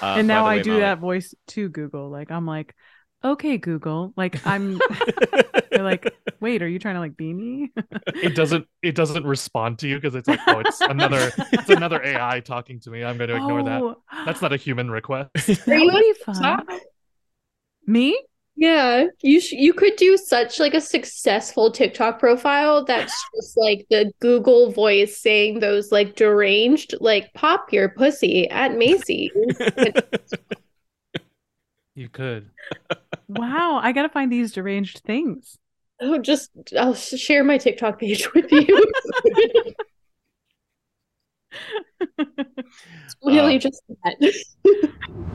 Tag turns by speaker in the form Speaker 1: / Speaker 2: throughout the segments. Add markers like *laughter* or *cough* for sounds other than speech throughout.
Speaker 1: Uh,
Speaker 2: and now
Speaker 1: by the
Speaker 2: I
Speaker 1: way,
Speaker 2: do
Speaker 1: Molly-
Speaker 2: that voice to Google. Like I'm like, okay, Google. Like I'm they're like, wait, are you trying to like be me?
Speaker 3: it doesn't it doesn't respond to you because it's like oh it's
Speaker 2: *laughs*
Speaker 3: another it's *laughs* another AI talking to me. I'm going to ignore that. That's not a human request.
Speaker 2: Oh,
Speaker 4: Are
Speaker 2: that
Speaker 4: you
Speaker 2: would
Speaker 4: on
Speaker 2: be fun.
Speaker 4: TikTok?
Speaker 2: Me?
Speaker 4: Yeah, you sh- you could do such like a successful TikTok profile *gasps* that's just like the Google voice saying those like deranged like pop your pussy at Macy's.
Speaker 3: You could.
Speaker 2: Wow, I gotta find these deranged things.
Speaker 4: oh, just I'll sh- share my TikTok page with *laughs* you. It's really
Speaker 1: Uh,
Speaker 4: just that.
Speaker 1: *laughs*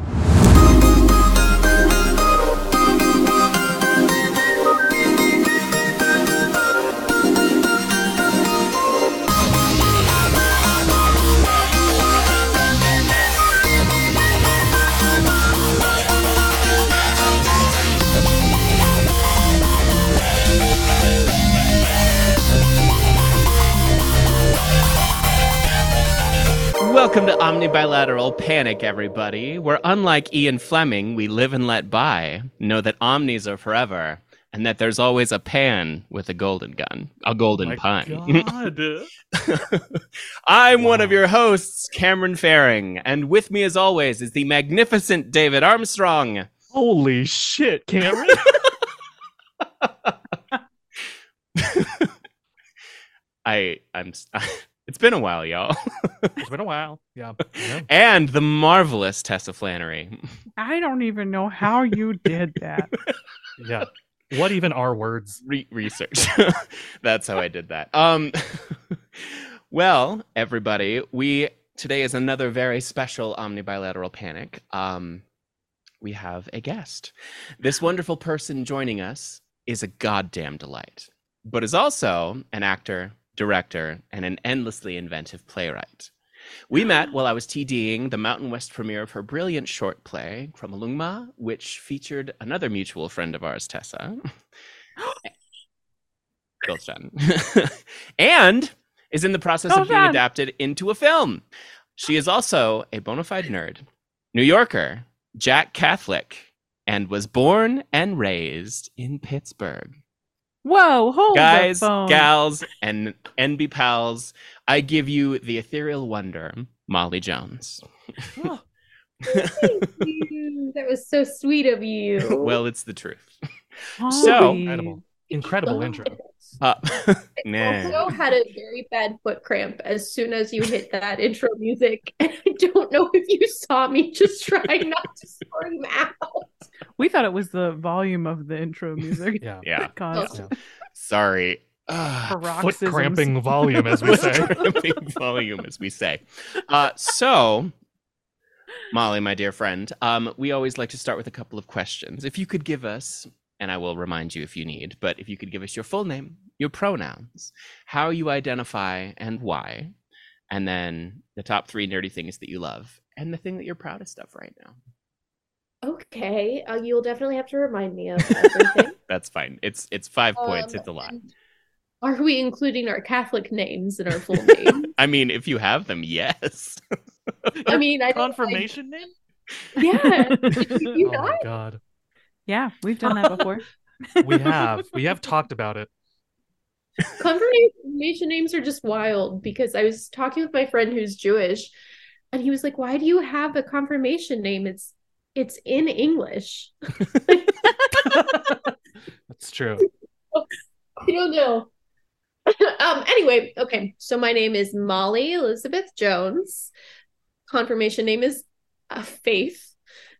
Speaker 1: Welcome to Omnibilateral Panic, everybody. Where unlike Ian Fleming, we live and let by, know that omnis are forever, and that there's always a pan with a golden gun, a golden *laughs*
Speaker 3: My
Speaker 1: pun.
Speaker 3: God.
Speaker 1: *laughs* I'm one of
Speaker 3: Wow.
Speaker 1: your hosts, Cameron Faring, and with me, as always, is the magnificent David Armstrong.
Speaker 3: Holy shit, Cameron.
Speaker 1: I, I'm. s- *laughs* It's been a while, y'all.
Speaker 3: it's been a while. Yeah. yeah.
Speaker 1: And the marvelous Tessa Flannery.
Speaker 2: I don't even know how you did that.
Speaker 3: Yeah. What even are words?
Speaker 1: re- research. *laughs* That's how I did that. Um, *laughs* well, everybody, we today is another very special omnibilateral panic. Um, we have a guest. This wonderful person joining us is a goddamn delight, but is also an actor, director, and an endlessly inventive playwright. We met while I was TDing the Mountain West premiere of her brilliant short play, Kromolungma, which featured another mutual friend of ours, Tessa. Gilston. *laughs* and is in the process of being
Speaker 2: Gilston.
Speaker 1: adapted into a film. She is also a bona fide nerd, New Yorker, Jack Catholic, and was born and raised in Pittsburgh.
Speaker 2: Whoa, hold
Speaker 1: Guys,
Speaker 2: the phone.
Speaker 1: gals, and NB pals, I give you the ethereal wonder, Molly Jones.
Speaker 4: that was so sweet of you.
Speaker 1: well, it's the truth.
Speaker 2: Holy.
Speaker 3: Incredible. Incredible intro.
Speaker 1: Uh, *laughs*
Speaker 4: I *laughs*
Speaker 1: nah.
Speaker 4: also had a very bad foot cramp as soon as you hit that intro music, *laughs* and I don't know if you saw me just trying not to scream out.
Speaker 2: We thought it was the volume of the intro
Speaker 3: *laughs*
Speaker 2: music.
Speaker 3: Yeah.
Speaker 1: Yeah,
Speaker 2: that caused
Speaker 4: Yeah.
Speaker 1: sorry. *sighs* Ugh.
Speaker 3: Foot
Speaker 2: paroxysms.
Speaker 3: cramping volume, *laughs* as we
Speaker 1: With
Speaker 3: say.
Speaker 1: cramping volume, as we say. Uh, so, Molly, my dear friend, um, we always like to start with a couple of questions. If you could give us, and I will remind you if you need, but if you could give us your full name, your pronouns, how you identify, and why, and then the top three nerdy things that you love, and the thing that you're proudest of right now.
Speaker 4: Okay, uh, you'll definitely have to remind *laughs* me of everything.
Speaker 1: That's fine. It's it's five points.
Speaker 4: Um,
Speaker 1: It's a lot.
Speaker 4: and Are we including our Catholic names in our full *laughs* name?
Speaker 1: I mean, if you have them, yes.
Speaker 4: I mean, I don't like-
Speaker 3: Confirmation name?
Speaker 4: *laughs* yeah, you *laughs*
Speaker 3: Oh
Speaker 4: not?
Speaker 3: my god.
Speaker 2: yeah, we've done that before.
Speaker 3: We have. We have talked about it.
Speaker 4: Confirmation names are just wild because I was talking with my friend who's Jewish, and he was like, "Why do you have a confirmation name? It's it's in English."
Speaker 3: That's *laughs* true.
Speaker 4: I don't know. *laughs* um. Anyway, okay. So my name is Molly Elizabeth Jones. Confirmation name is uh, Faith.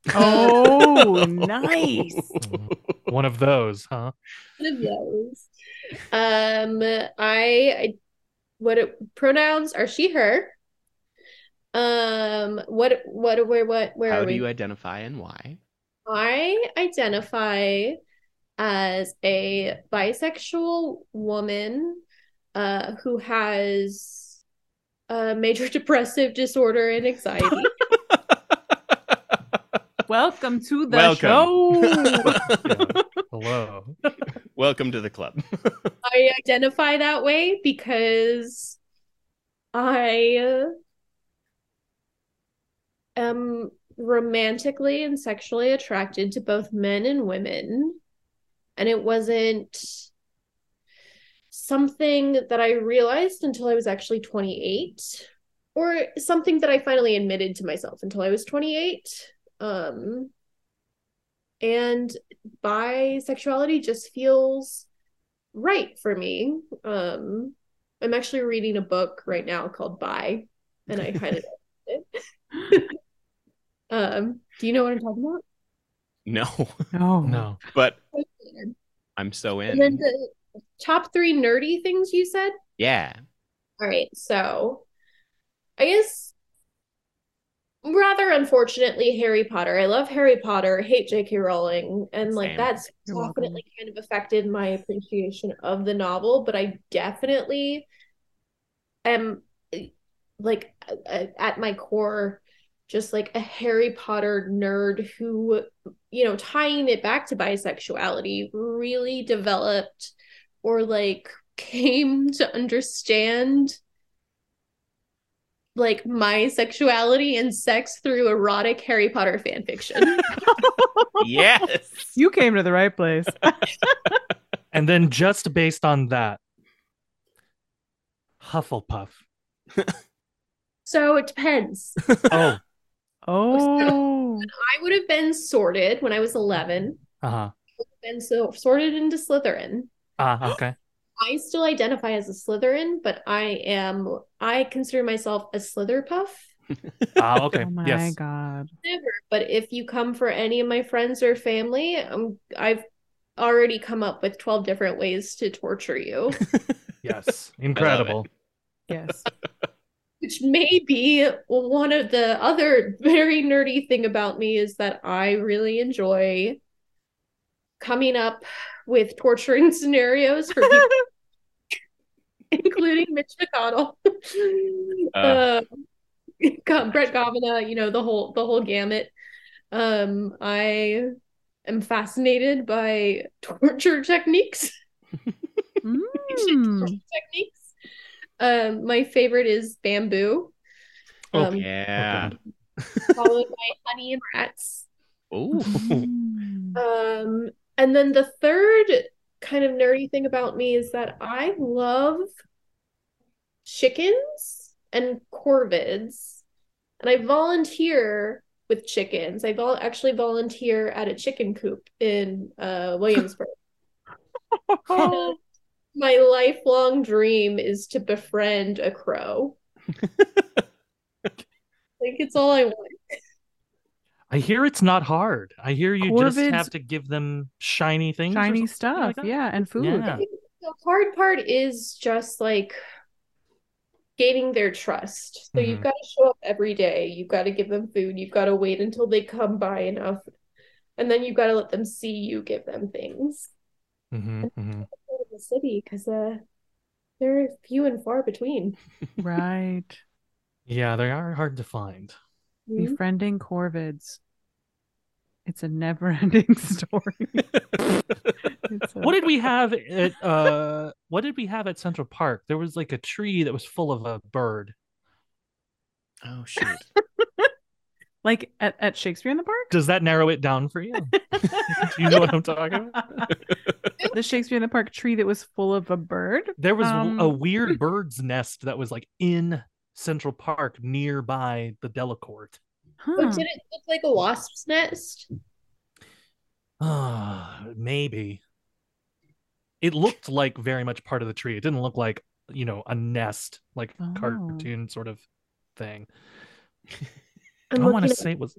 Speaker 3: *laughs*
Speaker 2: Oh, nice.
Speaker 3: Mm. One of those, huh?
Speaker 4: One of those. Um, I, I what it, pronouns are she her. Um, what what where what where
Speaker 1: How
Speaker 4: are
Speaker 1: do
Speaker 4: we?
Speaker 1: you identify and
Speaker 4: *laughs*
Speaker 1: why? *laughs*
Speaker 4: I identify as a bisexual woman uh, who has a major *laughs* depressive disorder and anxiety.
Speaker 2: Welcome to the
Speaker 1: Welcome.
Speaker 2: show.
Speaker 3: Hello.
Speaker 1: Welcome to the club. *laughs*
Speaker 4: I identify that way because I uh, am romantically and sexually attracted to both men and women. And it wasn't something that I realized until I was actually 28 or something that I finally admitted to myself until I was 28. Um, and bisexuality just feels right for me. Um, I'm actually reading a book right now called Bi, and I highly recommend it. *laughs* um, do you know what I'm talking about?
Speaker 1: No, *laughs*
Speaker 2: No.
Speaker 3: *laughs* No.
Speaker 1: but I'm
Speaker 2: *laughs*
Speaker 1: so in.
Speaker 4: And then the top three nerdy things you said.
Speaker 2: *laughs*
Speaker 1: yeah.
Speaker 4: All right, so I guess rather unfortunately, Harry Potter. I love Harry Potter, hate J.K. Rowling, and like
Speaker 1: Same.
Speaker 4: that's
Speaker 2: You're welcome.
Speaker 4: definitely kind of affected my appreciation of the novel, but I definitely am like a- a- at my core just like a Harry Potter nerd who, you know, tying it back to bisexuality really developed or like *laughs* came to understand like my sexuality and sex through erotic Harry Potter fan
Speaker 2: *laughs*
Speaker 4: fiction.
Speaker 1: Yes.
Speaker 2: You came to the right
Speaker 3: *laughs*
Speaker 2: place.
Speaker 3: And then just based on that, Hufflepuff.
Speaker 4: so it depends.
Speaker 3: Oh,
Speaker 2: Oh.
Speaker 4: I would have been sorted when I was 11,
Speaker 3: uh huh.
Speaker 4: been so sorted into Slytherin.
Speaker 2: *gasps*
Speaker 3: Ah, okay.
Speaker 4: I still identify as a Slytherin, but I am I consider myself a Slitherpuff.
Speaker 3: Ah, okay.
Speaker 2: Oh my
Speaker 3: yes.
Speaker 2: god.
Speaker 4: But if you come for any of my friends or family, um, I've already come up with 12 different ways to torture you,
Speaker 2: *laughs*
Speaker 3: Yes. Incredible. *laughs*
Speaker 2: Yes.
Speaker 4: which may be one of the other very nerdy thing about me is that I really enjoy coming up with torturing *laughs* scenarios for people, *laughs* including Mitch McConnell.
Speaker 1: *laughs* Uh.
Speaker 4: Uh, Go- Brett Kavanaugh, you know, the whole the whole gamut. Um, I am fascinated by torture techniques.
Speaker 2: *laughs*
Speaker 4: *laughs*
Speaker 2: Mm.
Speaker 4: techniques. Um, my favorite is bamboo,
Speaker 3: Oh,
Speaker 4: um,
Speaker 1: Yeah.
Speaker 3: God.
Speaker 4: followed by honey and rats.
Speaker 2: *laughs*
Speaker 1: Ooh.
Speaker 2: Mm.
Speaker 4: Um, and then the third kind of nerdy thing about me is that I love chickens and corvids, and I volunteer with chickens. I vol- actually volunteer at a chicken coop in uh, Williamsburg.
Speaker 2: Oh.
Speaker 4: My lifelong dream is to befriend a crow. like it's all I want.
Speaker 3: I hear it's not hard. I hear you just
Speaker 2: Corvids-
Speaker 3: have to give them shiny things. or
Speaker 2: Shiny
Speaker 3: something like
Speaker 2: stuff.
Speaker 3: that.
Speaker 2: yeah, and food.
Speaker 3: Yeah.
Speaker 4: The hard part is just like gaining their trust. So you've
Speaker 3: Mhm.
Speaker 4: got to show up every day. You've got to give them food. You've got to wait until they come by enough. And then you've got to let them see you give them things.
Speaker 2: *laughs*
Speaker 3: Mhm, mhm.
Speaker 4: Out of The city, because uh, they're few and far between.
Speaker 2: Right.
Speaker 3: Mm-hmm. Yeah, they are hard to find.
Speaker 4: Mhm.
Speaker 2: Befriending Corvids. It's a never ending *laughs* story. It's a-
Speaker 3: What did we have at uh what did we have at Central Park? There was like a tree that was full of a bird.
Speaker 1: Oh shoot.
Speaker 2: like at, at Shakespeare in the Park?
Speaker 3: *laughs*
Speaker 2: *laughs*
Speaker 3: Does that narrow it down for you? *laughs* Do you know what I'm talking about?
Speaker 2: the Shakespeare in the Park tree that was full of a bird?
Speaker 3: There was w- a
Speaker 2: Um,
Speaker 3: weird bird's nest that was like in Central Park nearby the Delacorte.
Speaker 4: But
Speaker 2: Huh.
Speaker 4: did it look like a wasp's nest?
Speaker 3: Ah, maybe. It looked like very much part of the tree. It didn't look like, you know, a nest, like
Speaker 2: Oh.
Speaker 3: cartoon sort of thing.
Speaker 4: I'm
Speaker 3: I want to
Speaker 4: looking at-
Speaker 3: say it was.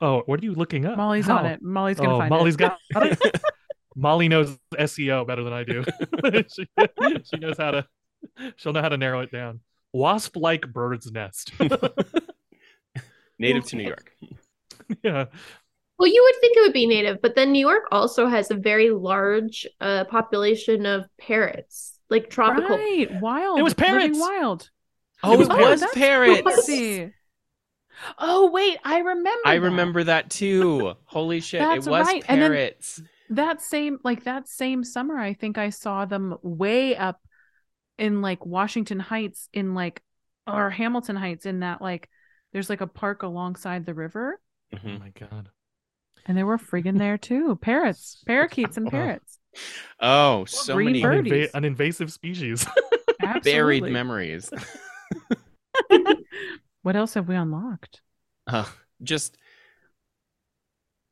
Speaker 3: Oh, what are you looking up?
Speaker 2: Molly's on
Speaker 3: How?
Speaker 2: it. Molly's going to
Speaker 3: oh,
Speaker 2: find
Speaker 3: Molly's
Speaker 2: it. *laughs*
Speaker 3: got it. *laughs* Molly knows SEO better than I do. *laughs* she, she knows how to. She'll know how to narrow it down. Wasp-like bird's nest.
Speaker 1: *laughs*
Speaker 3: *laughs*
Speaker 1: Native to New York.
Speaker 3: yeah.
Speaker 4: Well, you would think it would be native, but then New York also has a very large uh, population of parrots, like tropical.
Speaker 2: Right. Wild.
Speaker 3: It was
Speaker 2: living
Speaker 3: parrots.
Speaker 2: Wild.
Speaker 1: Oh, it
Speaker 3: was
Speaker 1: was,
Speaker 3: parrots.
Speaker 2: that's
Speaker 1: parrots.
Speaker 2: *laughs* crazy. Oh, wait. I remember.
Speaker 1: I
Speaker 2: that.
Speaker 1: remember that too. Holy shit!
Speaker 2: That's
Speaker 1: it was
Speaker 2: right, and then-
Speaker 1: parrots.
Speaker 2: that same like that same summer i think i saw them way up in like washington heights in like or hamilton heights in that like there's like a park alongside the river
Speaker 3: Oh
Speaker 1: Mhm.
Speaker 3: my god.
Speaker 2: And there were friggin' there
Speaker 3: *laughs*
Speaker 2: too. Parrots, parakeets, and
Speaker 3: Wow.
Speaker 2: parrots.
Speaker 1: Oh, so
Speaker 2: Three
Speaker 1: many
Speaker 3: An, inva-
Speaker 2: Birdies.
Speaker 3: an invasive species.
Speaker 1: buried
Speaker 2: Absolutely.
Speaker 1: memories. *laughs*
Speaker 2: What else have we unlocked?
Speaker 1: Uh, just,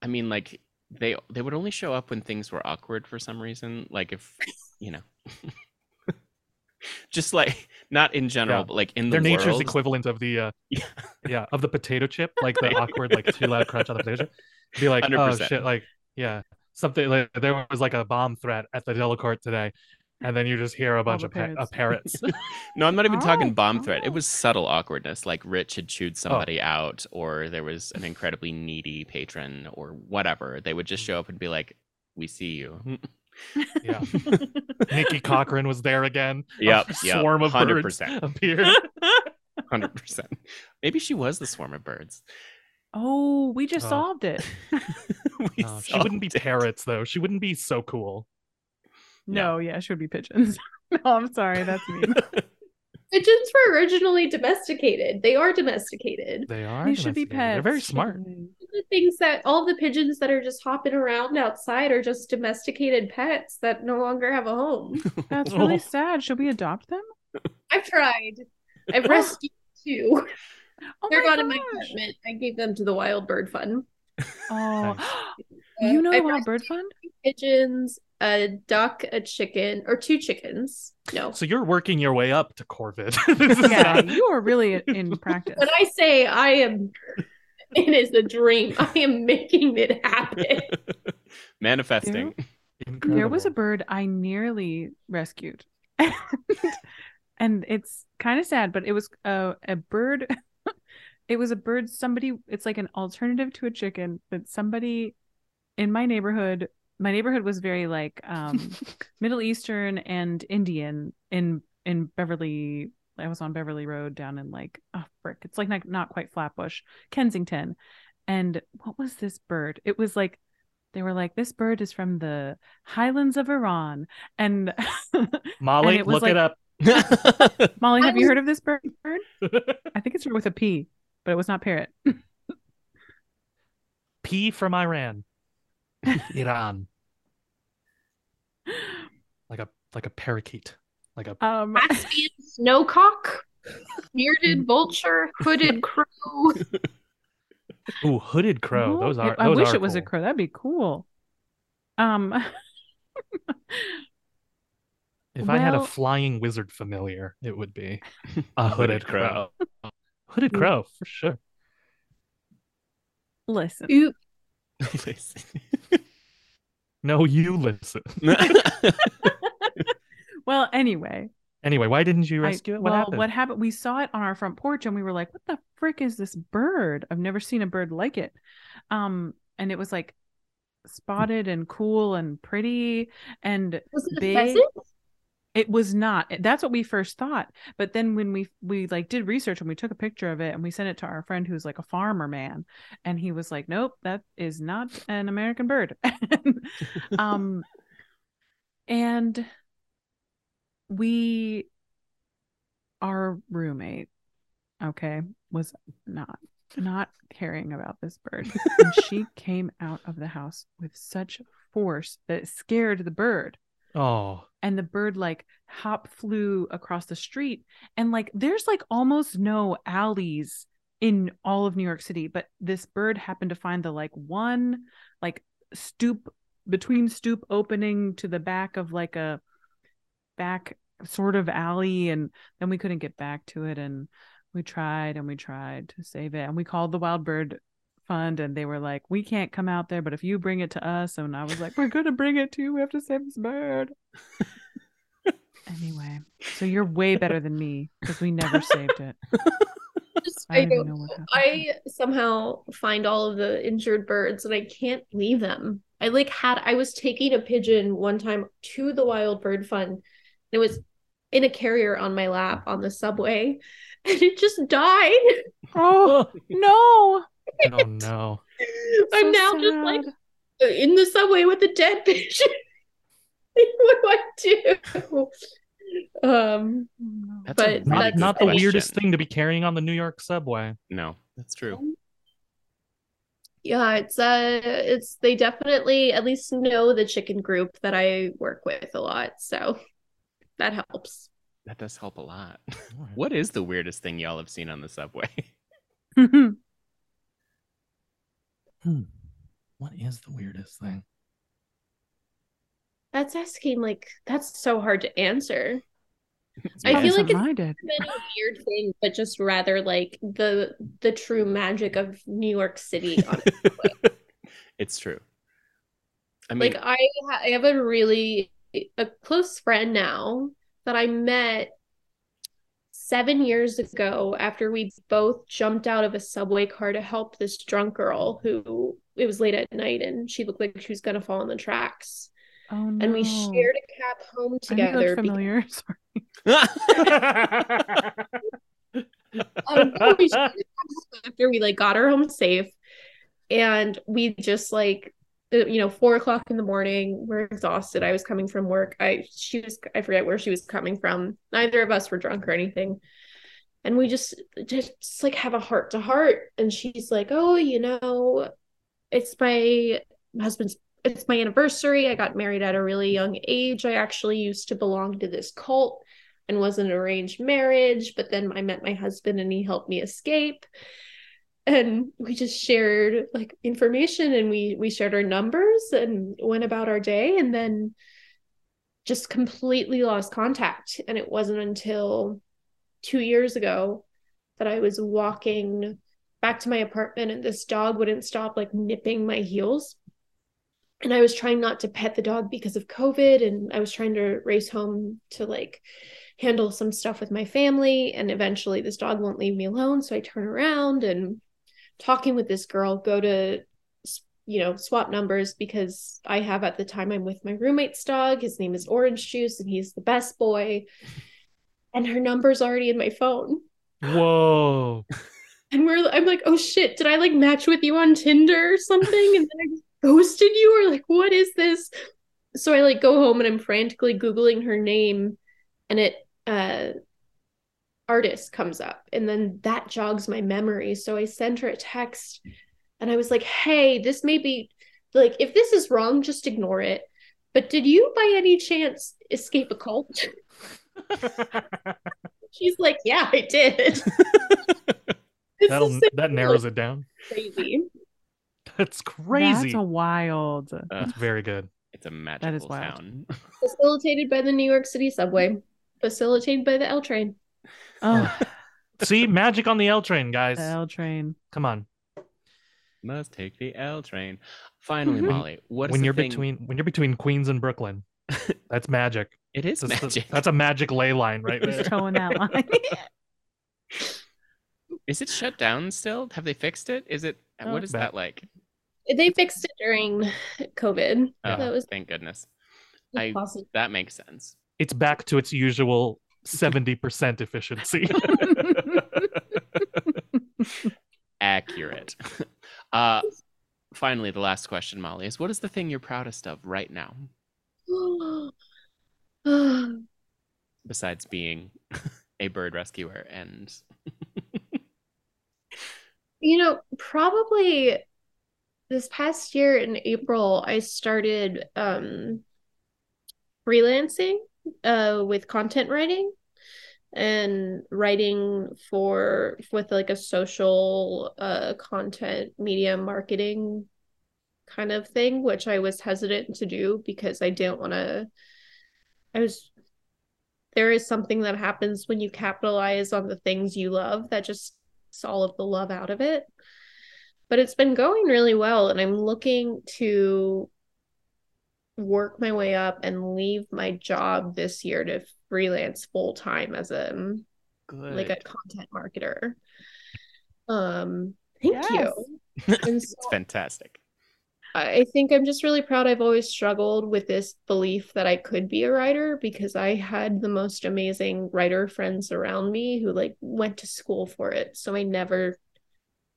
Speaker 1: I mean, like they they would only show up when things were awkward for some reason. Like if you know, *laughs* just like not in general,
Speaker 3: Yeah.
Speaker 1: but like
Speaker 3: *laughs*
Speaker 1: in the
Speaker 3: Their nature's
Speaker 1: world.
Speaker 3: equivalent of the uh
Speaker 1: *laughs* Yeah.
Speaker 3: yeah, of the potato chip, like
Speaker 1: *laughs*
Speaker 3: the awkward, like too loud crunch on the potato chip. Be like, oh
Speaker 1: 100%.
Speaker 3: shit, like yeah. Something like there was like a bomb threat at the Delacorte today. And then you just hear a bunch
Speaker 2: the
Speaker 3: of pa- uh,
Speaker 2: parrots.
Speaker 3: parrots.
Speaker 2: *laughs*
Speaker 1: no, I'm not even talking
Speaker 2: Oh,
Speaker 1: bomb threat. It
Speaker 2: oh.
Speaker 1: was subtle awkwardness, like Rich had
Speaker 3: Oh.
Speaker 1: chewed somebody out, or there was an incredibly needy patron, or whatever. They would just
Speaker 2: Mm.
Speaker 1: show up and be like, "We see
Speaker 3: Mm.
Speaker 1: you."
Speaker 3: yeah. Nikki Cochran was there again.
Speaker 1: Yep,
Speaker 3: A
Speaker 1: yep,
Speaker 3: swarm of birds
Speaker 1: 100%.
Speaker 2: *laughs*
Speaker 3: appeared.
Speaker 1: Hundred percent. Maybe she was the swarm of birds. *laughs*
Speaker 2: Oh, we just
Speaker 3: Oh.
Speaker 2: solved it.
Speaker 1: We
Speaker 3: No, Oh, she wouldn't be
Speaker 1: solved it. *laughs*
Speaker 3: parrots though. She wouldn't be so cool.
Speaker 2: No, yeah, it should be pigeons. *laughs* no, I'm sorry, that's
Speaker 3: *laughs*
Speaker 2: me.
Speaker 4: Pigeons were originally domesticated. They are domesticated.
Speaker 3: They are.
Speaker 2: They should be
Speaker 3: domesticated.
Speaker 2: pets.
Speaker 3: They're very smart.
Speaker 2: shouldn't they?
Speaker 4: All the things that all the pigeons that are just hopping around outside are just domesticated pets that no longer have a home.
Speaker 3: *laughs*
Speaker 2: That's
Speaker 3: Oh.
Speaker 2: really sad. Should we adopt them?
Speaker 4: I've tried. I've rescued two.
Speaker 2: Oh
Speaker 4: They're
Speaker 2: my
Speaker 4: not in my
Speaker 2: gosh.
Speaker 4: apartment. I gave them to the Wild Bird Fund.
Speaker 2: Oh,
Speaker 4: Nice.
Speaker 2: *gasps* you know
Speaker 4: I
Speaker 2: the Wild
Speaker 4: rescued-
Speaker 2: Bird
Speaker 3: *laughs*
Speaker 2: Fund?
Speaker 4: Pigeons, a duck, a chicken, or two chickens. No.
Speaker 3: So you're working your way up to Corvid. *laughs* This is
Speaker 2: Yeah,
Speaker 3: not-
Speaker 2: you are
Speaker 4: *laughs*
Speaker 2: really in practice.
Speaker 4: When I say I am, *laughs* it is a dream. I am making it happen.
Speaker 1: Manifesting.
Speaker 2: There was a
Speaker 3: incredible.
Speaker 2: bird I nearly rescued. *laughs* and it's kind of sad, but it was a, a bird. *laughs* it was a bird somebody, it's like an alternative to a chicken that somebody in my neighborhood, my neighborhood was very like um, Middle Eastern and Indian in in Beverly. I was on Beverly Road down in like, oh, frick. It's like not, not quite Flatbush, Kensington. And what was this bird? It was like, they were like, this bird is from the highlands of Iran. And *laughs*
Speaker 3: Molly,
Speaker 2: and it was
Speaker 3: look it
Speaker 2: like-
Speaker 3: up.
Speaker 1: *laughs*
Speaker 2: Molly,
Speaker 4: I
Speaker 2: have you
Speaker 4: was-
Speaker 2: heard of this bird?
Speaker 3: *laughs*
Speaker 2: I think it's with a P, but it was not parrot. *laughs*
Speaker 3: P from Iran. Iran. Like a like a parakeet. Like a
Speaker 2: Um,
Speaker 4: Caspian snowcock,
Speaker 2: Mm.
Speaker 4: bearded vulture,
Speaker 2: *laughs*
Speaker 4: hooded crow.
Speaker 3: ooh hooded crow.
Speaker 2: no,
Speaker 3: Those
Speaker 2: I-
Speaker 3: are.
Speaker 2: I
Speaker 3: those
Speaker 2: wish
Speaker 3: are
Speaker 2: it was a
Speaker 3: cool.
Speaker 2: crow. That'd be cool. Um, *laughs*
Speaker 3: If I had a
Speaker 2: Well-
Speaker 3: flying wizard familiar, it
Speaker 2: *laughs*
Speaker 3: would be a
Speaker 1: Hooded
Speaker 3: hooded
Speaker 1: crow.
Speaker 3: crow. Hooded
Speaker 2: Mm.
Speaker 3: crow for sure.
Speaker 2: listen,
Speaker 4: Ooh,
Speaker 3: No, you listen. *laughs*
Speaker 2: well, anyway,
Speaker 3: Anyway, why didn't you
Speaker 2: I-
Speaker 3: rescue it? What
Speaker 2: well,
Speaker 3: happened?
Speaker 2: What happened? We saw it on our front porch, and we were like, "What the frick is this bird? I've never seen a bird like it." Um, and it was like spotted and cool and pretty, and
Speaker 4: was it a
Speaker 2: Big-
Speaker 4: pheasant?
Speaker 2: it was not. eh, That's what we first thought. But then when we we like did research and we took a picture of it and we sent it to our friend who's like a farmer man, and he was like, "Nope, that is not an American bird." *laughs* um, and we, our roommate, okay, was not not caring about this bird, and she came out of the house with such force that it scared the bird
Speaker 3: Oh, *laughs*
Speaker 2: and the bird like hop flew across the street and like there's like almost no alleys in all of New York City but this bird happened to find the like one like stoop between stoop opening to the back of like a back sort of alley and then we couldn't get back to it and we tried and we tried to save it and we called the wild bird fund and they were like we can't come out there but if you bring it to us and i was like we're gonna bring it to you we have to save this bird anyway so you're way better than me because we never saved
Speaker 4: *laughs*
Speaker 2: it
Speaker 4: Just-
Speaker 2: i
Speaker 4: I
Speaker 2: don't even
Speaker 4: don't-
Speaker 2: know what happened
Speaker 4: I somehow find all of the injured birds and I can't leave them. I like had I was taking a pigeon one time to the Wild Bird Fund and it was in a carrier on my lap on the subway *laughs* and it just died.
Speaker 2: *laughs* oh no *laughs*
Speaker 3: oh
Speaker 5: *laughs*
Speaker 3: no.
Speaker 4: I'm
Speaker 2: So
Speaker 4: now just like
Speaker 2: sad.
Speaker 4: in the subway with a dead pigeon. *laughs* Like, what do I do? *laughs* Um,
Speaker 2: Oh, no.
Speaker 1: That's
Speaker 4: But
Speaker 1: a really
Speaker 3: Not,
Speaker 4: That's
Speaker 1: good
Speaker 3: not the
Speaker 1: question.
Speaker 3: weirdest thing to be carrying on the New York subway.
Speaker 1: No, that's true.
Speaker 4: yeah, it's uh it's they definitely at least know the chicken group that I work with a lot, so that helps.
Speaker 1: That does help a
Speaker 3: *laughs*
Speaker 1: lot. What is the weirdest thing y'all have seen on the subway?
Speaker 5: Hmm. What is the weirdest thing?
Speaker 4: That's asking like that's so hard to answer. I
Speaker 2: Probably
Speaker 4: feel like
Speaker 2: something I did.
Speaker 4: *laughs* Many weird things, but just rather like the the true magic of New York City on
Speaker 1: *laughs* it's true. I mean, *laughs*
Speaker 2: Mm-hmm.
Speaker 4: like I, ha- I have a really a close friend now that I met seven years ago after we both jumped out of a subway car to help this drunk girl who it was late at night and she looked like she was gonna fall on the tracks
Speaker 2: Oh no.
Speaker 4: and we shared a cab home
Speaker 2: I knew that looked
Speaker 4: together. be-
Speaker 2: familiar. *laughs* Sorry.
Speaker 4: uh, Um, no, we shared a cab after we like got her home safe, and we just like the- you know four o'clock in the morning. We're exhausted. I was coming from work. I she was I forget where she was coming from. Neither of us were drunk or anything, and we just just, just like have a heart to heart. And she's like, "Oh, you know, it's my husband's." It's my anniversary. I got married at a really young age. I actually used to belong to this cult and was an arranged marriage, but then I met my husband and he helped me escape. And we just shared like information and we we shared our numbers and went about our day and then just completely lost contact. And it wasn't until two years ago that I was walking back to my apartment and this dog wouldn't stop like nipping my heels. And I was trying not to pet the dog because of COVID and I was trying to race home to like handle some stuff with my family and eventually this dog won't leave me alone so i turn around and talking with this girl go to s- you know swap numbers because i have at the time i'm with my roommate's dog his name is orange juice and he's the best boy and her number's already in my phone
Speaker 3: *laughs* Whoa.
Speaker 4: and we're i'm like oh shit did i like match with you on tinder or something and then i just *laughs* ghosted you or like what is this so i like go home and i'm frantically googling her name and it uh artist comes up and then that jogs my memory so i send her a text and i was like hey this may be like if this is wrong just ignore it but did you by any chance escape a cult *laughs* she's like yeah i did *laughs* This is
Speaker 3: That'll
Speaker 4: so
Speaker 3: that narrows it down. *laughs*
Speaker 4: crazy
Speaker 3: That's crazy.
Speaker 2: That's a wild.
Speaker 1: uh,
Speaker 3: Very good.
Speaker 1: it's a magical
Speaker 2: wild.
Speaker 1: town. *laughs*
Speaker 4: facilitated by the New York City subway, facilitated by the L train.
Speaker 2: Oh,
Speaker 3: See, magic on the L train, guys.
Speaker 2: the L train.
Speaker 3: Come on.
Speaker 1: Must take the L train. Finally,
Speaker 4: Mhm.
Speaker 1: Molly, what is
Speaker 3: when
Speaker 1: the
Speaker 3: you're
Speaker 1: thing-
Speaker 3: between when you're between Queens and
Speaker 1: *laughs*
Speaker 3: Brooklyn, that's magic.
Speaker 1: It is
Speaker 3: That's, the-
Speaker 1: magic.
Speaker 3: that's a magic ley line right
Speaker 1: It's *laughs*
Speaker 3: there.
Speaker 2: Just toeing that line.
Speaker 4: *laughs*
Speaker 1: Is it shut down still? Have they fixed it? Is it?
Speaker 4: Oh.
Speaker 2: No,
Speaker 1: what is
Speaker 3: but-
Speaker 1: that like?
Speaker 4: They fixed it during COVID.
Speaker 1: Oh,
Speaker 4: That was
Speaker 1: thank goodness. I-
Speaker 4: *gasps* possible.
Speaker 1: That makes sense.
Speaker 3: It's back to its usual seventy percent efficiency. *laughs*
Speaker 1: Accurate.
Speaker 4: *laughs*
Speaker 1: *laughs* uh, finally, the last question, Molly, is what is the thing you're proudest of right now,
Speaker 4: Ah,
Speaker 1: besides being *laughs* a bird rescuer and
Speaker 4: you know, probably this past year in April, I started um, freelancing uh, with content writing and writing for with like a social uh, content media marketing kind of thing, which I was hesitant to do because I didn't want to. I was. There is something that happens when you capitalize on the things you love that just takes all of the love out of it. But it's been going really well, and I'm looking to work my way up and leave my job this year to freelance full time as a
Speaker 1: good?
Speaker 4: like a content marketer. Um, thank
Speaker 2: Yes.
Speaker 4: you. And so
Speaker 1: it's fantastic.
Speaker 4: I I think I'm just really proud. I've always struggled with this belief that I could be a writer because I had the most amazing writer friends around me who like went to school for it. So I never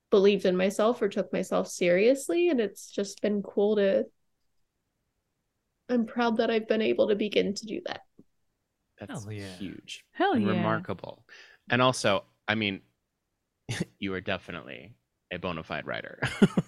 Speaker 4: believed in myself or took myself seriously. And it's just been cool to. I'm proud that I've been able to begin to do that.
Speaker 1: That's
Speaker 3: Hell yeah.
Speaker 1: huge
Speaker 2: Hell
Speaker 1: and
Speaker 2: yeah.
Speaker 1: remarkable. And *laughs* also, I mean, you are definitely a bona fide writer. *laughs*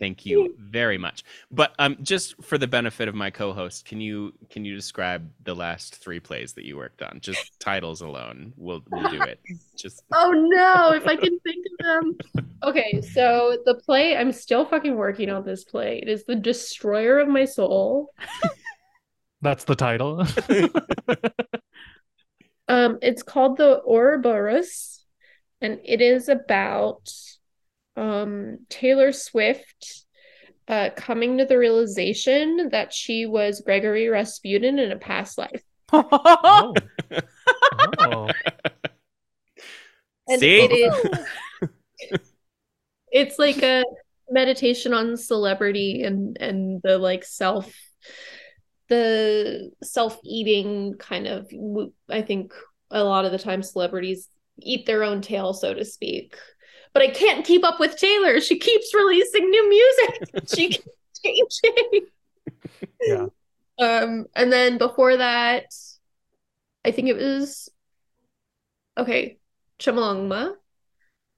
Speaker 1: Thank you very much. But um, just for the benefit of my co-host, can you can you describe the last three plays that you worked on? Just titles alone, we'll we'll do
Speaker 2: *laughs*
Speaker 1: it. Just
Speaker 4: Oh no, *laughs* if I can think of them. Okay, so the play, I'm still fucking working on this play. It is The Destroyer of My Soul.
Speaker 3: That's the title. *laughs*
Speaker 4: Um, it's called The Ouroboros, and it is about um Taylor Swift uh coming to the realization that she was Gregory Rasputin in a past life.
Speaker 3: oh. oh.
Speaker 4: And
Speaker 1: See?
Speaker 4: it is *laughs* it's like a meditation on celebrity and and the like self the self-eating kind of I think a lot of the time celebrities eat their own tail so to speak. But I can't keep up with Taylor. She keeps releasing new music. *laughs* She keeps changing.
Speaker 3: Yeah.
Speaker 4: Um and then before that I think it was okay, Chimolungma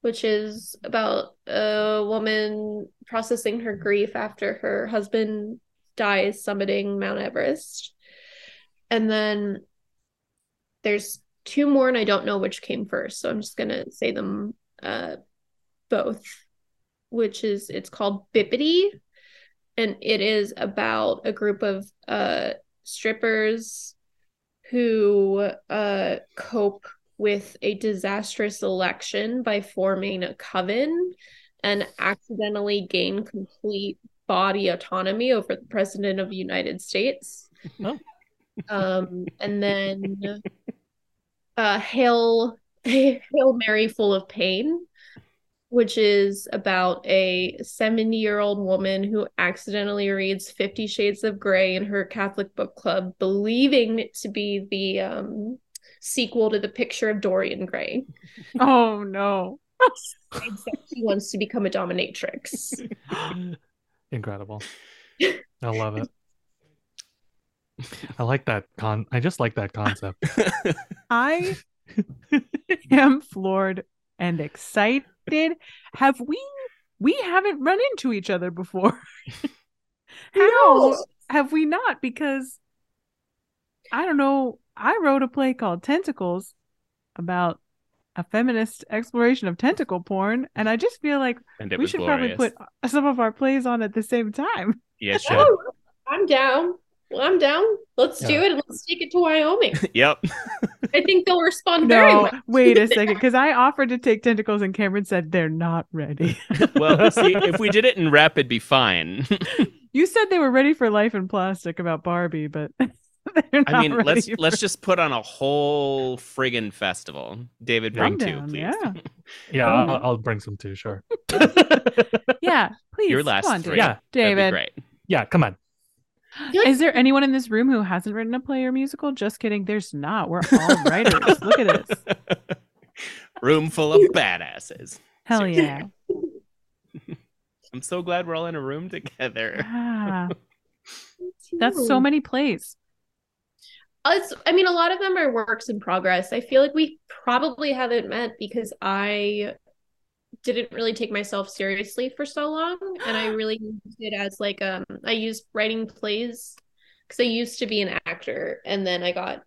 Speaker 4: which is about a woman processing her grief after her husband dies summiting Mount Everest. And then there's two more, and I don't know which came first, so I'm just gonna say them uh, both, which is it's called Bippity, and it is about a group of uh, strippers who uh, cope with a disastrous election by forming a coven and accidentally gain complete body autonomy over the president of the United States.
Speaker 3: Oh.
Speaker 4: Um, and then uh, Hail *laughs* Hail Mary Full of Pain, which is about a 70 year old woman who accidentally reads Fifty Shades of Grey in her Catholic book club, believing it to be the um, sequel to The Picture of Dorian Gray.
Speaker 2: Oh no. *laughs*
Speaker 4: She wants to become a dominatrix.
Speaker 3: Oh. Incredible. I love it. I like that con I just like that concept.
Speaker 2: I am floored and excited. Have we we haven't run into each other before? *laughs* How
Speaker 4: No.
Speaker 2: have we not? Because I don't know. I wrote a play called Tentacles about a feminist exploration of tentacle porn, and I just feel like
Speaker 1: and it
Speaker 2: we
Speaker 1: was
Speaker 2: should
Speaker 1: glorious.
Speaker 2: probably put some of our plays on at the same time.
Speaker 1: yeah, *laughs*
Speaker 2: *laughs*
Speaker 1: sure.
Speaker 4: Oh, I'm down. Well, I'm down. Let's do
Speaker 3: Yeah.
Speaker 4: it and let's take it to Wyoming.
Speaker 1: yep. *laughs*
Speaker 4: I think they'll respond very
Speaker 2: *laughs* No,
Speaker 4: well.
Speaker 2: wait
Speaker 4: *laughs*
Speaker 2: a second, because I offered to take tentacles, and Cameron said they're not
Speaker 1: *laughs*
Speaker 2: ready.
Speaker 1: Well, see, if we did it in rep, it'd be fine. *laughs*
Speaker 2: You said they were ready for life in plastic about Barbie, but *laughs* they're not
Speaker 1: I mean,
Speaker 2: ready
Speaker 1: let's
Speaker 2: for-
Speaker 1: let's just put on a whole friggin' festival. David,
Speaker 2: I'm
Speaker 1: bring two,
Speaker 2: down,
Speaker 1: please.
Speaker 2: yeah.
Speaker 3: Yeah,
Speaker 2: Oh.
Speaker 3: I'll, I'll bring some too, sure.
Speaker 2: yeah, please.
Speaker 1: Your last
Speaker 2: come on,
Speaker 1: three.
Speaker 2: David.
Speaker 3: Yeah,
Speaker 1: That'd be
Speaker 2: David.
Speaker 1: great.
Speaker 3: Yeah, come on.
Speaker 2: Is there anyone in this room who hasn't written a play or musical? Just kidding. There's not. We're all writers. Look at this.
Speaker 1: Room full of badasses.
Speaker 2: *laughs* Hell yeah.
Speaker 1: I'm so glad we're all in a room
Speaker 2: *laughs*
Speaker 1: together.
Speaker 2: Ah, that's so many plays.
Speaker 4: It's, I mean, a lot of them are works in progress. I feel like we probably haven't met because I didn't really take myself seriously for so long, and I really used it as like um, I used writing plays because I used to be an actor, and then I got,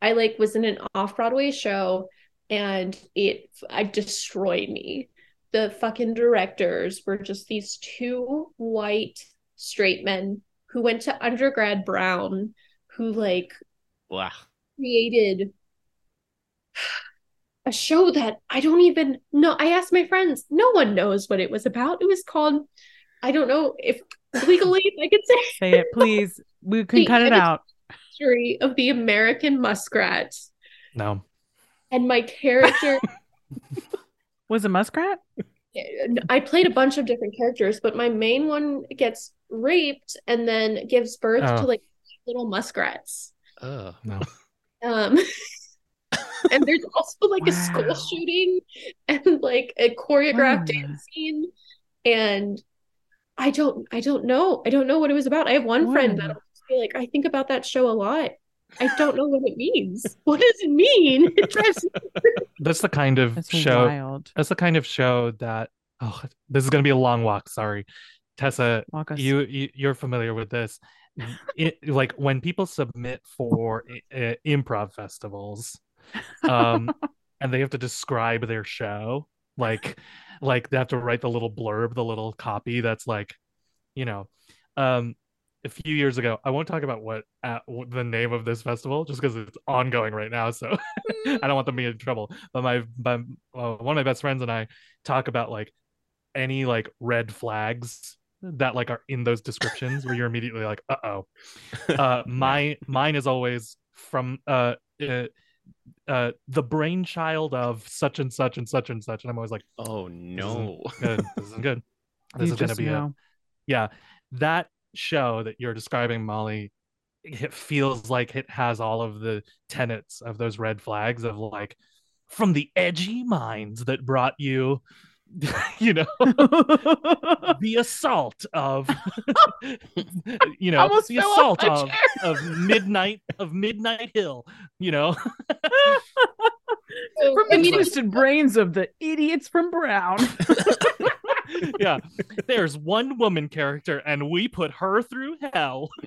Speaker 4: I like was in an off Broadway show, and it I destroyed me. The fucking directors were just these two white straight men who went to undergrad Brown, who like
Speaker 1: Blah.
Speaker 4: created a show that I don't even know. I asked my friends, no one knows what it was about. It was called, I don't know if legally if I could say
Speaker 2: Say it, please. We can cut it out.
Speaker 4: history of the American muskrat.
Speaker 3: No.
Speaker 4: And my character,
Speaker 2: Was a muskrat?
Speaker 4: I played a bunch of different characters, but my main one gets raped and then gives birth
Speaker 3: Oh.
Speaker 4: to like little muskrats.
Speaker 1: Ugh.
Speaker 3: No.
Speaker 4: Um, *laughs* and there's also like
Speaker 2: Wow.
Speaker 4: a school shooting and like a choreographed
Speaker 2: Wow.
Speaker 4: dance scene. And I don't, I don't know, I don't know what it was about. I have one friend
Speaker 2: Wow.
Speaker 4: that'll just be like, I think about that show a lot. I don't know what it means. *laughs* What does it mean?
Speaker 2: *laughs*
Speaker 4: It drives me
Speaker 3: That's the kind of
Speaker 2: That's
Speaker 3: show
Speaker 2: wild.
Speaker 3: that's the kind of show that oh this is gonna be a long walk, sorry. Tessa,
Speaker 2: Walk us.
Speaker 3: you, you you're familiar with this it, like when people submit for i- uh, improv festivals um and they have to describe their show like like they have to write the little blurb the little copy that's like you know um a few years ago i won't talk about what uh, w- the name of this festival just because it's ongoing right now so *laughs* i don't want them to be in trouble but my but, uh, one of my best friends and i talk about like any like red flags that like are in those descriptions where you're immediately like
Speaker 2: *laughs*
Speaker 3: uh-oh uh my mine is always from uh, uh uh the brainchild of such and such and such and such and i'm always like
Speaker 1: Oh no.
Speaker 3: good this
Speaker 2: *laughs*
Speaker 3: isn't good this
Speaker 2: You
Speaker 3: is gonna
Speaker 2: just
Speaker 3: be a *laughs*
Speaker 2: know. *laughs*
Speaker 3: yeah that show that you're describing molly it feels like it has all of the tenets of those red flags of like from the edgy minds that brought you *laughs* you know the assault of *laughs* you know
Speaker 2: Almost
Speaker 3: the
Speaker 2: fell off
Speaker 3: assault
Speaker 2: my
Speaker 3: of, of midnight of midnight hill you know *laughs*
Speaker 4: So,
Speaker 2: from
Speaker 4: I
Speaker 2: the
Speaker 4: mean, it was-
Speaker 2: twisted brains of the idiots from Brown.
Speaker 3: yeah there's one woman character and we put her through hell
Speaker 2: *laughs*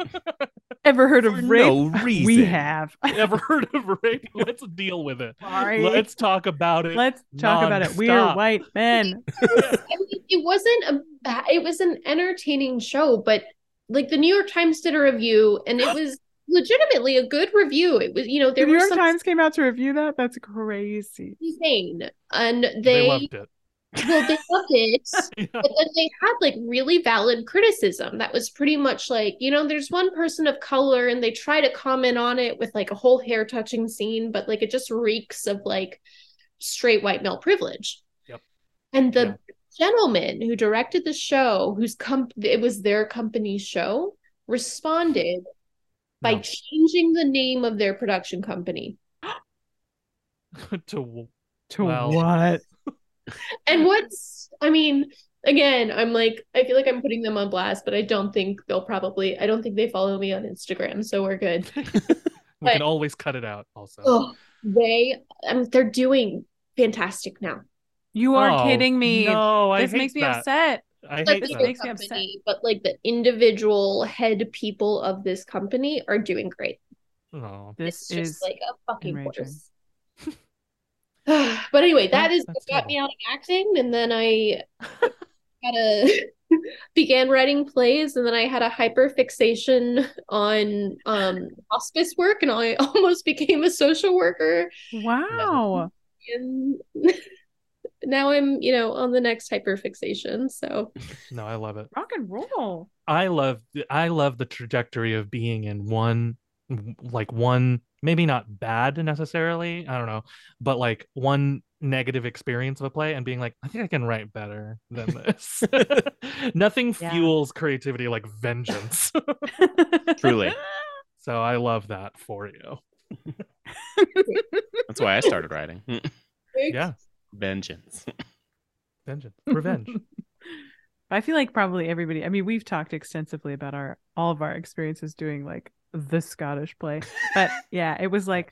Speaker 3: *laughs*
Speaker 2: Ever heard
Speaker 1: For
Speaker 2: of rape?
Speaker 1: no reason.
Speaker 2: we have. *laughs*
Speaker 3: ever heard of rape let's deal with it
Speaker 2: Sorry.
Speaker 3: Let's talk about it.
Speaker 2: Let's talk about it. We're
Speaker 3: nonstop.
Speaker 2: white men.
Speaker 4: I mean, it wasn't a bad, it was an entertaining show, but like the New York Times did a review and
Speaker 2: *gasps*
Speaker 4: it was legitimately a good review. It was, you know, there
Speaker 2: the New
Speaker 4: were
Speaker 2: York
Speaker 4: some
Speaker 2: Times came out to review that. That's crazy.
Speaker 4: insane and they,
Speaker 3: they, loved it. *laughs*
Speaker 4: well they loved it.
Speaker 3: Yeah.
Speaker 4: But then they had like really valid criticism that was pretty much like, you know, there's one person of color and they try to comment on it with like a whole hair touching scene, but like it just reeks of like straight white male privilege.
Speaker 3: Yep.
Speaker 4: And the gentleman who directed the show, whose comp it was their company's show, responded by
Speaker 3: No.
Speaker 4: changing the name of their production company.
Speaker 3: to
Speaker 2: To
Speaker 3: Well-
Speaker 2: what?
Speaker 4: And what's, I mean, again, I'm like, I feel like I'm putting them on blast, but I don't think they'll probably, I don't think they follow me on Instagram, so we're good.
Speaker 3: *laughs* we
Speaker 4: But-
Speaker 3: can always cut it out. Also,
Speaker 4: Oh, they, I mean, they're doing fantastic now.
Speaker 2: You are
Speaker 3: Oh,
Speaker 2: kidding me.
Speaker 3: No, I
Speaker 2: this
Speaker 3: hate
Speaker 2: makes me
Speaker 3: that.
Speaker 2: upset.
Speaker 3: I
Speaker 4: Like
Speaker 3: hate
Speaker 4: the
Speaker 2: this
Speaker 3: that.
Speaker 2: makes me upset.
Speaker 4: company, but like the individual head people of this company are doing great.
Speaker 3: Oh.
Speaker 2: This
Speaker 4: it's
Speaker 2: is
Speaker 4: just like a fucking
Speaker 2: enraging. Oh,
Speaker 4: horse.
Speaker 2: *laughs*
Speaker 4: *sighs* but anyway, that
Speaker 3: Well,
Speaker 4: is what
Speaker 3: that's
Speaker 4: got me out of acting, and
Speaker 2: *laughs*
Speaker 4: then I had a *laughs* began writing plays, and then I had a hyper fixation on um hospice work, and I *laughs* almost became a social worker,
Speaker 2: Wow.
Speaker 4: and *laughs* now I'm you know on the next hyper fixation. So
Speaker 3: No, I love it.
Speaker 2: Rock and roll.
Speaker 3: I love. I love the trajectory of being in one, like one, maybe not bad necessarily. I don't know, but like one negative experience of a play and being like, I think I can write better
Speaker 2: *laughs*
Speaker 3: than this. *laughs* Nothing
Speaker 2: Yeah.
Speaker 3: fuels creativity like vengeance.
Speaker 1: *laughs*
Speaker 3: *laughs*
Speaker 1: Truly.
Speaker 3: so I love that for you.
Speaker 1: That's why I started
Speaker 2: *laughs*
Speaker 1: writing.
Speaker 3: Yeah,
Speaker 1: Vengeance.
Speaker 3: vengeance,
Speaker 2: *laughs*
Speaker 3: revenge.
Speaker 2: *laughs* I feel like probably everybody, I mean, we've talked extensively about our all of our experiences doing like the Scottish play.
Speaker 3: *laughs*
Speaker 2: But yeah, it was like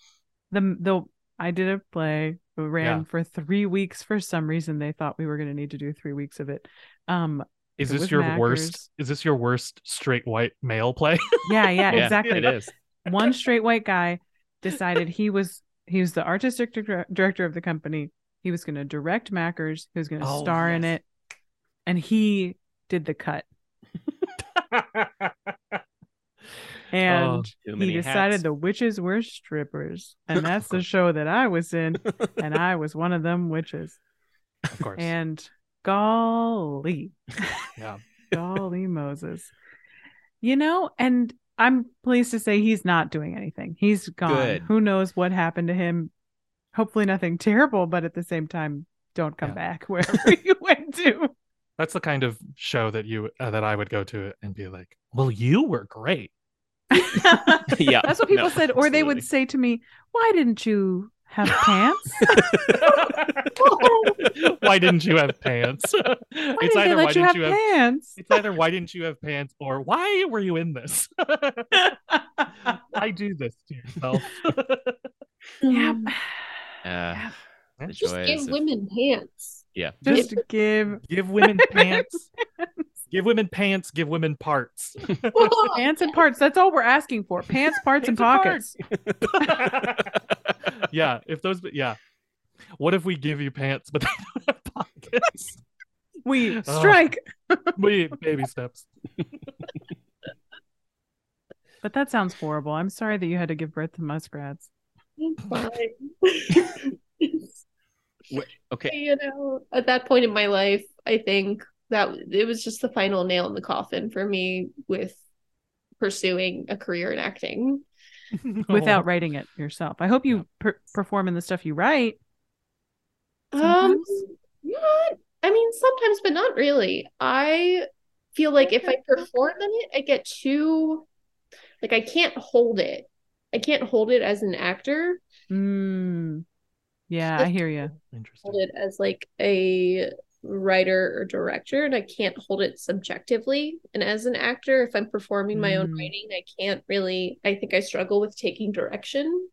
Speaker 2: the the I did a play we ran
Speaker 3: Yeah.
Speaker 2: for 3 weeks for some reason they thought we were going to need to do 3 weeks of it. Um
Speaker 3: Is
Speaker 2: It
Speaker 3: this
Speaker 2: was
Speaker 3: your
Speaker 2: Mackers.
Speaker 3: worst? Is this your worst straight white male play?
Speaker 2: yeah,
Speaker 3: *laughs*
Speaker 2: yeah,
Speaker 1: Yeah,
Speaker 2: exactly.
Speaker 1: It is.
Speaker 2: one straight white guy decided he was he was the artistic dir- director of the company. He was going to direct Mackers. He was going to
Speaker 3: Oh,
Speaker 2: star in
Speaker 3: yes.
Speaker 2: it, and he did the cut.
Speaker 3: Oh,
Speaker 2: *laughs* And
Speaker 1: Too
Speaker 2: he
Speaker 1: many
Speaker 2: decided
Speaker 1: hats. *laughs*
Speaker 2: the witches were strippers, and that's the show that I was in, and I was one of them witches.
Speaker 3: Oh, of course.
Speaker 2: And golly,
Speaker 3: yeah.
Speaker 2: *laughs* golly Moses, you know. And I'm pleased to say he's not doing anything. He's gone.
Speaker 1: Good.
Speaker 2: Who knows what happened to him? Hopefully nothing terrible, but at the same time, don't come
Speaker 3: Yeah.
Speaker 2: back *laughs* wherever you went to.
Speaker 3: That's the kind of show that you uh, that I would go to and be like, "Well, you were great."
Speaker 1: yeah.
Speaker 2: That's what
Speaker 1: no,
Speaker 2: people said, or they would
Speaker 1: absolutely.
Speaker 2: say to me, "Why didn't you have pants?" *laughs*
Speaker 1: *laughs*
Speaker 3: why didn't you have pants?
Speaker 2: Why
Speaker 3: *laughs*
Speaker 2: didn't
Speaker 3: it's
Speaker 2: they
Speaker 3: either
Speaker 2: let
Speaker 3: why
Speaker 2: you have
Speaker 3: didn't you have *laughs*
Speaker 2: pants?
Speaker 3: it's either why didn't you have pants or why were you in this? *laughs* I do this to yourself.
Speaker 2: Yep.
Speaker 1: Uh, the
Speaker 4: just
Speaker 1: joys
Speaker 4: give
Speaker 1: of-
Speaker 2: *laughs*
Speaker 4: women pants. *laughs*
Speaker 1: Yeah.
Speaker 2: Just give
Speaker 3: Give women pants. Give women pants, give women
Speaker 2: *laughs*
Speaker 3: parts.
Speaker 2: Pants and parts. That's all we're asking *laughs* for. Pants, parts, and pockets.
Speaker 3: yeah, if those yeah. What if we give you pants but they don't have
Speaker 2: *laughs*
Speaker 3: pockets?
Speaker 2: We
Speaker 3: Oh.
Speaker 2: strike.
Speaker 3: we baby steps.
Speaker 2: But that sounds horrible. I'm sorry that you had to give birth to muskrats.
Speaker 1: Wait, okay.
Speaker 4: *laughs* You know, at that point in my life, I think that it was just the final nail in the coffin for me with pursuing a career in acting.
Speaker 2: Without writing it yourself. I hope you per- perform in the stuff you write.
Speaker 4: Um,
Speaker 2: Sometimes?
Speaker 4: not, I mean, sometimes, but not really. I feel like if I perform in it, I get too, like, I can't hold it. I can't hold it as an actor,
Speaker 2: Mm. Yeah, I hear you.
Speaker 4: hold
Speaker 3: Oh, Interesting.
Speaker 4: it as like a writer or director, and I can't hold it subjectively. And as an actor, if I'm performing my own
Speaker 2: Mm.
Speaker 4: writing, I can't really, I think I struggle with taking direction.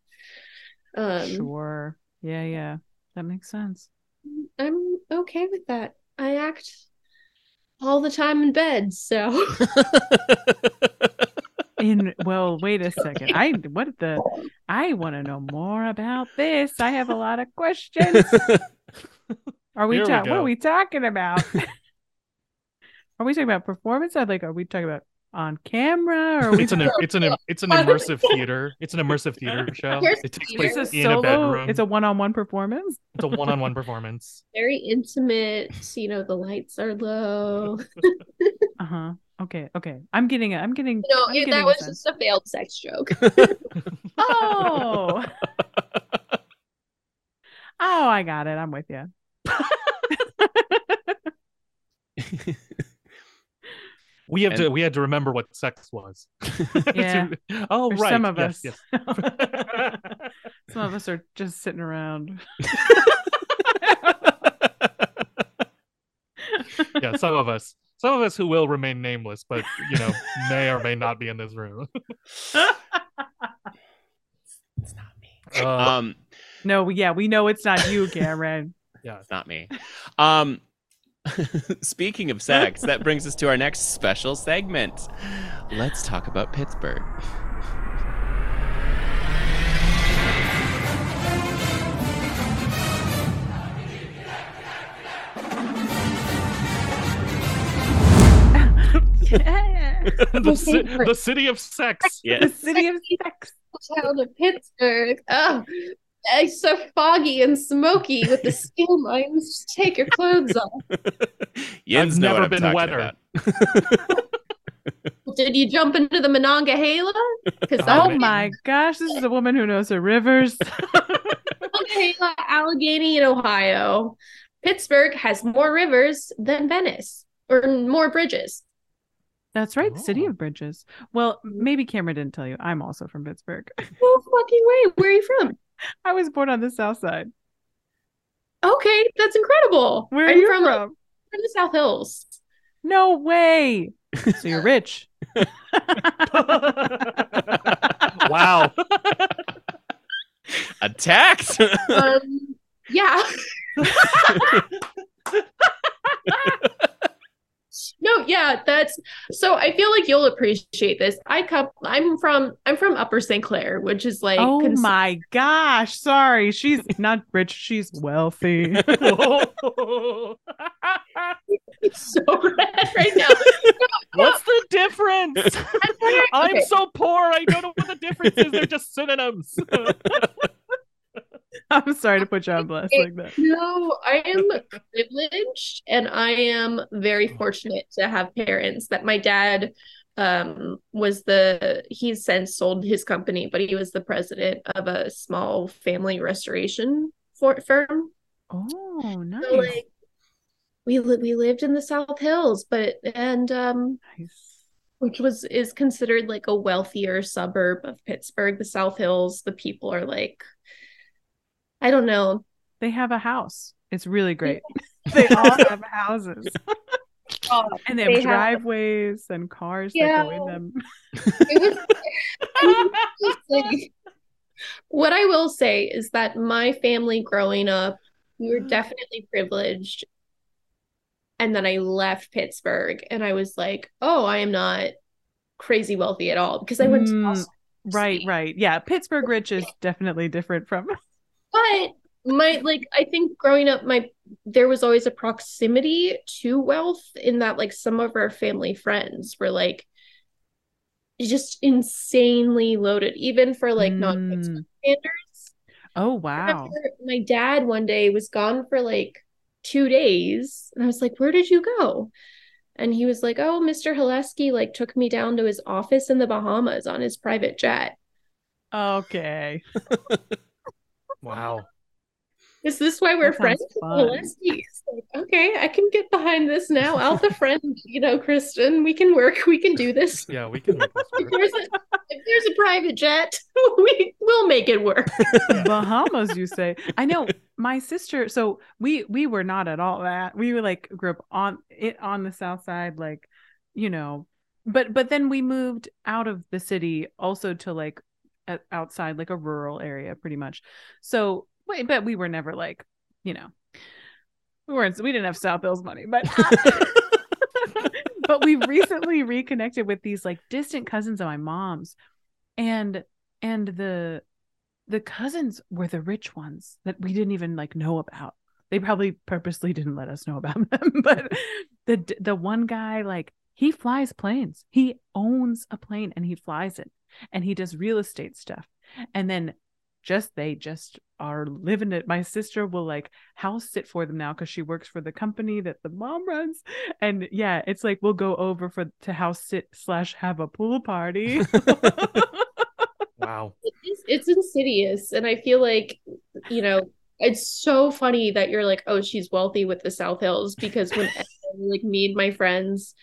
Speaker 4: Um,
Speaker 2: Sure. Yeah, yeah. That makes sense.
Speaker 4: I'm okay with that. I act all the time in bed, so.
Speaker 2: In well, wait a second. I what the I want to know more about this. I have a lot of
Speaker 3: *laughs*
Speaker 2: questions. Are we
Speaker 3: Here we
Speaker 2: talking? What
Speaker 3: go.
Speaker 2: are we talking about? *laughs* are we talking about performance? I'd like. Are we talking about on camera? Or are we?
Speaker 1: *laughs*
Speaker 3: It's an it's an it's an immersive theater. It's an immersive theater show.
Speaker 4: Here's-
Speaker 3: It takes
Speaker 4: here's
Speaker 2: it's
Speaker 3: place
Speaker 2: a
Speaker 4: like
Speaker 3: in a
Speaker 2: solo.
Speaker 3: bedroom.
Speaker 2: It's a one-on-one performance.
Speaker 3: it's a one-on-one performance.
Speaker 4: *laughs* very intimate. You know, the lights are
Speaker 2: *laughs*
Speaker 4: low.
Speaker 2: Uh huh. Okay. Okay. I'm getting it. I'm
Speaker 3: *laughs*
Speaker 2: getting.
Speaker 4: No,
Speaker 2: I'm
Speaker 4: it,
Speaker 2: getting
Speaker 4: that
Speaker 2: a
Speaker 4: was
Speaker 2: sense.
Speaker 4: just a failed sex joke.
Speaker 2: Oh. oh, I got it. I'm with
Speaker 3: *laughs*
Speaker 2: you.
Speaker 3: We have to
Speaker 1: And-
Speaker 3: we had to remember what sex was. *laughs*
Speaker 2: Yeah.
Speaker 3: oh
Speaker 2: For
Speaker 3: right.
Speaker 2: some of us.
Speaker 3: Yes,
Speaker 2: *laughs*
Speaker 3: yes.
Speaker 2: Some of us are just sitting around.
Speaker 3: yeah, some of us. Some of us who will remain nameless, but you know, may or may not be in this room. *laughs*
Speaker 1: it's not me. *laughs*
Speaker 3: Uh,
Speaker 1: Um,
Speaker 2: No, yeah, we know it's not you,
Speaker 3: *laughs*
Speaker 2: Cameron.
Speaker 1: *laughs* it's not me. Um, *laughs* speaking of sex, that brings us to our next special segment. Let's talk about
Speaker 2: *laughs*
Speaker 1: Pittsburgh.
Speaker 2: yeah.
Speaker 3: the, ci- the city of sex.
Speaker 2: The
Speaker 1: Yes.
Speaker 2: city of sex.
Speaker 4: Town of Pittsburgh. Oh, it's so foggy and smoky with
Speaker 2: *laughs*
Speaker 4: the steel mines. Just take your clothes off.
Speaker 1: *laughs* Yins
Speaker 3: I've
Speaker 1: know what
Speaker 3: never
Speaker 1: I'm
Speaker 3: been
Speaker 1: talking
Speaker 3: wetter.
Speaker 1: about.
Speaker 4: Did you jump into the Monongahela? Because
Speaker 3: Oh,
Speaker 2: *laughs*
Speaker 4: that
Speaker 2: Oh
Speaker 3: man.
Speaker 2: my gosh, this is a woman who knows her rivers.
Speaker 4: Monongahela, Allegheny, and Ohio. Pittsburgh has more rivers than Venice, or more bridges.
Speaker 2: That's right, the city
Speaker 3: Oh.
Speaker 2: of bridges. Well, maybe Cameron didn't tell you. I'm also from Pittsburgh. *laughs*
Speaker 4: No fucking way. Where are you from?
Speaker 2: I was born on the south side.
Speaker 4: Okay, that's incredible.
Speaker 2: Where are
Speaker 4: I'm
Speaker 2: you from?
Speaker 4: from the South Hills.
Speaker 2: No way. So you're *laughs* rich.
Speaker 3: *laughs* *laughs*
Speaker 2: *laughs*
Speaker 3: wow.
Speaker 1: *laughs* Attacked.
Speaker 4: Um, yeah. no, yeah, that's so I feel like you'll appreciate this. I come I'm from I'm from Upper St. Clair, which is like
Speaker 2: oh
Speaker 4: cons-
Speaker 2: my gosh. Sorry. She's not rich. She's wealthy. *laughs*
Speaker 4: it's *laughs* so red right now.
Speaker 3: What's the difference? I'm
Speaker 4: Okay.
Speaker 3: so poor. I don't know what the difference is. They're just synonyms. *laughs*
Speaker 2: I'm sorry to put you on blast like *laughs* that.
Speaker 4: No, I am privileged and I am very fortunate to have parents that my dad um was the he's since sold his company, but he was the president of a small family restoration for, firm.
Speaker 2: Oh, nice.
Speaker 4: So like we li- we lived in the South Hills, but and um
Speaker 2: nice.
Speaker 4: which was is considered like a wealthier suburb of Pittsburgh, the South Hills, the people are like I don't know,
Speaker 2: They have a house. It's really great. they *laughs* all have houses. and they have
Speaker 4: They have-
Speaker 2: driveways and cars that go in
Speaker 4: Yeah.
Speaker 2: them.
Speaker 4: it was Like, what I will say is that my family growing up, we were definitely privileged. And then I left Pittsburgh and I was like, oh, I am not crazy wealthy at all because I went to
Speaker 2: Mm,
Speaker 4: Austin.
Speaker 2: Right, right. Yeah. Pittsburgh rich
Speaker 4: *laughs*
Speaker 2: is definitely different from
Speaker 4: But my like I think growing up my there was always a proximity to wealth in that like some of our family friends were like just insanely loaded even for like not Pittsburgh
Speaker 2: Mm.
Speaker 4: standards.
Speaker 2: Oh
Speaker 4: I
Speaker 2: wow.
Speaker 4: remember My dad one day was gone for like two days, and I was like, "Where did you go?" And he was like, "Oh, Mr. Hillesky like took me down to his office in the Bahamas on his private jet."
Speaker 2: Okay.
Speaker 3: Wow.
Speaker 4: Is this why we're
Speaker 2: That
Speaker 4: friends?
Speaker 2: sounds
Speaker 4: with
Speaker 2: fun.
Speaker 4: Hillesky? It's like, okay, I can get behind this now.
Speaker 2: *laughs*
Speaker 4: Alpha friend, you know, Kristen, we can work. We can do this.
Speaker 3: Yeah, we can make this
Speaker 4: If
Speaker 3: work.
Speaker 4: there's a, if there's a private jet, *laughs* we will make it work.
Speaker 2: Bahamas, you say. I know my sister. So we we were not at all that. We were like grew up on it on the south side, like you know. But but then we moved out of the city, also to like a, outside, like a rural area, pretty much. So wait, but we were never like you know. We weren't. We didn't have South Hills money, but uh, but we recently reconnected with these like distant cousins of my mom's, and and the the cousins were the rich ones that we didn't even like know about. They probably purposely didn't let us know about *laughs* them, but the the one guy like he flies planes. He owns a plane and he flies it and he does real estate stuff. And then just they just are living it. My sister will like house sit for them now because she works for the company that the mom runs. And yeah, it's like we'll go over for to house sit slash have a pool party.
Speaker 3: Wow.
Speaker 4: it's, it's insidious and i feel like you know it's so funny that you're like oh she's wealthy with the south hills because
Speaker 2: *laughs*
Speaker 4: when like me and my friends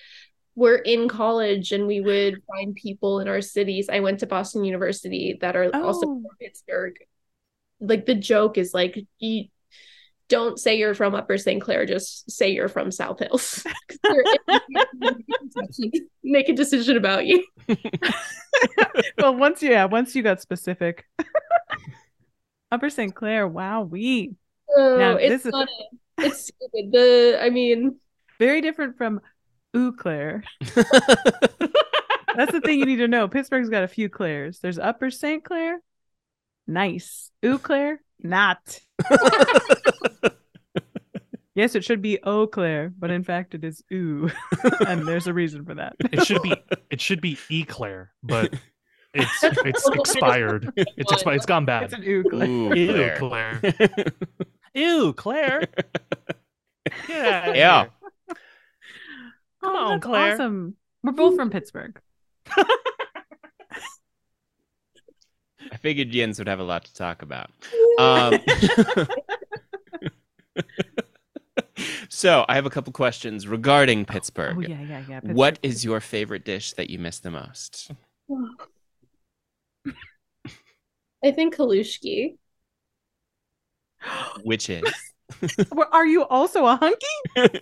Speaker 4: were in college and we would find people in our cities i went to boston university that are also
Speaker 2: Oh.
Speaker 4: from pittsburgh like the joke is like you don't say you're from upper st clair just say you're from south hills *laughs* 'Cause they're- make a decision about you
Speaker 2: *laughs* well, once yeah, once you got specific. *laughs* Upper St. Clair, wow, we
Speaker 4: No,
Speaker 2: Now,
Speaker 4: it's
Speaker 2: this is-
Speaker 4: not. A, it's stupid. The I mean,
Speaker 2: very different from Eau Claire. *laughs* That's the thing you need to know. Pittsburgh's got a few Claires. There's Upper St. Clair, nice. Eau Claire, not. Yes, it should be Eau Claire, but in fact, it is Ooh, and there's a reason for that. *laughs*
Speaker 3: It should be it should be eclair, but
Speaker 2: *laughs*
Speaker 3: it's it's expired. It's expired. It's gone
Speaker 2: It's
Speaker 3: bad.
Speaker 2: an Eau Claire.
Speaker 1: Ooh,
Speaker 3: Ew,
Speaker 1: Claire.
Speaker 3: Claire. Ew, Claire. Yeah.
Speaker 1: Yeah.
Speaker 2: Come
Speaker 3: on, Claire.
Speaker 2: Oh, Awesome. We're both from Pittsburgh.
Speaker 1: I figured Jens would have a lot to talk about.
Speaker 2: Uh.
Speaker 1: Um, *laughs* so I have a couple questions regarding Pittsburgh.
Speaker 2: Oh yeah, yeah, yeah.
Speaker 1: What is your favorite dish that you miss the most?
Speaker 4: I think Kalushki.
Speaker 1: Which is
Speaker 2: Pittsburgh. *gasps* Well, Are you also a hunky?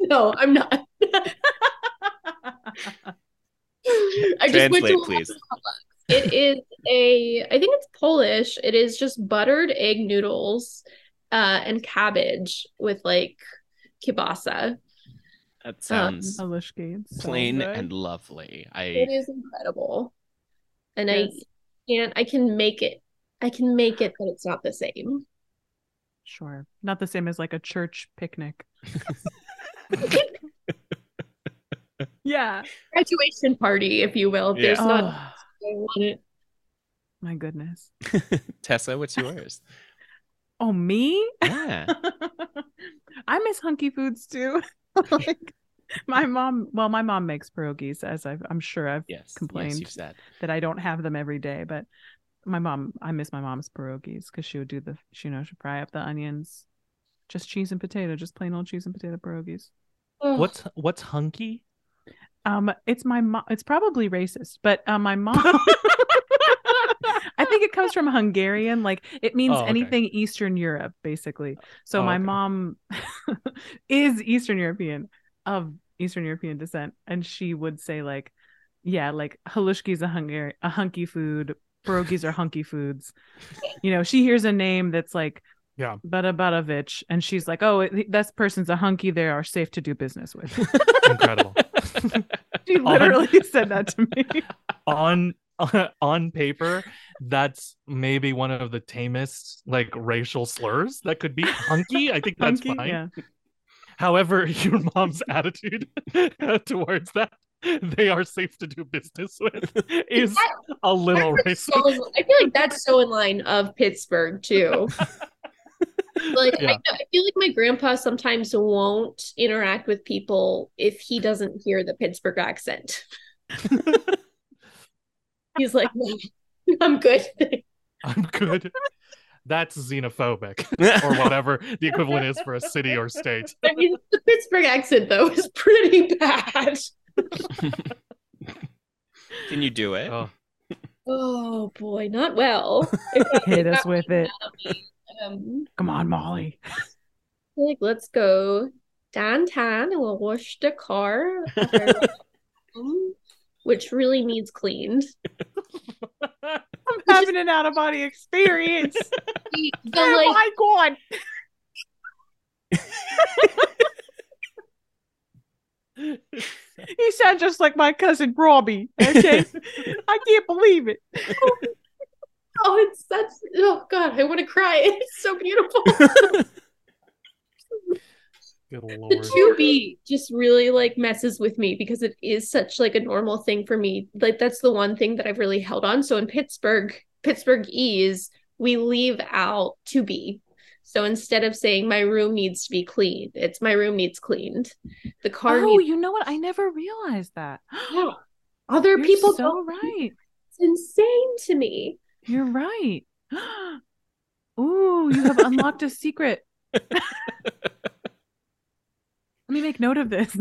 Speaker 4: No, I'm not. I just went
Speaker 1: translate,
Speaker 4: to *laughs*
Speaker 1: please.
Speaker 4: it is a I think it's Polish. It is just buttered egg noodles uh and cabbage with like kielbasa.
Speaker 1: That sounds
Speaker 2: Alishki. it's so
Speaker 1: plain
Speaker 2: good.
Speaker 1: and lovely.
Speaker 4: *laughs* It
Speaker 1: I *laughs*
Speaker 4: is incredible. And
Speaker 2: Yes.
Speaker 4: I can't I can make it. I can make it, but it's not the same. *laughs*
Speaker 2: Sure. Not the same as like a church picnic. yeah.
Speaker 4: Graduation party, if you will. There's
Speaker 1: Yeah.
Speaker 4: not
Speaker 2: Oh, my goodness.
Speaker 1: Tessa, what's yours?
Speaker 2: Oh, me?
Speaker 1: Yeah.
Speaker 2: *laughs* I miss hunky foods too. *laughs* like my mom, well, my mom makes pierogies, as I've, I'm sure I've
Speaker 1: Yes. Yes,
Speaker 2: Complained.
Speaker 1: you've
Speaker 2: *laughs*
Speaker 1: said.
Speaker 2: that I don't have them every day, but my mom, I miss my mom's pierogies because she would do the, she, you know, she'd fry up the onions, just cheese and potato, just plain old cheese and potato pierogies.
Speaker 3: What's what's hunky?
Speaker 2: Um, it's my mom. It's probably racist, but uh, my
Speaker 3: *laughs*
Speaker 2: mom. *laughs* I think it comes from Hungarian. Like it means
Speaker 3: Oh, okay.
Speaker 2: anything Eastern Europe, basically. So
Speaker 3: Oh,
Speaker 2: my
Speaker 3: okay.
Speaker 2: mom *laughs* is Eastern European of Eastern European descent, and she would say like, yeah, like halushki's a Hungary, a hunky food. Pierogies are hunky foods. You know, she hears a name that's like
Speaker 3: Yeah.
Speaker 2: Badabadovich. And she's like, oh, it- this person's a hunky they are safe to do business with.
Speaker 3: Incredible.
Speaker 2: *laughs* she literally said that to *laughs* me.
Speaker 3: on *laughs* on paper, that's maybe one of the tamest like racial slurs that could be hunky. I think that's
Speaker 2: Hunky?
Speaker 3: fine.
Speaker 2: *laughs* Yeah.
Speaker 3: However, *laughs* your mom's attitude *laughs* towards that they are safe to do business with is
Speaker 4: That-
Speaker 3: a little
Speaker 4: that's
Speaker 3: racist.
Speaker 4: so in- I feel like that's so in line of Pittsburgh too. Like I,
Speaker 3: Yeah.
Speaker 4: I feel like my grandpa sometimes won't interact with people if he doesn't hear the Pittsburgh accent. He's like, "No, I'm good. *laughs*
Speaker 3: I'm good. That's xenophobic or whatever the equivalent is for a city or state.
Speaker 4: I mean, the Pittsburgh accent though is pretty bad.
Speaker 1: Can you do it?
Speaker 3: Oh,
Speaker 4: Oh boy, not well. *laughs* If I
Speaker 2: Hit
Speaker 4: think
Speaker 2: us with it.
Speaker 4: about me, um,
Speaker 2: Come on, Molly.
Speaker 4: like let's go downtown and we'll wash the car, um, which really needs cleaned.
Speaker 2: I'm having an out of body *laughs* experience.
Speaker 4: The, the,
Speaker 2: oh
Speaker 4: like
Speaker 2: my God. *laughs* He sounds just like my cousin Robbie. *laughs* Okay. I can't believe it.
Speaker 4: oh, it's such oh god, I want to cry. *laughs* It's so beautiful.
Speaker 3: good
Speaker 4: The
Speaker 3: lord. *laughs*
Speaker 4: two B just really like messes with me because it is such like a normal thing for me. Like that's the one thing that I've really held on. So in Pittsburgh, Pittsburgh E's, we leave out to be. So instead of saying my room needs to be cleaned, it's my room needs cleaned. The car
Speaker 2: Oh,
Speaker 4: needs
Speaker 2: you know what? I never realized that.
Speaker 4: yeah.
Speaker 2: *gasps*
Speaker 4: other
Speaker 2: You're
Speaker 4: people
Speaker 2: so
Speaker 4: don't
Speaker 2: right.
Speaker 4: it's insane to me.
Speaker 2: You're right. *gasps* Ooh, you have unlocked a secret. Let me make note of this.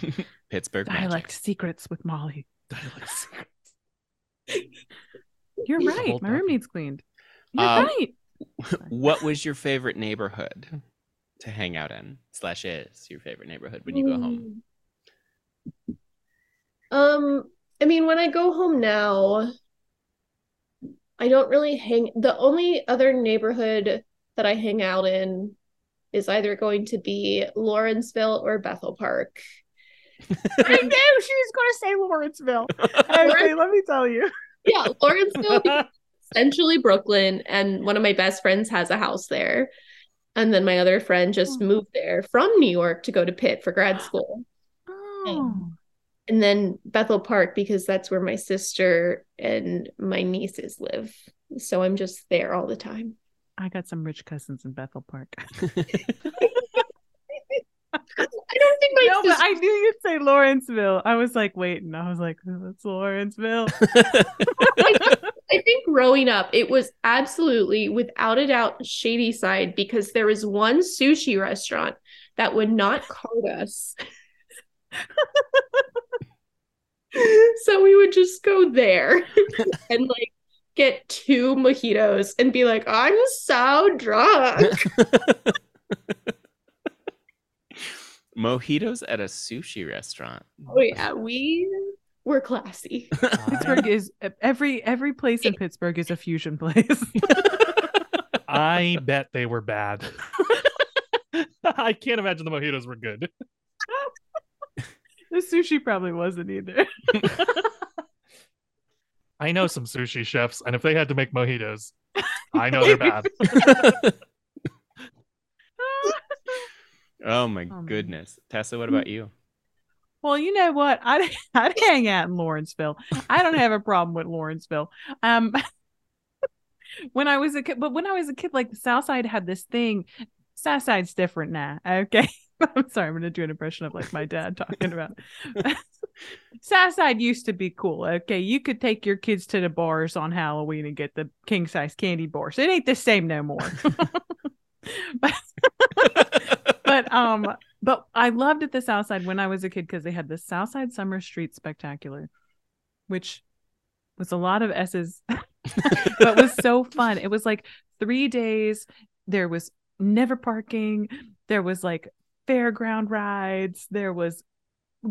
Speaker 1: *laughs* Pittsburgh magic.
Speaker 2: Dialect secrets with Molly.
Speaker 3: Dialects.
Speaker 2: You're
Speaker 3: Yeah,
Speaker 2: right.
Speaker 3: hold
Speaker 2: My
Speaker 3: on.
Speaker 2: room needs cleaned. You're
Speaker 1: Um,
Speaker 2: right.
Speaker 1: *laughs* What was your favorite neighborhood to hang out in? Slash is your favorite neighborhood when you go home? *laughs*
Speaker 4: Mm. Um, I mean, when I go home now, I don't really hang. The only other neighborhood that I hang out in is either going to be Lawrenceville or Bethel Park.
Speaker 2: I knew she was going to say Lawrenceville. Okay, let me tell you.
Speaker 1: *laughs*
Speaker 4: Yeah, Lawrenceville, is essentially Brooklyn, and one of my best friends has a house there. And then my other friend just
Speaker 2: Oh.
Speaker 4: moved there from New York to go to Pitt
Speaker 1: *gasps*
Speaker 4: for grad school.
Speaker 2: Oh,
Speaker 4: and then Bethel Park because that's where my sister and my nieces live. So I'm just there all the time.
Speaker 2: I got some rich cousins in Bethel *laughs* Park.
Speaker 4: I don't think my
Speaker 2: No, but
Speaker 4: sister-
Speaker 2: I knew you'd say Lawrenceville. I was like waiting. I was like, that's Lawrenceville. *laughs*
Speaker 4: I think growing up, it was absolutely without a doubt shady side because there was one sushi restaurant that would not
Speaker 2: *laughs*
Speaker 4: card us. so we would just go there and like get two mojitos and be like, I'm so drunk.
Speaker 1: Mojitos at a sushi *laughs* restaurant.
Speaker 4: Oh yeah, we were classy.
Speaker 2: Pittsburgh is e, every every place in Pittsburgh is a fusion place. *laughs*
Speaker 3: I bet they were bad. *laughs* I can't imagine the mojitos were good.
Speaker 2: the sushi probably wasn't either. *laughs*
Speaker 3: I know some sushi chefs, and if they had to make mojitos, I know they're bad.
Speaker 1: oh my
Speaker 2: man.
Speaker 1: goodness. Tessa, what about you?
Speaker 2: well, you know what? I'd, *laughs* I'd hang out in Lawrenceville. I don't have a problem with Lawrenceville. Um, *laughs* when I was a kid, but when I was a kid, like the South Side had this thing. South Side's different now. *laughs* Okay. I'm sorry, I'm gonna do an impression of like my dad talking about *laughs* South Side used to be cool. Okay. You could take your kids to the bars on Halloween and get the king size candy bars. It ain't the same no more. but but um but I loved at the South Side when I was a kid because they had the South Side Summer Street Spectacular, which was a lot of S's *laughs* but was so fun. It was like three days. There was never parking. There was like fairground rides. There was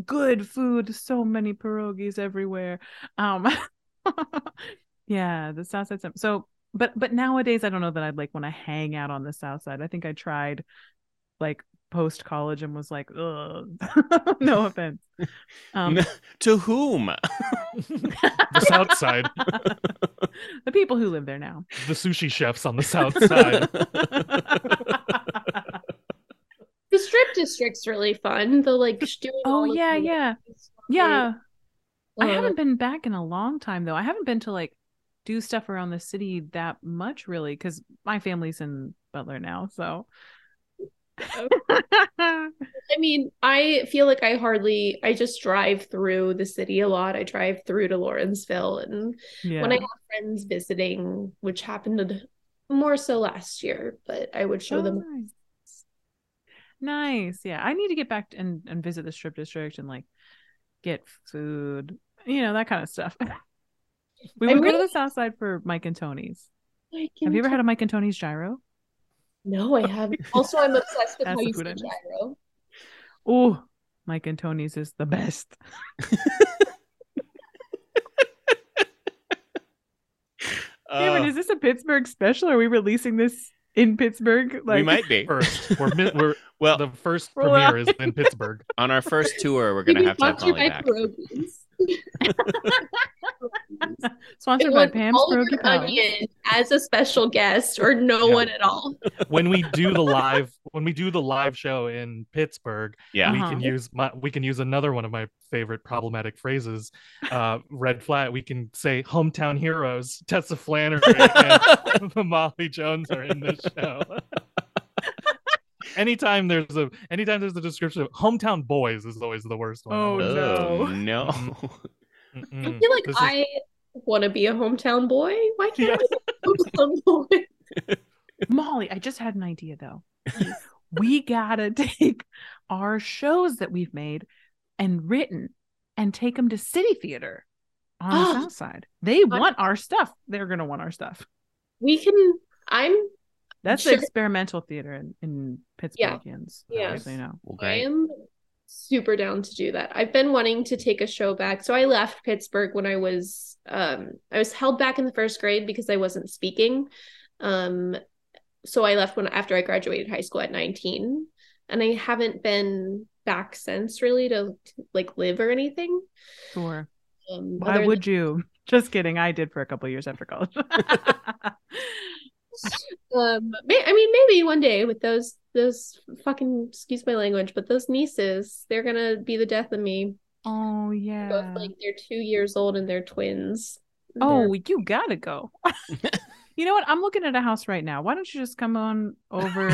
Speaker 2: good food. So many *laughs* pierogies everywhere. Um, yeah, the South Side. Sum- So but but nowadays I don't know that I'd like want to hang out on the south side. I think I tried like post college and was like, Ugh. *laughs*
Speaker 4: *laughs*
Speaker 2: no offense. Um
Speaker 1: *laughs* to *laughs* whom?
Speaker 3: The south side,
Speaker 2: the people who live there now.
Speaker 3: the sushi chefs on the
Speaker 2: *laughs*
Speaker 3: south
Speaker 1: *laughs*
Speaker 3: side.
Speaker 4: The strip district's really fun. The like sh- doing
Speaker 2: Oh,
Speaker 4: all of
Speaker 2: yeah,
Speaker 4: the-
Speaker 2: yeah. Yeah. I
Speaker 4: *laughs*
Speaker 2: haven't been back in a long time though. I haven't been to like do stuff around the city that much really cuz my family's in Butler now,
Speaker 4: *laughs*
Speaker 2: so
Speaker 4: Oh, I mean, I feel like I hardly. I just drive through the city a lot. I drive through to Lawrenceville, and
Speaker 2: yeah.
Speaker 4: when I have friends visiting, which happened more so last year, but I would show
Speaker 2: Oh,
Speaker 4: them
Speaker 2: Nice. Nice. Yeah. I need to get back and, and visit the strip district and like get food, you know, that kind of stuff. *laughs* we would go
Speaker 4: I'm
Speaker 2: to
Speaker 4: really-
Speaker 2: the south side for Mike and Tony's.
Speaker 4: Like,
Speaker 2: Have you ever had a Mike and Tony's gyro?
Speaker 4: No,
Speaker 2: *laughs*
Speaker 4: I haven't. Also, I'm obsessed with
Speaker 2: That's
Speaker 4: how
Speaker 2: the
Speaker 4: you
Speaker 2: food
Speaker 4: say
Speaker 2: I miss.
Speaker 4: gyro.
Speaker 2: Oh, Mike and Tony's is the best. Cameron,
Speaker 1: Uh,
Speaker 2: is this a Pittsburgh special? Are we releasing this in Pittsburgh?
Speaker 1: we might
Speaker 3: *laughs*
Speaker 1: be.
Speaker 3: First, we're, mi- we're
Speaker 1: Well,
Speaker 3: the
Speaker 1: *laughs*
Speaker 3: first
Speaker 2: Well,
Speaker 3: premiere is in Pittsburgh.
Speaker 1: on our
Speaker 2: *laughs*
Speaker 1: first tour, we're gonna
Speaker 4: Maybe
Speaker 1: have to have
Speaker 4: sponsored
Speaker 1: Molly back.
Speaker 4: by
Speaker 1: *laughs*
Speaker 4: *laughs* pierogies. I
Speaker 2: sponsored by
Speaker 4: want
Speaker 2: Pam's
Speaker 4: Oliver
Speaker 2: Pierogi Palace.
Speaker 4: Onion as a special guest, or no
Speaker 3: Yeah.
Speaker 4: one at all.
Speaker 3: When we do
Speaker 1: *laughs*
Speaker 3: the live, when we do the live show in Pittsburgh,
Speaker 1: Yeah.
Speaker 3: we
Speaker 5: *laughs*
Speaker 2: Uh-huh.
Speaker 3: can use my we can use another one of my favorite problematic phrases. Uh, red flag. We can say hometown heroes. Tessa Flannery
Speaker 1: *laughs*
Speaker 3: and *laughs* Molly Jones are in this show. anytime there's a anytime there's a description of hometown boys is always the worst one.
Speaker 2: *laughs* Oh,
Speaker 3: Always.
Speaker 1: Oh,
Speaker 2: no.
Speaker 5: *laughs*
Speaker 1: no.
Speaker 4: I
Speaker 3: Mm-mm.
Speaker 4: feel like
Speaker 3: Mm, This is-
Speaker 4: I want to be a hometown boy. Why
Speaker 3: Yeah.
Speaker 4: can't I be a hometown *laughs* boy?
Speaker 2: Molly, I just had an idea though. *laughs* we gotta take our shows that we've made and written and take them to City Theater on
Speaker 4: Oh.
Speaker 2: the
Speaker 4: *gasps*
Speaker 2: South Side. They want our stuff. They're gonna want our stuff.
Speaker 4: We can. I'm.
Speaker 2: That's
Speaker 4: Sure.
Speaker 2: the experimental theater in, in Pittsburghians.
Speaker 4: Yeah.
Speaker 2: So you know.
Speaker 1: Well,
Speaker 4: I
Speaker 1: great.
Speaker 4: am super down to do that. I've been wanting to take a show back. So I left Pittsburgh when I was um I was held back in the first grade because I wasn't speaking. Um so I left when after I graduated high school at 19 and I haven't been back since really to, to, like live or anything.
Speaker 2: Sure.
Speaker 4: Um
Speaker 2: Why
Speaker 4: other
Speaker 2: would you? *laughs* Just kidding. I did for a couple years after college.
Speaker 4: than- um may, I mean maybe one day with those those fucking excuse my language, but those nieces, they're going to be the death of me.
Speaker 2: oh
Speaker 4: both
Speaker 2: yeah.
Speaker 4: like they're two years old and they're twins. They're-
Speaker 2: Oh, you gotta go. you know what? I'm looking at a house right now. Why don't you just come on over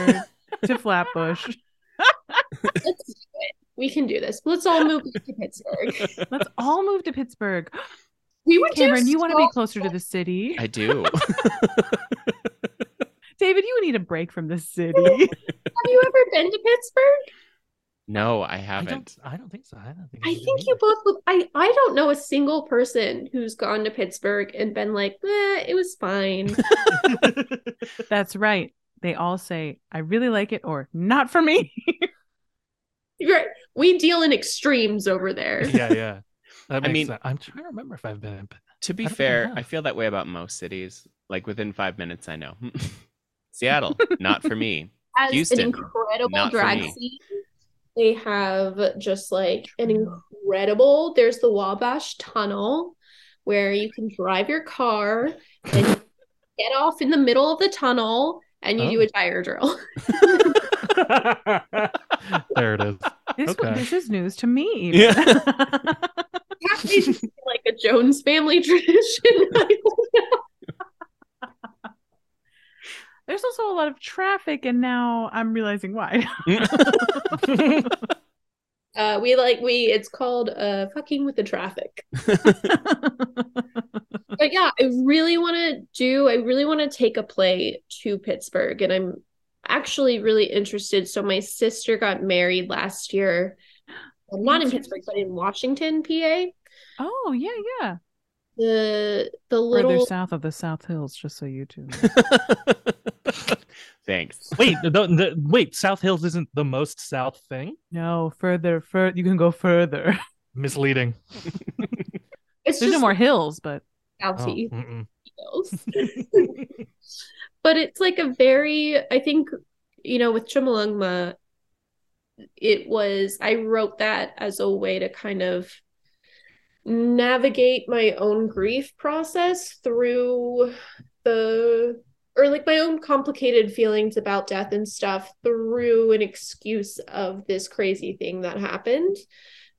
Speaker 2: to Flatbush?
Speaker 4: let's do it. We can do this. Let's all move to
Speaker 2: *laughs*
Speaker 4: Pittsburgh.
Speaker 2: Let's all move to Pittsburgh.
Speaker 4: We would do
Speaker 2: Cameron, you want to be
Speaker 4: so-
Speaker 2: closer to the city.
Speaker 1: I
Speaker 2: *laughs*
Speaker 1: do.
Speaker 2: David, you need a break from the city. *laughs*
Speaker 4: Have you ever been to Pittsburgh?
Speaker 1: No, I
Speaker 5: I
Speaker 1: haven't.
Speaker 5: don't. I don't think so. I don't think.
Speaker 4: I
Speaker 5: did
Speaker 4: think you
Speaker 5: either.
Speaker 4: both would. I I don't know a single person who's gone to Pittsburgh and been like, eh, it was
Speaker 2: *laughs*
Speaker 4: fine.
Speaker 2: That's right. They all say, I really like it or not for me.
Speaker 4: You're- we deal in extremes over there.
Speaker 3: *laughs* yeah, yeah. That
Speaker 1: I
Speaker 3: makes
Speaker 1: mean-
Speaker 3: sense. I'm trying to remember if I've been. in Pit-
Speaker 1: To be
Speaker 5: I don't think I
Speaker 1: fair, I
Speaker 5: have.
Speaker 1: feel that way about most cities. Like within five minutes, I know. *laughs* Seattle, not for me.
Speaker 4: Has
Speaker 1: Houston,
Speaker 4: an incredible
Speaker 1: not for
Speaker 4: drag
Speaker 1: me.
Speaker 4: scene. They have just like an incredible. There's the Wabash Tunnel, where you can drive your car and you get off in the middle of the tunnel and you do
Speaker 3: Oh.
Speaker 4: a tire drill.
Speaker 3: *laughs*
Speaker 4: *laughs*
Speaker 3: there it is.
Speaker 2: This,
Speaker 3: Okay.
Speaker 2: this is news to me. even.
Speaker 1: Yeah.
Speaker 4: That may just be like a Jones
Speaker 1: *laughs*
Speaker 4: family *laughs* tradition.
Speaker 2: *laughs* There's also a lot of traffic, and now I'm realizing why. *laughs*
Speaker 4: uh, we like we. It's called uh, fucking with the traffic. But yeah, I really want to do. I really want to take a play to Pittsburgh, and I'm actually really interested. So my sister got married last year. Well, not in Pittsburgh, but in Washington, PA.
Speaker 2: oh, yeah, yeah.
Speaker 4: The the
Speaker 2: Further
Speaker 4: little
Speaker 2: south of the South Hills, just so you two know.
Speaker 4: *laughs*
Speaker 1: Thanks.
Speaker 3: *laughs* wait, the, the, wait. South Hills isn't the most south thing.
Speaker 2: No, further, fur. You can go further. *laughs*
Speaker 3: Misleading.
Speaker 4: it's
Speaker 2: There's
Speaker 4: just
Speaker 2: no more hills, but
Speaker 3: Oh,
Speaker 4: salty
Speaker 3: mm-mm.
Speaker 4: details. but it's like a very i think you know with chimolungma it was i wrote that as a way to kind of navigate my own grief process through the or like my own complicated feelings about death and stuff through an excuse of this crazy thing that happened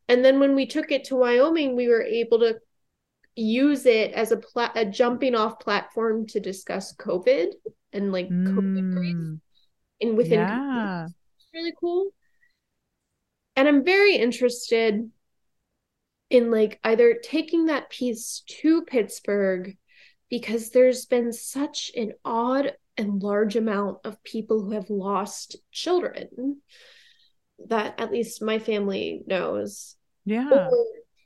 Speaker 4: and then when we took it to wyoming we were able to use it as a, pla- a jumping off platform to discuss covid and like COVID grief
Speaker 2: Mm,
Speaker 4: and within
Speaker 2: yeah.
Speaker 4: it's really cool and i'm very interested in like either taking that piece to pittsburgh because there's been such an odd and large amount of people who have lost children that at least my family knows
Speaker 2: Yeah.
Speaker 4: or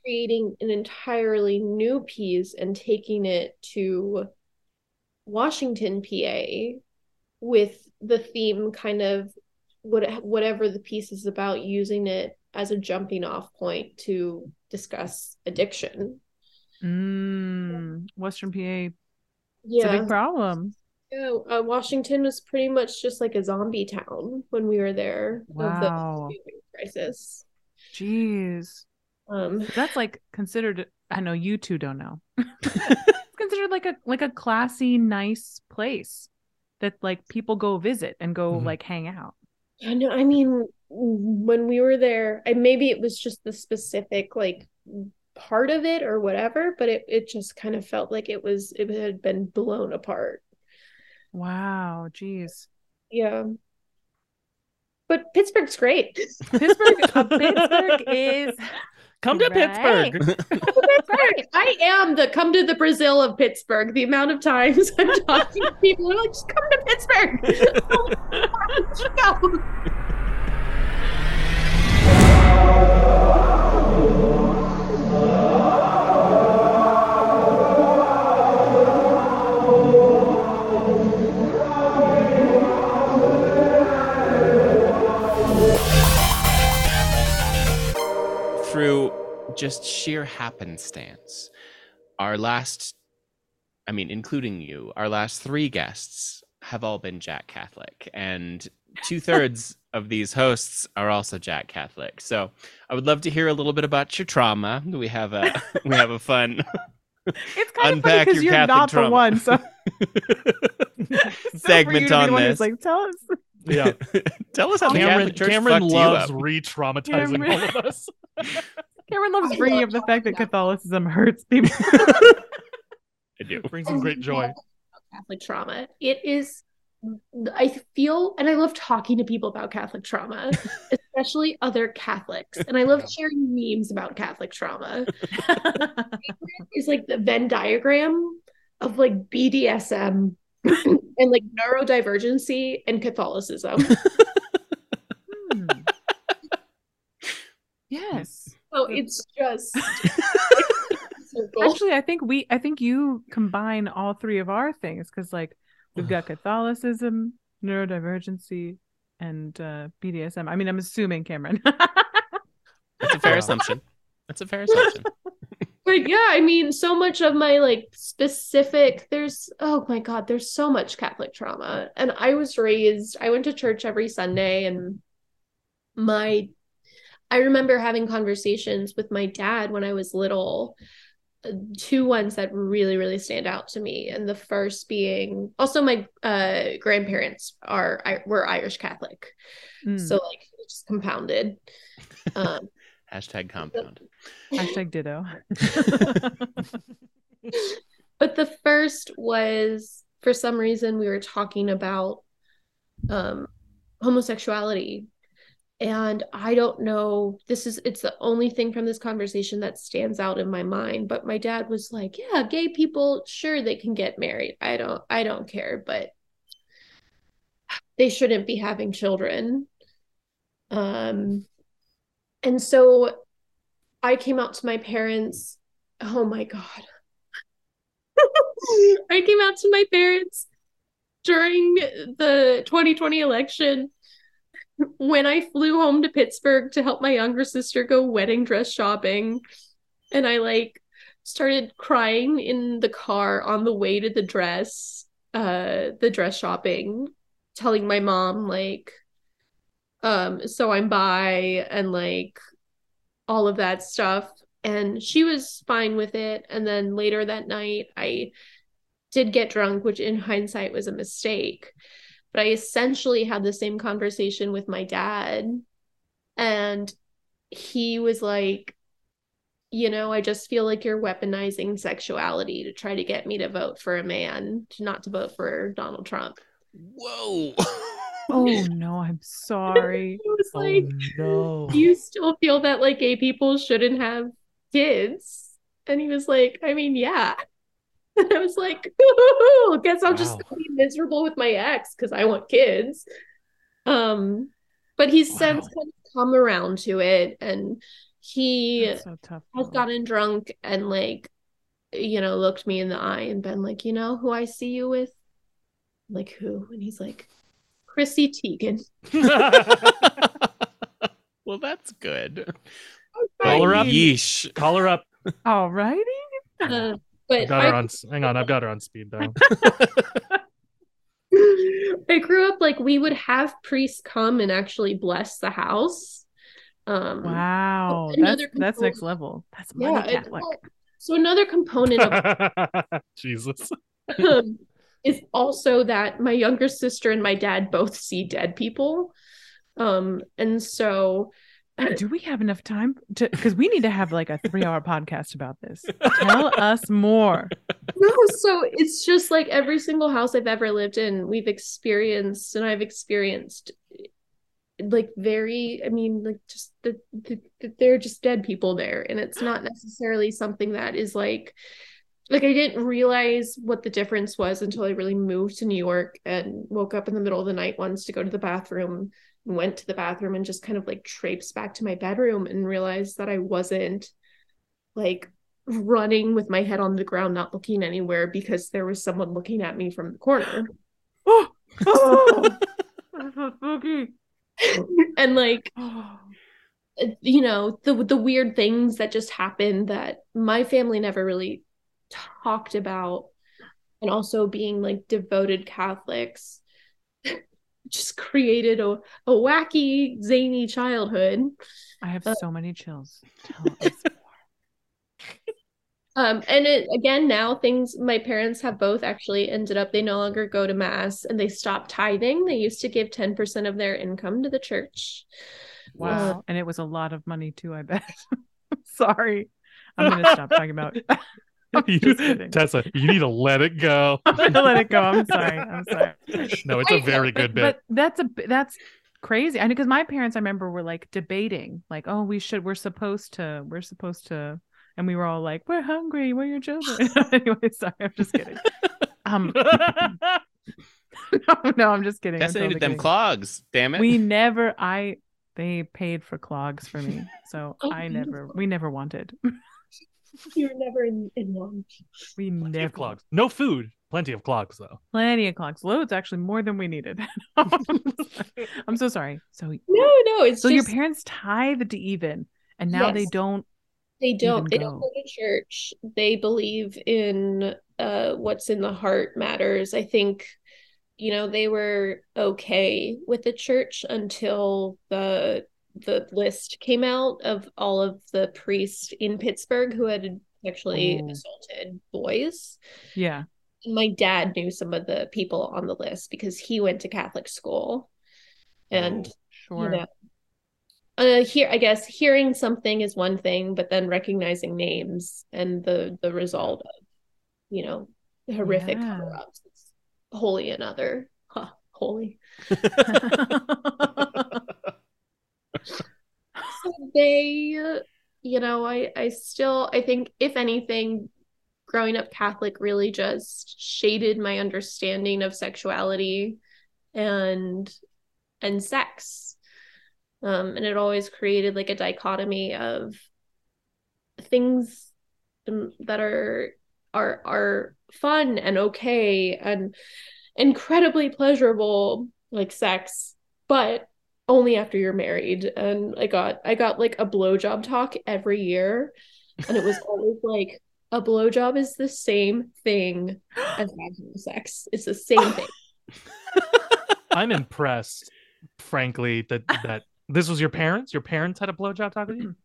Speaker 4: creating an entirely new piece and taking it to Washington, PA, with the theme kind of what whatever the piece is about, using it as a jumping off point to discuss addiction.
Speaker 2: Mm, Western PA. It's a
Speaker 4: Yeah,
Speaker 2: big problem.
Speaker 4: yeah. Uh, Washington was pretty much just like a zombie town when we were there
Speaker 2: Wow.
Speaker 4: of the crisis.
Speaker 2: Jeez.
Speaker 4: Um,
Speaker 2: That's like considered I know you two don't know. *laughs* it's considered like a like a classy, nice place that like people go visit and go
Speaker 4: Mm-hmm.
Speaker 3: Mhm.
Speaker 2: like hang out.
Speaker 4: Yeah, no, I mean, when we were there, and maybe it was just the specific like part of it or whatever, but it, it just kind of felt like it was it had been blown apart.
Speaker 2: Wow,
Speaker 4: *laughs*
Speaker 2: jeez.
Speaker 4: Yeah. But Pittsburgh's great.
Speaker 2: Pittsburgh uh, Pittsburgh is
Speaker 3: *laughs* Come to
Speaker 2: Right.
Speaker 3: Pittsburgh.
Speaker 4: Pittsburgh. I am the come to the Brazil of Pittsburgh. The amount of times I'm talking to people, they're like, just come to Pittsburgh. *laughs* Go.
Speaker 1: through just sheer happenstance, our last, I mean, including you, our last three guests have all been Jack Catholic. And two
Speaker 3: *laughs*
Speaker 1: thirds of these hosts are also Jack Catholic. So I would love to hear a little bit about your trauma. We have
Speaker 3: *laughs*
Speaker 1: a, we have a fun.
Speaker 2: it's kind of funny
Speaker 1: Unpack
Speaker 2: because
Speaker 1: your
Speaker 2: you're
Speaker 1: Catholic
Speaker 2: not
Speaker 1: trauma.
Speaker 2: the one. So,
Speaker 1: Segment
Speaker 2: *laughs* so for you to be
Speaker 1: on
Speaker 2: the one who's
Speaker 1: this.
Speaker 2: Like, tell us.
Speaker 3: *laughs* yeah.
Speaker 1: *laughs* Tell us how the
Speaker 3: Cameron,
Speaker 1: Catholic Church
Speaker 3: Cameron
Speaker 1: fucked
Speaker 3: loves
Speaker 1: you up.
Speaker 3: re traumatizing
Speaker 2: Cameron-
Speaker 3: all of *laughs* us.
Speaker 2: *laughs* Cameron loves
Speaker 4: I
Speaker 2: bringing
Speaker 4: love
Speaker 2: up the fact that
Speaker 4: talking
Speaker 2: Catholicism hurts *laughs* people.
Speaker 1: I do.
Speaker 3: Brings him
Speaker 2: *laughs*
Speaker 3: great joy.
Speaker 4: Catholic trauma. It is, I feel, and I love talking to people about Catholic trauma, especially other Catholics. And I love sharing memes about Catholic trauma. It's like the Venn diagram of like BDSM and like neurodivergency and Catholicism.
Speaker 2: Hmm. yes.
Speaker 4: So it's just.
Speaker 2: Actually, I think we I think you combine all three of our things cuz like we've *sighs* got Catholicism, neurodivergency, and uh BDSM. I mean, I'm assuming *laughs* Cameron.
Speaker 1: That's a fair
Speaker 3: Yeah.
Speaker 1: assumption. That's a fair
Speaker 3: *laughs*
Speaker 1: assumption.
Speaker 4: But yeah, I mean, so much of my like specific, there's, oh my God, there's so much Catholic trauma. And I was raised, I went to church every Sunday, and my, I remember having conversations with my dad when I was little. uh, Two ones that really, really stand out to me. And the first being also my uh, grandparents are, I, were Irish Catholic.
Speaker 2: Hmm.
Speaker 4: So like, it just compounded. Um,
Speaker 1: Hashtag compound.
Speaker 2: Hashtag *laughs* ditto.
Speaker 4: But the first was for some reason we were talking about um homosexuality. And I don't know, this is it's the only thing from this conversation that stands out in my mind, but my dad was like, "Yeah, gay people, sure they can get married. I don't I don't care, but they shouldn't be having children." Um and so I came out to my parents. Oh my god. I came out to my parents during the 2020 election when I flew home to Pittsburgh to help my younger sister go wedding dress shopping. And I like started crying in the car on the way to the dress uh the dress shopping telling my mom like um so i'm bi and like all of that stuff and she was fine with it and then later that night i did get drunk which in hindsight was a mistake but i essentially had the same conversation with my dad and he was like you know i just feel like you're weaponizing sexuality to try to get me to vote for a man to not to vote for donald trump
Speaker 1: Whoa.
Speaker 2: Oh no, I'm sorry.
Speaker 4: it was
Speaker 3: Oh
Speaker 4: like
Speaker 2: *laughs*
Speaker 3: no.
Speaker 4: do you still feel that like gay people shouldn't have kids? And he was like, I mean, yeah. *laughs* And I was like, "Ooh, guess I'll just
Speaker 3: Wow.
Speaker 4: be miserable with my ex because I want kids. Um, but he's since
Speaker 5: Wow.
Speaker 4: kind of come around to it and he
Speaker 2: That's so tough.
Speaker 4: has
Speaker 2: though.
Speaker 4: gotten drunk and like you know looked me in the eye and been like you know who i see you with I'm like who and he's like chrissy teigen *laughs*
Speaker 1: *laughs* well, that's good.
Speaker 3: Call her up.
Speaker 1: Yeesh.
Speaker 3: *laughs* Call her up.
Speaker 2: Alrighty.
Speaker 4: Uh,
Speaker 3: I've
Speaker 4: but
Speaker 3: got her
Speaker 4: I,
Speaker 3: on. s- Hang on, I've got her on
Speaker 2: *laughs*
Speaker 3: speed though.
Speaker 4: I grew up like we would have priests come and actually bless the house um
Speaker 2: Wow. That's,
Speaker 4: another
Speaker 2: that's
Speaker 4: component-
Speaker 2: next level. That's money
Speaker 4: yeah it's-
Speaker 2: Catholic.
Speaker 4: so another component of
Speaker 2: *laughs*
Speaker 3: *laughs* Jesus.
Speaker 4: um, is also that my younger sister and my dad both see dead people um and so
Speaker 2: Do we have enough time to because we need to have like a three hour podcast about this. Tell us more.
Speaker 4: No, so it's just like every single house I've ever lived in, we've experienced, and I've experienced like very, I mean, like just the, the, the they're just dead people there. And it's not necessarily something that is like, like I didn't realize what the difference was until I really moved to New York and woke up in the middle of the night once to go to the bathroom and went to the bathroom and just kind of like traipsed back to my bedroom and realized that I wasn't like running with my head on the ground, not looking anywhere because there was someone looking at me from the corner.
Speaker 2: Oh, oh, *laughs* that's so spooky.
Speaker 4: *laughs* and like, uh,
Speaker 2: Oh,
Speaker 4: you know, the the weird things that just happened that my family never really talked about. And also being like devoted Catholics *laughs* just created a, a wacky, zany childhood.
Speaker 2: I have
Speaker 4: Uh,
Speaker 2: so many chills. Tell us.
Speaker 4: Um, and it, again, now things my parents have both actually ended up, they no longer go to mass and they stopped tithing. They used to give 10% of their income to the church.
Speaker 2: Wow. and it was a lot of money too, I bet. *laughs* Sorry. I'm gonna stop talking about *laughs* I'm *laughs*
Speaker 3: You-
Speaker 2: just kidding.
Speaker 3: Tessa, you need to let it go.
Speaker 2: I'm gonna *laughs* let it go.
Speaker 3: *laughs*
Speaker 2: I'm sorry. I'm sorry.
Speaker 3: No, it's a very
Speaker 2: But-
Speaker 3: good bit.
Speaker 2: But that's a b- that's crazy. I know because my parents, I remember, were like debating, like, "Oh, we should. We're supposed to. We're supposed to." And we were all like, "We're hungry. We're your children." *laughs* anyway, sorry. I'm just
Speaker 3: *laughs*
Speaker 2: kidding. Um, *laughs* no, no, I'm just kidding. I'm
Speaker 1: Tessa needed
Speaker 2: totally
Speaker 1: them
Speaker 2: kidding.
Speaker 1: clogs. Damn it.
Speaker 2: We never. I they paid for clogs for me,
Speaker 3: *laughs*
Speaker 2: so
Speaker 4: Oh,
Speaker 2: I never.
Speaker 4: wonderful.
Speaker 2: We never wanted.
Speaker 4: You were never in, in one.
Speaker 2: We
Speaker 3: Plenty
Speaker 2: never
Speaker 3: of clogs. No food. Plenty of clogs though.
Speaker 2: Plenty of clogs. Loads, actually, more than we
Speaker 3: *laughs*
Speaker 2: needed. *laughs* I'm so sorry. So,
Speaker 4: No, no, it's
Speaker 2: so your
Speaker 4: just
Speaker 2: parents tithed even, and now they
Speaker 4: Yes.
Speaker 2: don't
Speaker 4: they don't
Speaker 2: even
Speaker 4: they don't
Speaker 2: go.
Speaker 4: go to church. They believe in uh what's in the heart matters. I think you know they were okay with the church until the the list came out of all of the priests in Pittsburgh who had actually
Speaker 2: Oh.
Speaker 4: assaulted boys.
Speaker 2: Yeah.
Speaker 4: my dad knew some of the people on the list because he went to Catholic school. And
Speaker 2: Sure.
Speaker 4: you know, uh, here I guess hearing something is one thing, but then recognizing names and the the result of you know horrific
Speaker 2: Yeah.
Speaker 4: cover ups is wholly another. Huh, holy. *laughs* So they, uh, you know, I I still I think if anything, growing up Catholic really just shaded my understanding of sexuality and and sex. Um, and it always created like a dichotomy of things um, that are are are fun and okay and incredibly pleasurable like sex, but only after you're married. And I got I got like a blowjob talk every year, and it was always like a blowjob is the same thing as vaginal sex. It's the same thing.
Speaker 3: Oh. I'm impressed, frankly, that that this was your parents. Your parents had a blowjob talk with you.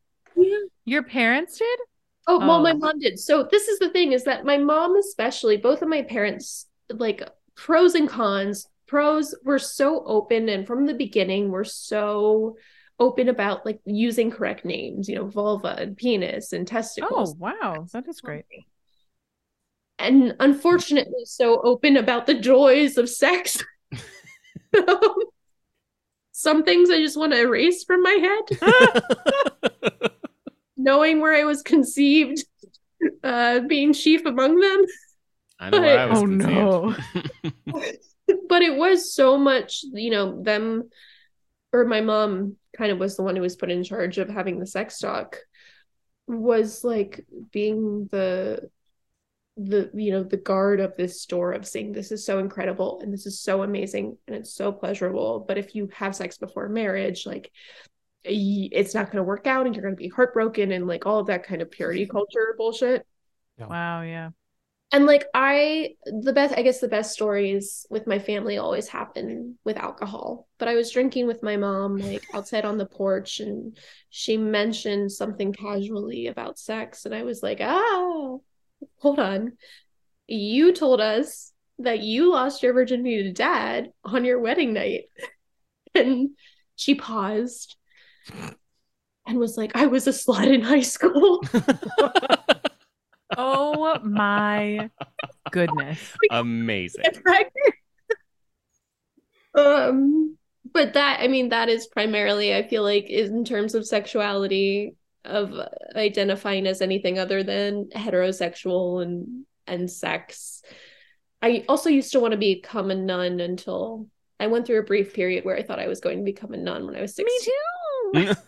Speaker 2: Your parents did?
Speaker 4: Oh, well, my
Speaker 2: Oh.
Speaker 4: mom did. So this is the thing is that my mom, especially, both of my parents, like pros and cons. Pros were so open and from the beginning were so open about like using correct names, you know, vulva and penis and testicles.
Speaker 2: Oh, wow. That is great.
Speaker 4: And unfortunately, so open about the joys of sex. *laughs* Some things I just want to erase from my head. Knowing where I was conceived, uh, being chief among them.
Speaker 1: I know where I was
Speaker 2: Oh,
Speaker 1: conceived.
Speaker 2: no.
Speaker 4: but it was so much you know them or my mom kind of was the one who was put in charge of having the sex talk was like being the the you know the guard of this store of saying this is so incredible and this is so amazing and it's so pleasurable but if you have sex before marriage like y- it's not going to work out and you're going to be heartbroken and like all of that kind of purity culture bullshit
Speaker 2: Wow, yeah.
Speaker 4: and like I the best I guess the best stories with my family always happen with alcohol. But I was drinking with my mom like outside on the porch and she mentioned something casually about sex and I was like, "Oh, hold on. You told us that you lost your virginity to dad on your wedding night." *laughs* And she paused and was like, "I was a slut in high school."
Speaker 3: *laughs*
Speaker 2: Oh my *laughs* goodness.
Speaker 1: *laughs* Amazing.
Speaker 4: get pregnant. um, but that I mean that is primarily I feel like is in terms of sexuality of identifying as anything other than heterosexual and and sex. I also used to want to become a nun until I went through a brief period where I thought I was going to become a nun when I was 16.
Speaker 2: Me too.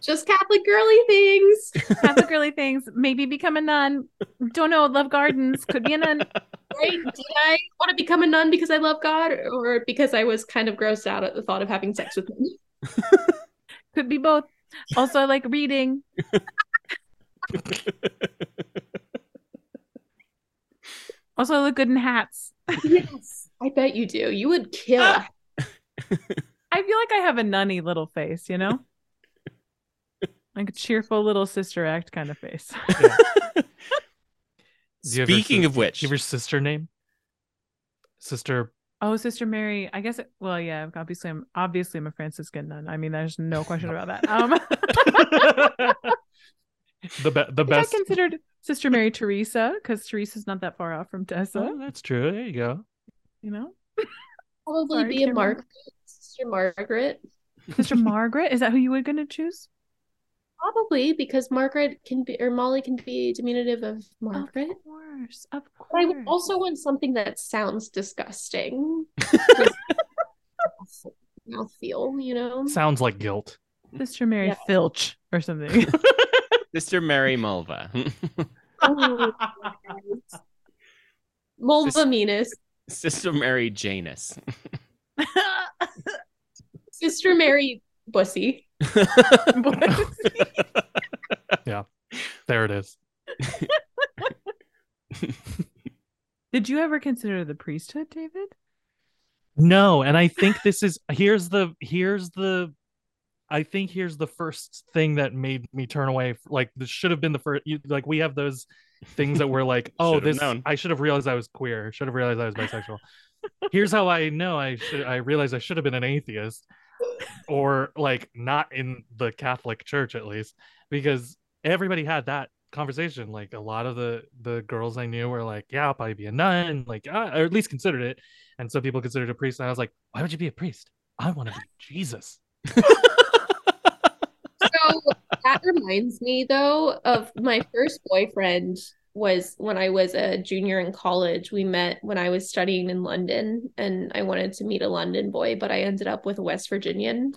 Speaker 4: Just Catholic girly things.
Speaker 2: Catholic girly things. Maybe become a nun. Don't know. Love gardens. Could be a nun.
Speaker 4: Right? Did I want to become a nun because I love God or because I was kind of grossed out at the thought of having sex with men?
Speaker 2: Could be both. Also, I like reading. *laughs* Also, I look good in hats.
Speaker 4: Yes, I bet you do. You would kill.
Speaker 1: Ah.
Speaker 2: I feel like I have a nunny little face, you know? Like a cheerful little sister act kind of face.
Speaker 3: Do you have your
Speaker 1: *laughs* Speaking
Speaker 3: sis-
Speaker 1: of which,
Speaker 3: Give your sister name. Sister,
Speaker 2: Oh, Sister Mary. I guess. It, well, yeah. Obviously, I'm obviously I'm a Franciscan nun. I mean, there's no question about that.
Speaker 4: *laughs*
Speaker 2: Um, I
Speaker 3: the be- the
Speaker 2: think *laughs* I
Speaker 3: best.
Speaker 2: considered Sister Mary Teresa because Teresa's not that far off from Tessa.
Speaker 3: Oh, that's true. There you go.
Speaker 2: You know,
Speaker 4: *laughs* Probably
Speaker 2: Sorry,
Speaker 4: be a
Speaker 2: Cameron.
Speaker 4: Margaret. Sister Margaret.
Speaker 2: Sister Margaret. Is that who you were going to choose?
Speaker 4: Probably because Margaret can be, or Molly can be diminutive of Margaret.
Speaker 2: Of course, of
Speaker 4: But I
Speaker 2: course.
Speaker 4: would also want something that sounds disgusting. Mouthfeel, you know? *laughs*
Speaker 3: Sounds like guilt.
Speaker 2: Sister Mary
Speaker 4: Yeah.
Speaker 2: Filch or
Speaker 4: *laughs*
Speaker 2: something. *laughs*
Speaker 1: Sister Mary Mulva. *laughs*
Speaker 4: Oh, Mulva
Speaker 1: Sis-
Speaker 4: Venus.
Speaker 1: Sister Mary Janus.
Speaker 4: Sister Mary Bussy.
Speaker 3: There it is.
Speaker 2: Did you ever consider the priesthood, David?
Speaker 3: No, and I think this is here's the here's the I think here's the first thing that made me turn away. Like this should have been the first. You, like we have those things that were like, oh,
Speaker 1: Should have
Speaker 3: this
Speaker 1: known.
Speaker 3: I should have realized I was queer. Should have realized I was bisexual. here's how I know I should. I realized I should have been an atheist, or like not in the Catholic Church at least, because everybody had that conversation. Like a lot of the the girls I knew were like, yeah, I'll probably be a nun. Like ah, or at least considered it. And some people considered a priest, and I was like, why would you be a priest? I want *laughs* to be Jesus.
Speaker 4: So that reminds me though of my first boyfriend was when I was a junior in college. We met when I was studying in London and I wanted to meet a London boy, but I ended up with a West Virginian.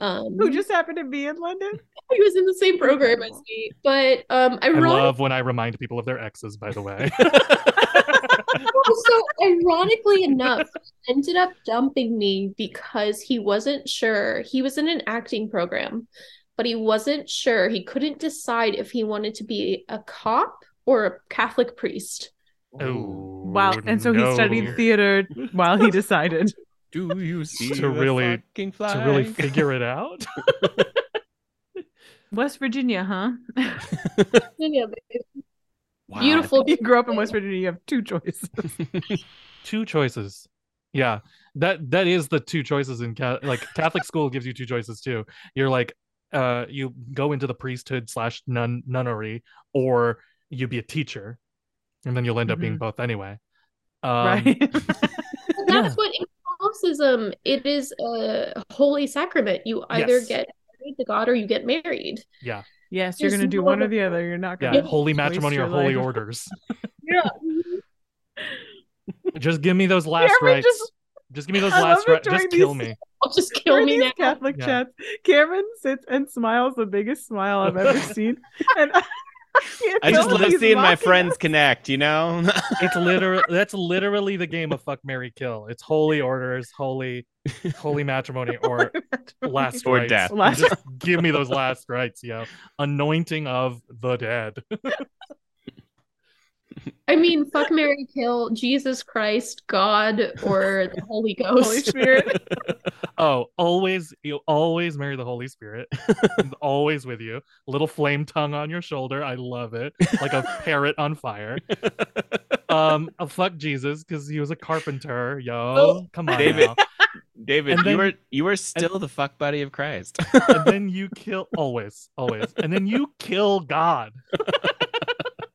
Speaker 4: Um
Speaker 3: Oh,
Speaker 2: Who just happened to be in London?
Speaker 4: he was in the same program as me. But um
Speaker 3: I
Speaker 4: ironically
Speaker 3: love when I remind people of their exes, by the *laughs* way.
Speaker 4: also ironically enough he ended up dumping me because he wasn't sure he was in an acting program but he wasn't sure he couldn't decide if he wanted to be a cop or a Catholic priest.
Speaker 3: *laughs* Oh,
Speaker 2: Wow. And so he
Speaker 3: no.
Speaker 2: studied
Speaker 4: *laughs*
Speaker 2: theater while he decided.
Speaker 1: *laughs* Do you see
Speaker 3: To
Speaker 1: the
Speaker 3: really-
Speaker 1: fucking
Speaker 3: to really
Speaker 1: flag?
Speaker 3: figure it *laughs* out.
Speaker 2: West Virginia, huh?
Speaker 4: Yeah, babe.
Speaker 1: Wow.
Speaker 4: Beautiful.
Speaker 2: *laughs* you grow up in West Virginia, you have two choices.
Speaker 3: two choices. Yeah, that that is the two choices in Ca- like Catholic school gives you two choices too. You're like, uh, you go into the priesthood slash nun nunnery, or you be a teacher, and then you'll end up being
Speaker 2: Mhm.
Speaker 3: both anyway. Um,
Speaker 2: *laughs* right?
Speaker 4: But that's what in Catholicism it is a holy sacrament. You either
Speaker 3: Yes.
Speaker 4: get married to God or you
Speaker 2: *laughs*
Speaker 4: get married.
Speaker 2: yes, you're
Speaker 4: There's
Speaker 2: going to do
Speaker 4: no
Speaker 2: one or
Speaker 4: other-
Speaker 2: the other. You're not going
Speaker 3: *laughs* Yeah,
Speaker 2: to.
Speaker 3: holy matrimony or
Speaker 2: your
Speaker 3: holy
Speaker 2: life.
Speaker 3: orders.
Speaker 4: Yeah.
Speaker 3: Just give me those last
Speaker 2: Cameron
Speaker 3: rights.
Speaker 2: just-
Speaker 3: Just, give me those
Speaker 2: I love
Speaker 3: last
Speaker 2: it
Speaker 3: rights.
Speaker 2: during
Speaker 3: Just kill
Speaker 2: these-
Speaker 3: me.
Speaker 4: I'll just
Speaker 2: *laughs*
Speaker 4: kill
Speaker 2: During
Speaker 4: me
Speaker 2: these
Speaker 4: now.
Speaker 2: Catholic
Speaker 3: Yeah.
Speaker 2: chats. Cameron sits and smiles the biggest smile I've
Speaker 3: *laughs*
Speaker 2: ever seen. And *laughs* I, can't
Speaker 1: I just
Speaker 2: tell if
Speaker 1: love
Speaker 2: he's
Speaker 1: seeing my
Speaker 2: mocking *laughs*
Speaker 1: friends connect, you know? *laughs*
Speaker 3: It's literally that's literally the game of fuck Mary Kill.
Speaker 2: *laughs*
Speaker 3: It's holy orders, holy holy matrimony, or
Speaker 2: us or-
Speaker 3: last
Speaker 1: Or
Speaker 3: rites.
Speaker 1: death.
Speaker 2: Last-
Speaker 3: Just give me those last rites, yo. Anointing of the dead.
Speaker 4: I mean, fuck Mary Kill, Jesus Christ, God, or the Holy
Speaker 2: Holy
Speaker 4: Ghost.
Speaker 2: Spirit.
Speaker 3: Oh, always you always marry the Holy Spirit. *laughs* always with you. Little flame tongue on your shoulder. I love it. Like a parrot
Speaker 1: *laughs*
Speaker 3: on fire. Um, oh, fuck Jesus because he was a carpenter,
Speaker 2: Oh.
Speaker 3: yo. Come on,
Speaker 1: David.
Speaker 3: now.
Speaker 1: David,
Speaker 3: And then-
Speaker 1: you are you are still the fuck buddy of Christ.
Speaker 3: And then you kill always, always, and then you
Speaker 2: *laughs*
Speaker 3: kill God.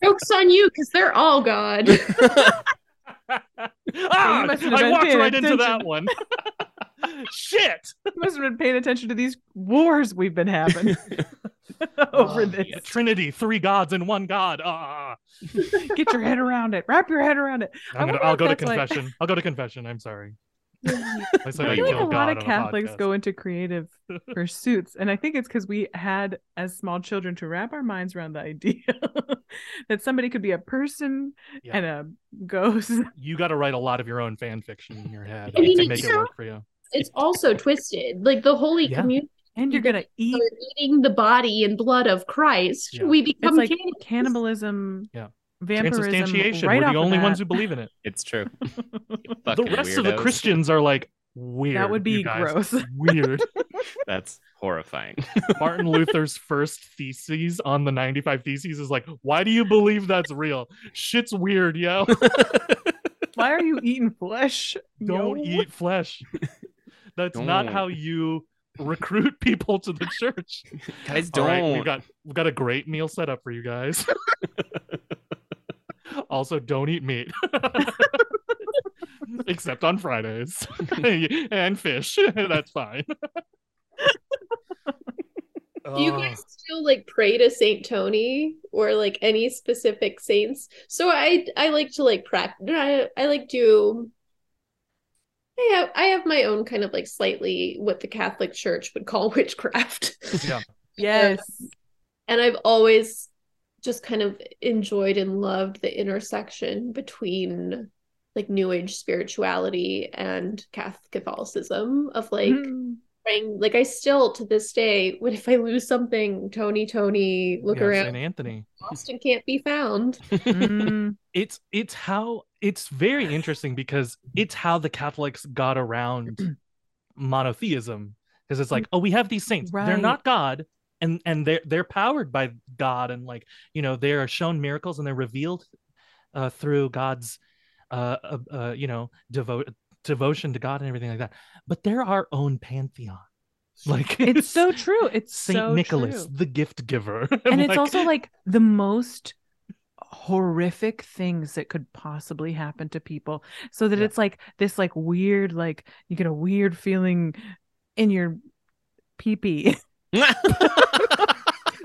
Speaker 4: Jokes on you, because they're all God.
Speaker 3: *laughs* ah,
Speaker 2: must have
Speaker 3: I
Speaker 2: been
Speaker 3: walked
Speaker 2: paying
Speaker 3: right into that
Speaker 2: attention.
Speaker 3: one. *laughs* Shit.
Speaker 2: You must have been paying attention to these wars we've been
Speaker 3: *laughs*
Speaker 2: having *laughs* over
Speaker 1: Oh,
Speaker 2: this.
Speaker 1: yeah.
Speaker 3: Trinity, three gods and one God. Ah.
Speaker 2: Get your head around it. Wrap your head around it. I
Speaker 3: I'm gonna,
Speaker 2: wonder
Speaker 3: I'll
Speaker 2: if
Speaker 3: go to
Speaker 2: that's like-
Speaker 3: confession. I'll go to confession. I'm sorry. I said
Speaker 1: No,
Speaker 3: I
Speaker 2: I
Speaker 1: you
Speaker 2: feel like
Speaker 3: killed
Speaker 2: a
Speaker 3: God
Speaker 2: lot
Speaker 3: on
Speaker 2: of
Speaker 3: a
Speaker 2: Catholics
Speaker 3: podcast.
Speaker 2: go into
Speaker 3: *laughs*
Speaker 2: creative pursuits, and I think it's because we had, as small children, to wrap our minds around the idea *laughs* that somebody could be a person
Speaker 3: Yeah.
Speaker 2: and a ghost.
Speaker 3: You got to write a lot of your own fan fiction in your head
Speaker 4: I mean,
Speaker 3: to
Speaker 4: it
Speaker 3: make it
Speaker 4: sounds-
Speaker 3: work for you.
Speaker 4: It's also twisted. Like the Holy
Speaker 3: Yeah.
Speaker 4: Communion,
Speaker 2: And you're gonna eat.
Speaker 4: we're eating the body and blood of Christ.
Speaker 3: Yeah.
Speaker 4: We become
Speaker 2: It's like
Speaker 4: cannibals.
Speaker 2: cannibalism.
Speaker 3: Yeah.
Speaker 2: Vampirism.
Speaker 3: Transubstantiation.
Speaker 2: Right
Speaker 3: We're
Speaker 2: off
Speaker 3: the
Speaker 2: the
Speaker 3: only
Speaker 2: bat.
Speaker 3: ones who believe
Speaker 1: *laughs*
Speaker 3: in it.
Speaker 1: it's true. You
Speaker 3: The
Speaker 1: fucking
Speaker 3: rest of the
Speaker 1: weirdos.
Speaker 3: Christians are like weird.
Speaker 2: That would
Speaker 3: you
Speaker 2: be
Speaker 3: guys.
Speaker 2: gross.
Speaker 3: *laughs* Weird.
Speaker 1: That's horrifying.
Speaker 3: Martin Luther's first theses on the 95 Theses is like, why do you believe that's real? Shit's weird,
Speaker 4: *laughs*
Speaker 3: yo.
Speaker 2: Why are you eating flesh?
Speaker 3: *laughs* Don't
Speaker 2: yo?
Speaker 3: eat flesh. That's not
Speaker 1: Don't.
Speaker 3: how you recruit *laughs* people to the church.
Speaker 1: *laughs* Guys, don't.
Speaker 3: All right, we've got we've got a great meal set up for
Speaker 1: *laughs*
Speaker 3: you guys. also, don't eat meat. *laughs* Except on Fridays *laughs* and fish. *laughs* That's fine.
Speaker 4: *laughs* Do you
Speaker 3: Oh,
Speaker 4: guys still like pray to Saint Tony or like any specific saints? So I I like to like practice. I I like do. I have I have my own kind of like slightly what the Catholic Church would call *laughs* witchcraft,
Speaker 3: Uh, yeah.
Speaker 2: Yes.
Speaker 4: and I've always just kind of enjoyed and loved the intersection between like New Age spirituality and Catholic Catholicism of like
Speaker 2: Mm.
Speaker 4: praying. Like I still to this day, when if I lose something, Tony, Tony, look
Speaker 3: yeah,
Speaker 4: around.
Speaker 3: Saint Anthony.
Speaker 4: Austin can't be found.
Speaker 3: *laughs*
Speaker 2: Mm.
Speaker 3: It's it's how it's very interesting because it's how the Catholics got around *clears throat* monotheism. Because it's like, oh, we have these saints. They're
Speaker 2: Right.
Speaker 3: not God. And and they're they're powered by God and like, you know, they are shown miracles and they're revealed uh through God's uh, uh, uh you know devote devotion to God and everything like that. But they're our own pantheon. Like
Speaker 2: It's so true. It's
Speaker 3: *laughs* Saint
Speaker 2: so
Speaker 3: Nicholas, *laughs*
Speaker 2: true.
Speaker 3: the gift giver.
Speaker 2: and it's also
Speaker 3: *laughs*
Speaker 2: like the most horrific things that could possibly happen to people so that
Speaker 3: Yeah.
Speaker 2: it's like this like weird like you get a weird feeling in your pee-pee
Speaker 1: *laughs*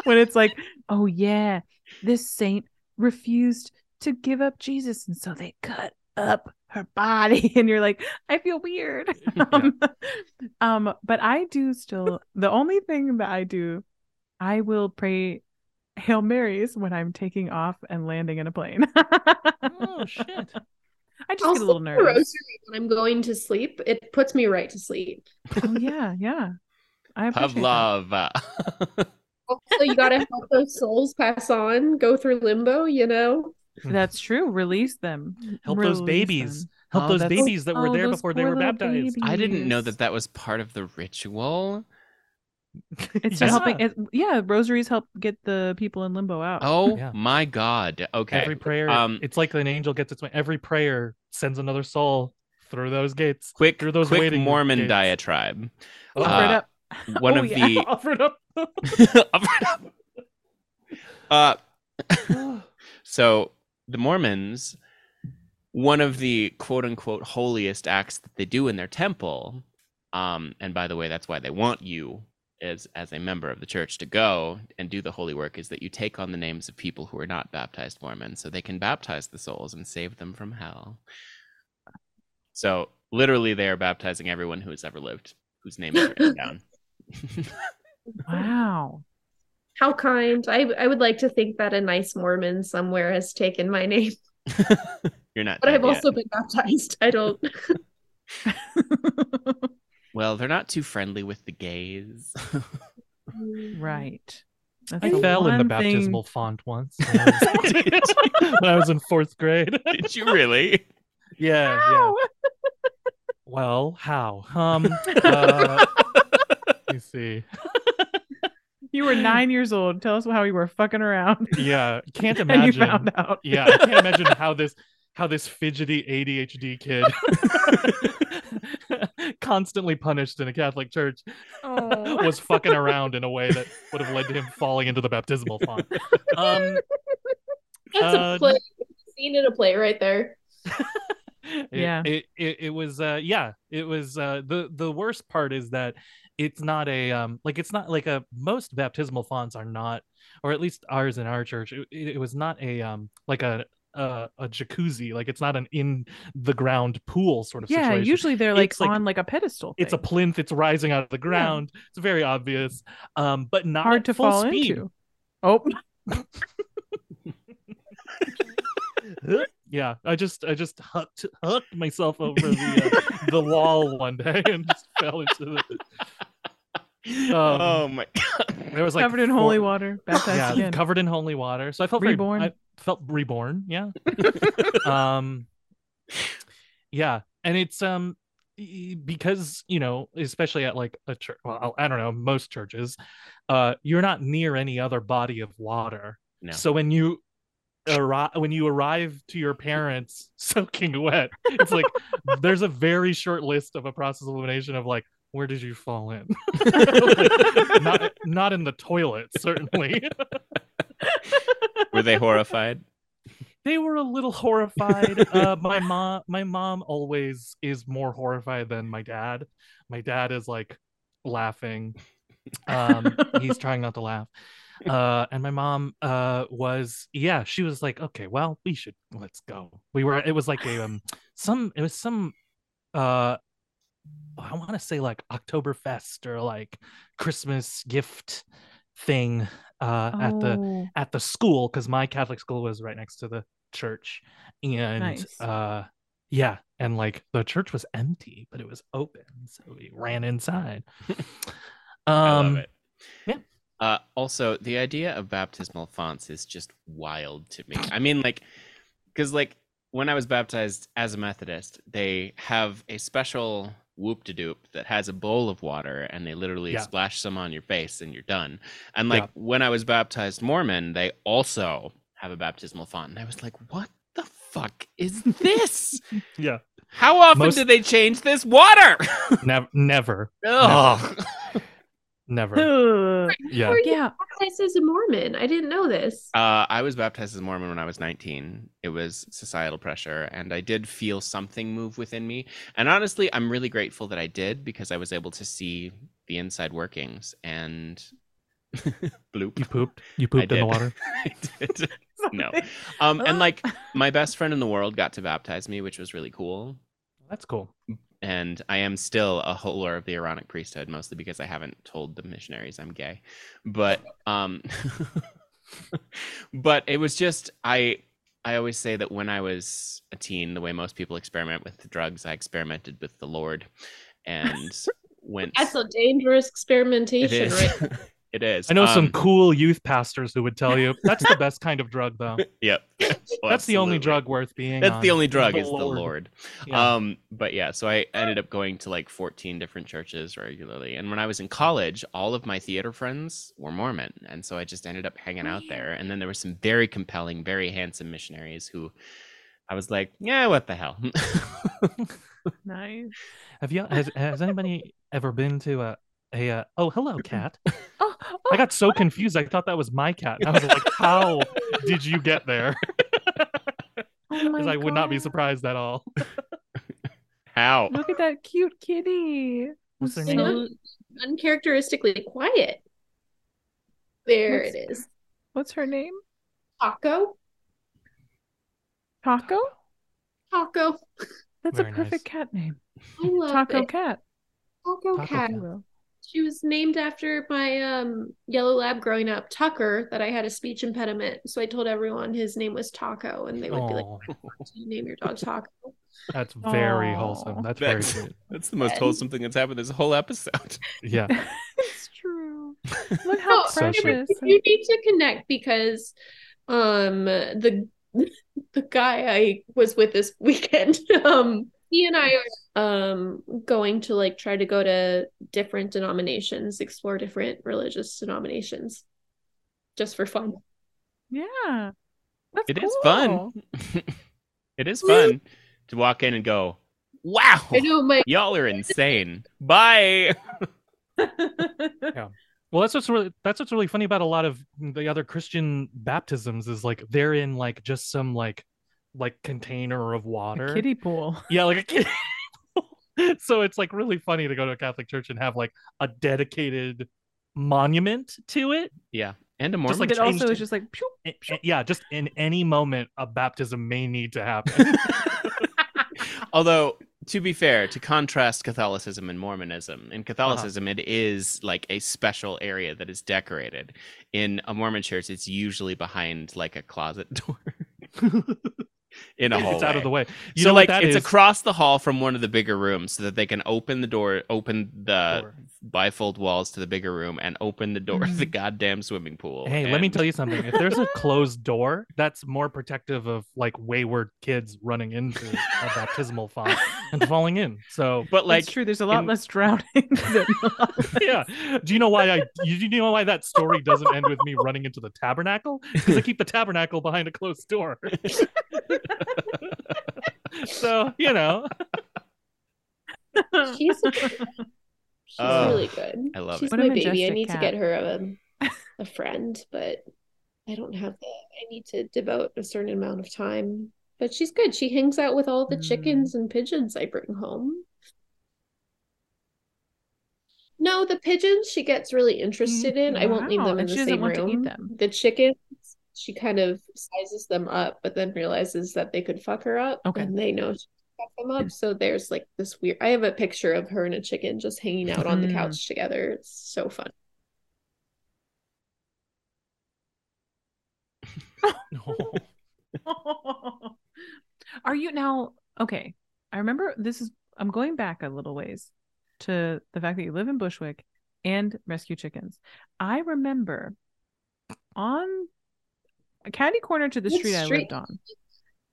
Speaker 2: when it's like oh yeah this saint refused to give up jesus and so they cut up her body *laughs* and you're like i feel weird *laughs* um, um but i do still the only thing that i do i will pray hail marys when i'm taking off and landing in a plane *laughs*
Speaker 3: oh shit.
Speaker 2: i just
Speaker 3: Oh,
Speaker 4: I'll
Speaker 2: get a little
Speaker 4: say the
Speaker 2: nervous
Speaker 4: rosary when I'm going to sleep. It puts me right to sleep.
Speaker 2: oh yeah yeah i appreciate that.
Speaker 1: Pavlov.
Speaker 4: also, you gotta *laughs* help those souls pass on, go through limbo, you know?
Speaker 2: That's true. Release them.
Speaker 3: Help
Speaker 2: Release
Speaker 3: those babies.
Speaker 2: them.
Speaker 3: Help
Speaker 1: Oh,
Speaker 3: those
Speaker 1: that's-
Speaker 3: babies that were
Speaker 2: Oh,
Speaker 3: there
Speaker 2: those
Speaker 3: before they
Speaker 2: poor
Speaker 3: were
Speaker 2: little
Speaker 3: baptized.
Speaker 1: I didn't know
Speaker 2: babies.
Speaker 1: that that was part of the ritual.
Speaker 2: It's
Speaker 3: Yeah.
Speaker 2: just helping. It, yeah, rosaries help get the people in limbo out.
Speaker 1: Oh
Speaker 3: Yeah.
Speaker 1: my god. Okay.
Speaker 3: Every prayer,
Speaker 1: Um,
Speaker 3: it's like an angel gets its way. Every prayer sends another soul through those gates.
Speaker 1: quick
Speaker 3: through those
Speaker 1: quick
Speaker 3: waiting
Speaker 1: Mormon
Speaker 3: gates.
Speaker 1: diatribe.
Speaker 3: Oh,
Speaker 2: Offer it
Speaker 1: uh,
Speaker 2: up.
Speaker 1: One
Speaker 2: Oh,
Speaker 1: of
Speaker 2: yeah. *laughs*
Speaker 1: the
Speaker 3: offered up.
Speaker 1: Offer it *laughs* up. Uh, so the Mormons, one of the quote unquote holiest acts that they do in their temple, um, and by the way, that's why they want you as as a member of the church to go and do the holy work is that you take on the names of people who are not baptized Mormons so they can baptize the souls and save them from hell. So literally they are baptizing everyone who has ever lived, whose name is written down. *laughs*
Speaker 2: Wow.
Speaker 4: How kind. I I would like to think that a nice Mormon somewhere has taken my name. *laughs*
Speaker 1: You're not
Speaker 4: But
Speaker 1: dead
Speaker 4: I've
Speaker 1: yet.
Speaker 4: also been baptized. I don't
Speaker 1: Well, they're not too friendly with the gays. *laughs*
Speaker 2: *laughs* right. That's
Speaker 3: I
Speaker 2: the
Speaker 3: fell in the
Speaker 2: one thing- *laughs*
Speaker 3: baptismal font once when I was, *laughs* when I was in fourth grade.
Speaker 1: Did you really?
Speaker 3: Yeah, yeah.
Speaker 2: Ow!
Speaker 3: Well, how?
Speaker 2: *laughs*
Speaker 3: Um, uh, let me see.
Speaker 2: You were nine years old. Tell us how you were fucking around. *laughs*
Speaker 3: Yeah, can't
Speaker 2: And you
Speaker 3: imagine.
Speaker 2: found out.
Speaker 3: yeah, I can't imagine how this how this fidgety ADHD
Speaker 2: *laughs*
Speaker 3: kid *laughs* constantly punished in a Catholic church *laughs*
Speaker 4: Oh.
Speaker 3: was fucking around in a way that would have led to him falling into the baptismal font. Um,
Speaker 4: *laughs* That's
Speaker 3: Uh,
Speaker 4: a play. Seen in a play right there.
Speaker 3: it-
Speaker 2: Yeah.
Speaker 3: it, it it was uh yeah it was uh the the worst part is that it's not a um like it's not like a most baptismal fonts are not or at least ours in our church it, it, it was not a um like a a, a jacuzzi like it's not an in the ground pool sort of
Speaker 2: Yeah,
Speaker 3: situation
Speaker 2: usually they're like,
Speaker 3: It's like-
Speaker 2: on like a pedestal.
Speaker 3: it's a
Speaker 2: thing.
Speaker 3: plinth it's rising out of the ground it's very obvious um but not
Speaker 2: hard
Speaker 3: at
Speaker 2: to
Speaker 3: full
Speaker 2: fall
Speaker 3: speed.
Speaker 2: into. Oh,
Speaker 3: yeah i just i just hucked hucked myself over the uh, the wall one day and just fell into the
Speaker 1: oh my god.
Speaker 3: There was like
Speaker 2: covered in
Speaker 3: four-
Speaker 2: holy
Speaker 3: *laughs*
Speaker 2: water, baptized
Speaker 3: Yeah,
Speaker 2: again.
Speaker 3: covered in holy water. So I felt
Speaker 2: Reborn.
Speaker 3: Very, I felt reborn. Yeah. um. Yeah, and it's um e- because you know, especially at like a church. Well, I don't know, most churches, uh, you're not near any other body of water.
Speaker 1: No.
Speaker 3: So when you arrive when you arrive to your parents *laughs* soaking wet it's like there's a very short list of a process of elimination of like where did you fall in *laughs* not not in the toilet certainly
Speaker 1: Were they horrified?
Speaker 3: they were a little horrified uh my mom my mom always is more horrified than my dad my dad is like laughing um he's trying not to laugh uh and my mom uh was yeah she was like okay well we should let's go we were it was like a um some it was some uh i want to say like oktoberfest or like christmas gift thing uh at the
Speaker 2: Oh,
Speaker 3: at the school because my Catholic school was right next to the church, and
Speaker 2: Nice.
Speaker 3: uh, yeah, and like the church was empty, but it was open, so we ran inside. um,
Speaker 1: I love it.
Speaker 3: yeah.
Speaker 1: Uh, also, the idea of baptismal fonts is just wild to me. I mean, like, because like when I was baptized as a Methodist, they have a special whoop de doop that has a bowl of water, and they literally
Speaker 3: Yeah.
Speaker 1: splash some on your face, and you're done. And like
Speaker 3: Yeah.
Speaker 1: when I was baptized Mormon, they also have a baptismal font, and I was like, what the fuck is this?
Speaker 3: Yeah.
Speaker 1: How often
Speaker 3: Most-
Speaker 1: do they change this water? *laughs*
Speaker 3: Nev- never,
Speaker 1: Ugh.
Speaker 2: *laughs*
Speaker 3: never,
Speaker 2: Oh.
Speaker 3: *laughs*
Speaker 2: Ugh.
Speaker 3: yeah.
Speaker 4: Or
Speaker 2: *laughs*
Speaker 4: you
Speaker 2: yeah.
Speaker 4: baptized as a Mormon. I didn't know this.
Speaker 1: Uh, I was baptized as a Mormon when I was 19. It was societal pressure, and I did feel something move within me. And honestly, I'm really grateful that I did because I was able to see the inside workings and *laughs*
Speaker 3: You
Speaker 1: bloop.
Speaker 3: pooped. You
Speaker 1: I
Speaker 3: pooped in
Speaker 1: did.
Speaker 3: the water.
Speaker 1: *laughs* I did. No. Um, and like my best friend in the world got to baptize me, which was really cool.
Speaker 3: That's cool.
Speaker 1: And I am still a holder of the Aaronic priesthood, mostly because I haven't told the missionaries I'm gay. But um *laughs* but it was just I I always say that when I was a teen, the way most people experiment with drugs, I experimented with the Lord and went
Speaker 4: *laughs* That's a dangerous
Speaker 1: it
Speaker 4: experimentation,
Speaker 1: *laughs* is.
Speaker 4: right?
Speaker 1: It is.
Speaker 3: I know some
Speaker 1: Um,
Speaker 3: cool youth pastors who would tell you that's the best kind of drug,
Speaker 1: *laughs*
Speaker 3: though.
Speaker 1: Yep. Yeah. Oh,
Speaker 3: *laughs* that's the only
Speaker 1: absolutely.
Speaker 3: drug worth being.
Speaker 1: That's the
Speaker 3: on.
Speaker 1: only drug
Speaker 3: The
Speaker 1: is the
Speaker 3: Lord.
Speaker 1: Lord.
Speaker 3: Yeah.
Speaker 1: Um, but yeah, so I ended up going to like 14 different churches regularly. And when I was in college, all of my theater friends were Mormon. And so I just ended up hanging out there. And then there were some very compelling, very handsome missionaries who I was like, yeah, what the hell?
Speaker 2: *laughs*
Speaker 1: *laughs*
Speaker 2: Nice.
Speaker 3: Have you? Has, has anybody ever been to a a? Uh, oh, hello, cat.
Speaker 2: Oh,
Speaker 3: I *laughs* got so confused. I thought that was my cat. And I was like, how did you get there?
Speaker 2: oh my
Speaker 3: Because I would not be
Speaker 2: God.
Speaker 3: surprised at all. *laughs*
Speaker 1: How?
Speaker 2: Look at that cute kitty.
Speaker 3: What's their
Speaker 4: You
Speaker 3: name?
Speaker 4: know, uncharacteristically quiet. There
Speaker 2: What's-
Speaker 4: it is.
Speaker 2: What's her name?
Speaker 4: Taco.
Speaker 2: Taco?
Speaker 4: Taco.
Speaker 2: That's
Speaker 3: Very
Speaker 2: a
Speaker 3: nice.
Speaker 2: perfect cat name.
Speaker 4: I love
Speaker 2: Taco
Speaker 4: it.
Speaker 2: Cat.
Speaker 4: *laughs* Taco,
Speaker 3: Taco
Speaker 4: Cat.
Speaker 2: I
Speaker 3: Yeah.
Speaker 2: will.
Speaker 4: She was named after my um yellow lab growing up, Tucker, that I had a speech impediment. So I told everyone his name was Taco, and they would be like,
Speaker 3: Oh,
Speaker 4: "Do you name your dog Taco?"
Speaker 3: that's very
Speaker 2: Aw.
Speaker 3: wholesome. That's, very
Speaker 1: That's-
Speaker 3: sweet.
Speaker 1: That's the most wholesome thing that's happened this whole episode. *laughs*
Speaker 3: Yeah.
Speaker 2: it's true. Look how
Speaker 4: Oh,
Speaker 3: So sweet.
Speaker 2: precious.
Speaker 4: You need to connect because um the *laughs* the guy I was with this weekend, *laughs* um he and I are um going to like try to go to different denominations, explore different religious denominations just for fun.
Speaker 2: Yeah. That's
Speaker 1: It is
Speaker 2: cool.
Speaker 1: fun. it is fun to walk in and go, wow,
Speaker 4: I know my
Speaker 1: y'all are insane. Bye.
Speaker 3: Well, that's what's really that's what's really funny about a lot of the other Christian baptisms is like they're in like just some like like container of
Speaker 2: A
Speaker 3: water.
Speaker 2: kiddie pool.
Speaker 3: Yeah, like a kid. *laughs* so it's like really funny to go to a Catholic church and have like a dedicated monument to it.
Speaker 1: And a Mormon.
Speaker 3: Just like
Speaker 2: But
Speaker 3: changed
Speaker 2: also
Speaker 3: it.
Speaker 2: it's just like
Speaker 1: *laughs*
Speaker 2: pew.
Speaker 3: A- a- yeah, just in any moment a baptism may need
Speaker 1: *laughs*
Speaker 3: to happen.
Speaker 1: Although, to be fair, to contrast Catholicism and Mormonism, in Catholicism,
Speaker 3: Uh-huh.
Speaker 1: it is like a special area that is decorated. In a Mormon church, it's usually behind like a closet door *laughs* in a hallway.
Speaker 3: it's out of the way. You
Speaker 1: so,
Speaker 3: know
Speaker 1: like,
Speaker 3: what that
Speaker 1: it's
Speaker 3: is?
Speaker 1: across the hall from one of the bigger rooms so that they can open the door, open the
Speaker 3: Sure.
Speaker 1: bifold walls to the bigger room, and open the door to the goddamn swimming pool.
Speaker 3: Mm-hmm. Hey, let me
Speaker 1: And-
Speaker 3: tell you something. If there's a closed door, that's more protective of like wayward kids running into a baptismal
Speaker 1: *laughs*
Speaker 3: font and falling in. So
Speaker 1: But,
Speaker 2: Like,
Speaker 1: like,
Speaker 2: That's true. There's a lot
Speaker 1: in-
Speaker 2: less drowning. *laughs* than-
Speaker 3: yeah. Do you know why I you, do you know why that story doesn't end with me running into the tabernacle? Because I keep the tabernacle behind a closed door. *laughs* so, you know.
Speaker 4: she's
Speaker 2: *laughs*
Speaker 4: she's
Speaker 1: Oh,
Speaker 4: really good.
Speaker 1: I love it.
Speaker 4: she's
Speaker 2: What a
Speaker 4: my baby. I
Speaker 2: majestic
Speaker 4: need
Speaker 2: cat.
Speaker 4: to get her a a friend, but I don't have the I need to devote a certain amount of time. But she's good. She hangs out with all the
Speaker 2: Mm.
Speaker 4: chickens and pigeons I bring home. No, the pigeons she gets really *laughs* interested in. I won't leave
Speaker 2: Wow,
Speaker 4: them in
Speaker 2: and
Speaker 4: the
Speaker 2: she doesn't
Speaker 4: same
Speaker 2: want to eat
Speaker 4: room.
Speaker 2: them.
Speaker 4: The chickens, she kind of sizes them up, but then realizes that they could fuck her up,
Speaker 2: Okay.
Speaker 4: and they know she can fuck them up. So there's like this weird. I have a picture of her and a chicken just hanging out on the
Speaker 2: Mm.
Speaker 4: couch together. It's so fun.
Speaker 2: *laughs* Are you now okay? I remember this is I'm going back a little ways to the fact that you live in Bushwick and rescue chickens. I remember on a catty corner to the
Speaker 4: What
Speaker 2: street, I
Speaker 4: street?
Speaker 2: lived on,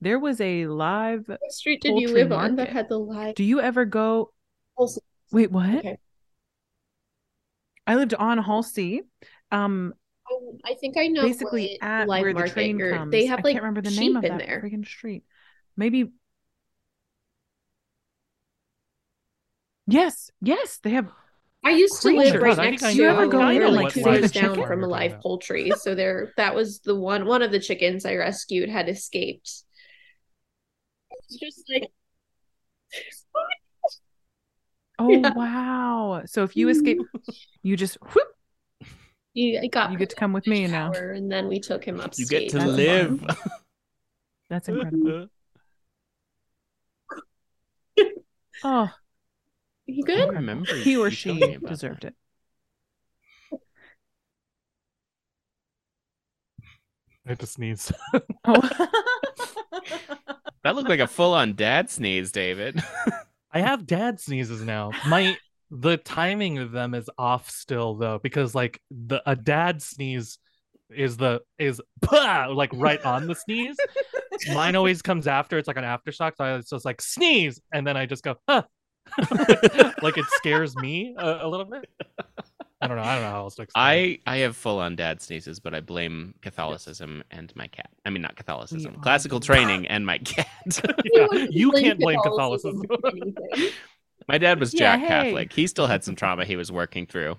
Speaker 2: there was a live.
Speaker 4: What street did you
Speaker 2: Poultry
Speaker 4: live on that
Speaker 2: market.
Speaker 4: had the live?
Speaker 2: Do you ever go?
Speaker 4: Halsey.
Speaker 2: Wait, what?
Speaker 4: Okay.
Speaker 2: I lived on Halsey. Um,
Speaker 4: Um, I think I know
Speaker 2: basically
Speaker 4: what
Speaker 2: at
Speaker 4: live
Speaker 2: where the
Speaker 4: market
Speaker 2: train
Speaker 4: you're-
Speaker 2: comes.
Speaker 4: They have
Speaker 2: I
Speaker 4: like
Speaker 2: can't remember the
Speaker 4: sheep
Speaker 2: name of
Speaker 4: in
Speaker 2: that
Speaker 4: there.
Speaker 2: freaking street. Maybe. Yes, yes, they have.
Speaker 4: I used to live
Speaker 2: Creatures.
Speaker 4: right
Speaker 3: I think I
Speaker 4: next to
Speaker 2: know
Speaker 4: a
Speaker 2: what kind
Speaker 4: home.
Speaker 2: of
Speaker 4: like
Speaker 2: what
Speaker 4: two
Speaker 2: live
Speaker 4: doors
Speaker 2: chicken
Speaker 4: down
Speaker 3: you're
Speaker 4: from a
Speaker 3: talking
Speaker 4: live
Speaker 3: about.
Speaker 4: poultry. So there, that was the one. One of the chickens I rescued had escaped. It's just like
Speaker 2: Oh
Speaker 4: Yeah.
Speaker 2: wow! So if you
Speaker 4: *laughs*
Speaker 2: escape, you just whoop.
Speaker 4: Uh, you, I got
Speaker 2: You get to come with me now.
Speaker 4: power, and then we took him
Speaker 1: you
Speaker 4: upstate.
Speaker 1: get to
Speaker 2: That's
Speaker 1: live.
Speaker 2: That's
Speaker 1: *laughs*
Speaker 2: incredible. Oh,
Speaker 4: You
Speaker 1: I
Speaker 4: good?
Speaker 1: remember
Speaker 2: he or
Speaker 1: you telling me
Speaker 2: she
Speaker 1: about
Speaker 2: deserved it.
Speaker 3: *laughs* I had to sneeze.
Speaker 2: Oh.
Speaker 1: That looked like a full on dad sneeze, David.
Speaker 3: I have dad sneezes now. My the timing of them is off still though because like the a dad sneeze is the is "Pah!" like right on the sneeze mine always comes after it's like an aftershock so I- it's just like sneeze and then i just go huh *laughs* like it scares me a, a little bit i don't know i don't know how else to explain it.
Speaker 1: I I have full on dad sneezes, but I blame Catholicism and my cat. I mean, not Catholicism,
Speaker 2: all
Speaker 1: classical
Speaker 2: do.
Speaker 1: training and my cat. *laughs*
Speaker 4: *laughs*
Speaker 3: Yeah,
Speaker 4: Anyone can
Speaker 3: you can't blame
Speaker 4: for anything.
Speaker 1: my dad was
Speaker 2: Yeah,
Speaker 1: Jack
Speaker 2: hey.
Speaker 1: Catholic. He still had some trauma he was working through.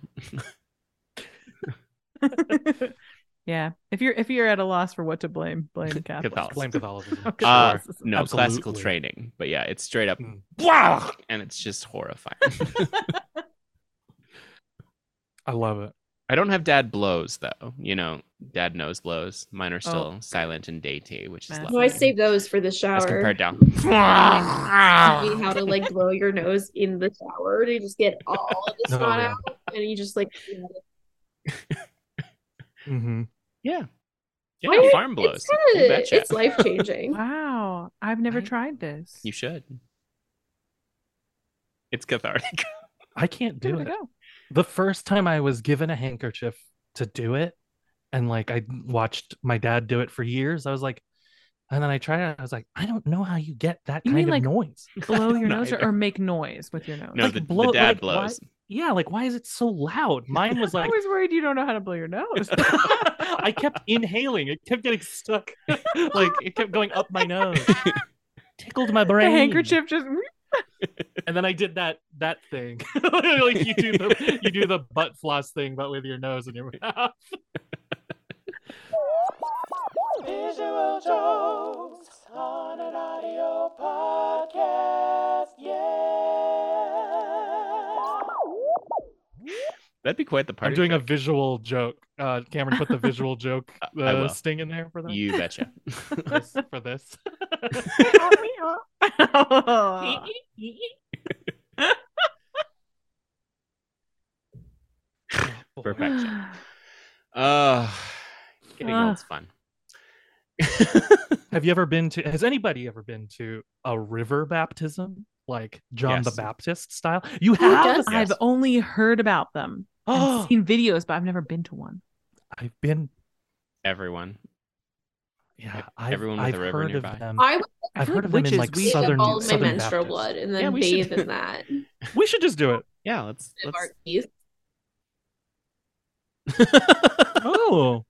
Speaker 2: *laughs* yeah. If you're if you're at a loss for what to blame, blame Catholics.
Speaker 1: Catholics.
Speaker 3: blame Catholicism.
Speaker 2: Okay.
Speaker 1: Uh,
Speaker 2: Sure.
Speaker 1: no, classical
Speaker 3: Absolutely.
Speaker 1: training, but yeah, it's straight up,
Speaker 3: Mm.
Speaker 1: "Blah!" and it's just horrifying.
Speaker 3: I love it.
Speaker 1: I don't have dad blows though. You know, dad nose blows. Mine are still silent and dainty, which is
Speaker 2: That's
Speaker 1: lovely.
Speaker 4: No, I save those for the shower.
Speaker 1: as compared down. *laughs*
Speaker 4: You need how to like blow your nose in the shower to just get all
Speaker 1: *laughs*
Speaker 4: of the
Speaker 3: Oh,
Speaker 4: snot
Speaker 3: yeah.
Speaker 4: out, and you just like you know,
Speaker 3: hmm
Speaker 1: Yeah.
Speaker 4: I
Speaker 1: Yeah,
Speaker 4: mean,
Speaker 1: farm blows.
Speaker 4: it's kind
Speaker 1: You
Speaker 4: of
Speaker 1: betcha.
Speaker 4: it's life changing.
Speaker 2: Wow. I've never
Speaker 1: Right?
Speaker 2: tried this.
Speaker 1: You should. It's
Speaker 3: *laughs*
Speaker 1: cathartic.
Speaker 3: I can't
Speaker 2: Give
Speaker 3: do
Speaker 2: it a
Speaker 3: it.
Speaker 2: go.
Speaker 3: The first time I was given a handkerchief to do it, and like I watched my dad do it for years, I was like, and then I tried it. I was like, I don't know how you get that
Speaker 2: You
Speaker 3: kind
Speaker 2: mean,
Speaker 3: of
Speaker 2: like-
Speaker 3: noise. *laughs*
Speaker 2: Blow your
Speaker 1: No,
Speaker 2: nose or,
Speaker 1: either.
Speaker 2: or make noise with your nose.
Speaker 1: No,
Speaker 3: Like
Speaker 1: the, the
Speaker 3: blow-
Speaker 1: dad
Speaker 3: like, why-
Speaker 1: blows.
Speaker 3: Yeah, like why is it so *laughs* loud? Mine was
Speaker 2: I
Speaker 3: like,
Speaker 2: was worried you don't know how to blow your nose.
Speaker 3: I kept inhaling. It kept getting stuck. *laughs* like it kept going up my nose. Tickled my
Speaker 2: the
Speaker 3: brain.
Speaker 2: handkerchief
Speaker 3: *laughs*
Speaker 2: just *laughs*
Speaker 3: and then I did that that thing. *laughs* like you do the you do the butt floss thing, but with your nose and your mouth.
Speaker 6: Visual jokes on an audio podcast. Yeah.
Speaker 1: That'd be quite the party.
Speaker 3: I'm doing a
Speaker 1: trick.
Speaker 3: visual joke. Uh,
Speaker 1: *laughs*
Speaker 3: Cameron put the visual joke
Speaker 1: I will.
Speaker 3: uh, sting in there *laughs* for that.
Speaker 1: You betcha.
Speaker 3: For this-
Speaker 1: *laughs*
Speaker 3: for this.
Speaker 1: Perfection. Oh, getting
Speaker 2: Ah.
Speaker 1: old's fun.
Speaker 3: *laughs* Have you ever been to? Has anybody ever been to a river baptism, like John the
Speaker 1: Yes.
Speaker 3: Baptist style? You
Speaker 4: Who
Speaker 3: have.
Speaker 4: does
Speaker 2: I've
Speaker 1: Yes.
Speaker 2: only heard about them.
Speaker 3: Oh,
Speaker 2: I've seen videos, but I've never been to one.
Speaker 3: *gasps* I've been.
Speaker 1: Everyone.
Speaker 3: Yeah,
Speaker 1: Ev-
Speaker 3: I've,
Speaker 1: everyone with
Speaker 3: I've
Speaker 1: a river
Speaker 3: heard
Speaker 1: nearby.
Speaker 3: of them.
Speaker 4: I would
Speaker 3: I've
Speaker 2: feel like
Speaker 3: heard of them in
Speaker 2: witches,
Speaker 3: like
Speaker 2: we
Speaker 4: need to
Speaker 3: Mm-hmm. southern
Speaker 4: ball my
Speaker 3: southern
Speaker 4: menstrual
Speaker 3: Baptist.
Speaker 4: blood and
Speaker 1: Yeah,
Speaker 4: then
Speaker 1: we should-
Speaker 4: bathe in that.
Speaker 3: *laughs* We should just do it.
Speaker 1: Yeah, let's
Speaker 4: Dip our
Speaker 1: let's
Speaker 4: teeth.
Speaker 3: Oh,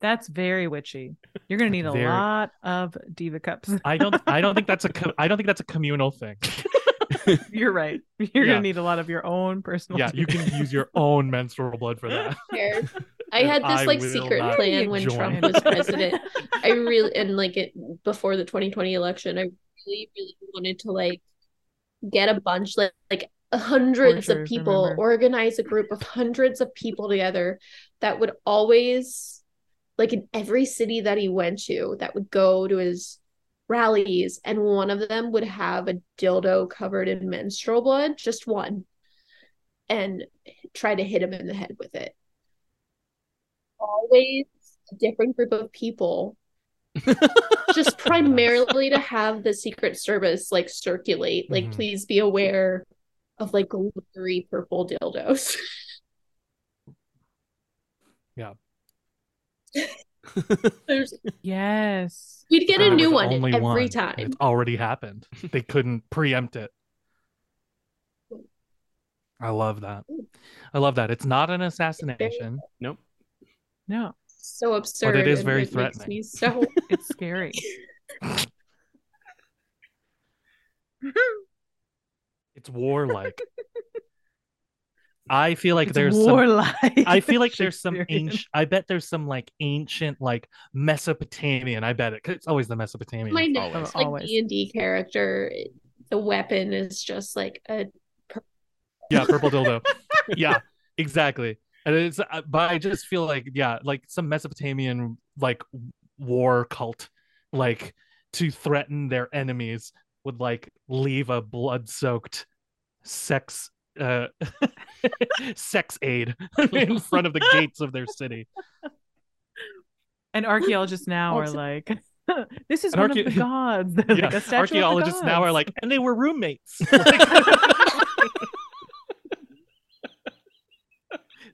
Speaker 2: That's very witchy. You're gonna need a
Speaker 3: Very.
Speaker 2: lot of diva
Speaker 3: *laughs*
Speaker 2: cups. *laughs*
Speaker 3: I don't. I don't think that's a. co- I don't think that's a communal
Speaker 1: *laughs*
Speaker 3: thing.
Speaker 2: You're right. You're
Speaker 3: Yeah.
Speaker 2: gonna need a lot of your own personal.
Speaker 3: yeah, you can use your own menstrual blood for that. *laughs*
Speaker 4: Hair. I
Speaker 3: And
Speaker 4: had this
Speaker 3: I
Speaker 4: like
Speaker 3: will
Speaker 4: secret
Speaker 3: not
Speaker 4: plan when Trump
Speaker 3: join.
Speaker 4: was
Speaker 3: *laughs*
Speaker 4: president. I really and like it before the 2020 election, I really, really wanted to like get a bunch like like hundreds of
Speaker 2: Torturers,
Speaker 4: people,
Speaker 2: remember.
Speaker 4: organize a group of hundreds of people together that would always like in every city that he went to that would go to his rallies and one of them would have a dildo covered in menstrual blood, just one, and try to hit him in the head with it. Always a different group of people *laughs*
Speaker 3: *laughs*
Speaker 4: just primarily to have the secret service like circulate like
Speaker 3: Mhm.
Speaker 4: please be aware of like glittery purple dildos
Speaker 3: Yeah.
Speaker 4: *laughs* There's-
Speaker 2: Yes.
Speaker 4: we'd get
Speaker 3: There
Speaker 4: a
Speaker 3: was
Speaker 4: new one
Speaker 3: only
Speaker 4: every
Speaker 3: one, and
Speaker 4: time
Speaker 3: It's already happened. They
Speaker 4: *laughs*
Speaker 3: couldn't preempt it. I love that. I love that. It's not an assassination.
Speaker 1: Nope.
Speaker 2: No,
Speaker 4: so absurd
Speaker 3: is
Speaker 4: and
Speaker 3: very
Speaker 4: it makes
Speaker 3: threatening. *laughs*
Speaker 4: me so *laughs*
Speaker 2: it's scary.
Speaker 3: It's warlike. I feel like
Speaker 2: it's
Speaker 3: there's some
Speaker 2: warlike. *laughs*
Speaker 3: I feel like there's some
Speaker 2: Shakespearean.
Speaker 3: ancient. I bet there's some like ancient, like Mesopotamian. I bet it. 'cause it's always the Mesopotamian.
Speaker 4: my
Speaker 1: Always.
Speaker 4: next like
Speaker 2: Always.
Speaker 4: d&d character the weapon is just like a
Speaker 3: yeah, purple dildo. yeah, exactly. And it's. uh, But I just feel like yeah, like some Mesopotamian like war cult, like to threaten their enemies would like leave a blood-soaked sex uh *laughs* sex aid *laughs* in front of the gates of their city
Speaker 2: And archaeologists now are
Speaker 4: Also-
Speaker 2: like, *laughs* this is
Speaker 3: And
Speaker 2: one
Speaker 3: archae-
Speaker 2: of the gods. *laughs* They're *laughs* like, a statue of the
Speaker 3: *laughs* archaeologists now are
Speaker 2: gods.
Speaker 3: like and they were roommates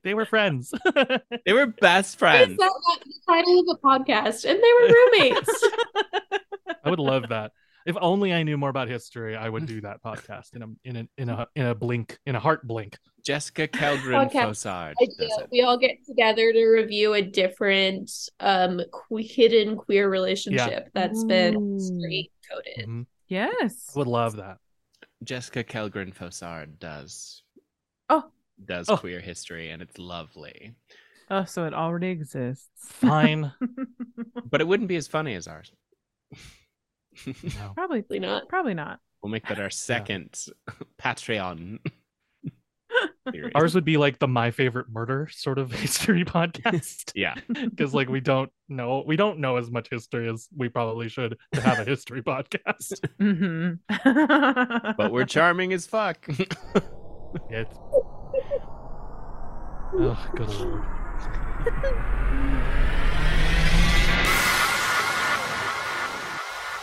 Speaker 3: They were friends.
Speaker 1: They were best
Speaker 4: Is
Speaker 1: friends.
Speaker 4: that not the title of a podcast? And they were
Speaker 3: *laughs*
Speaker 4: roommates.
Speaker 3: I would love that. If only I knew more about history, I would do that podcast in a in a in a in a blink in a heart blink.
Speaker 1: Jessica Keldrin
Speaker 4: Okay.
Speaker 1: Fossard.
Speaker 4: I
Speaker 1: does
Speaker 4: do.
Speaker 1: it.
Speaker 4: We all get together to review a different um que- hidden queer relationship that's been
Speaker 2: Ooh.
Speaker 4: straight coded.
Speaker 3: Mhm.
Speaker 2: *laughs* Yes.
Speaker 3: I would love that.
Speaker 1: Jessica Kelgren Fossard does.
Speaker 2: Oh.
Speaker 1: Does
Speaker 3: Oh.
Speaker 1: queer history and it's lovely.
Speaker 2: Oh, so it already exists.
Speaker 3: Fine.
Speaker 1: But it wouldn't be as funny as ours.
Speaker 3: No.
Speaker 2: probably
Speaker 4: Probably not.
Speaker 2: probably not.
Speaker 1: we'll make that our second *laughs*
Speaker 3: *laughs*
Speaker 1: Patreon. series.
Speaker 3: *laughs* Ours would be like the my favorite murder sort of *laughs* history *laughs* podcast
Speaker 1: *laughs* Yeah.
Speaker 3: because like we don't know we don't know as much history as we probably should to have a history *laughs* podcast.
Speaker 2: Mhm. *laughs*
Speaker 1: But we're charming as fuck.
Speaker 3: It. Oh, good lord.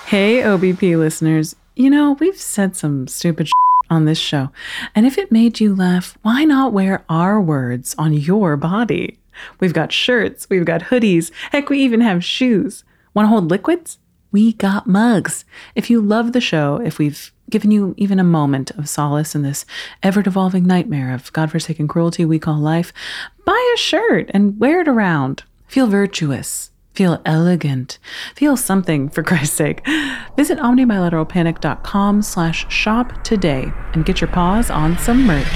Speaker 2: Hey, OBP listeners. You know, we've said some stupid sh- on this show, and if it made you laugh, why not wear our words on your body? We've got shirts, we've got hoodies, heck, we even have shoes. Want to hold liquids? We got mugs. If you love the show, if we've given you even a moment of solace in this ever devolving nightmare of godforsaken cruelty we call life, buy a shirt and wear it around. Feel virtuous. Feel elegant. Feel something, for Christ's sake. Visit omnibilateralpanic.com slash shop today and get your paws on some merch.
Speaker 1: *laughs*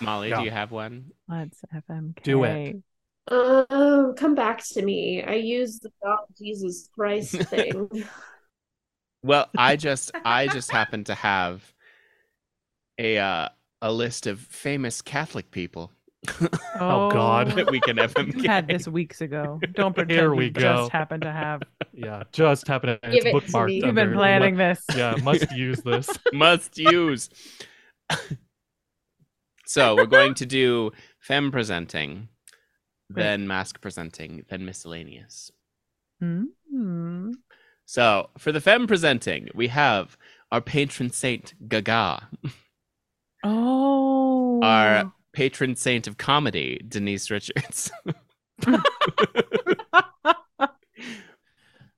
Speaker 1: Molly,
Speaker 3: Yeah.
Speaker 1: do you have one?
Speaker 2: Let's FMK.
Speaker 3: Do it.
Speaker 4: Oh, come back to me. I use the God Jesus
Speaker 1: *laughs*
Speaker 4: Christ thing.
Speaker 1: Well, I just I *laughs* just happen to have a uh, a list of famous Catholic people *laughs*
Speaker 3: Oh, God.
Speaker 1: that we can *laughs* FMK.
Speaker 2: You had this weeks
Speaker 3: *laughs*
Speaker 2: ago. Don't pretend
Speaker 3: Here
Speaker 2: we
Speaker 3: we
Speaker 2: you
Speaker 3: go.
Speaker 2: just happened to
Speaker 3: *laughs*
Speaker 2: have.
Speaker 3: Yeah, just happened. and
Speaker 4: Give
Speaker 3: It's
Speaker 4: it to
Speaker 3: bookmarked.
Speaker 4: me. You've
Speaker 2: You've
Speaker 3: under-
Speaker 2: been planning this. *laughs*
Speaker 3: Yeah, must use this.
Speaker 1: Must use. *laughs* so we're going to do femme presenting,
Speaker 2: Right.
Speaker 1: then mask presenting, then miscellaneous.
Speaker 2: Hmm.
Speaker 1: So for the femme presenting, we have our patron saint Gaga,
Speaker 2: Oh.
Speaker 1: Our- patron saint of comedy Denise Richards. *laughs*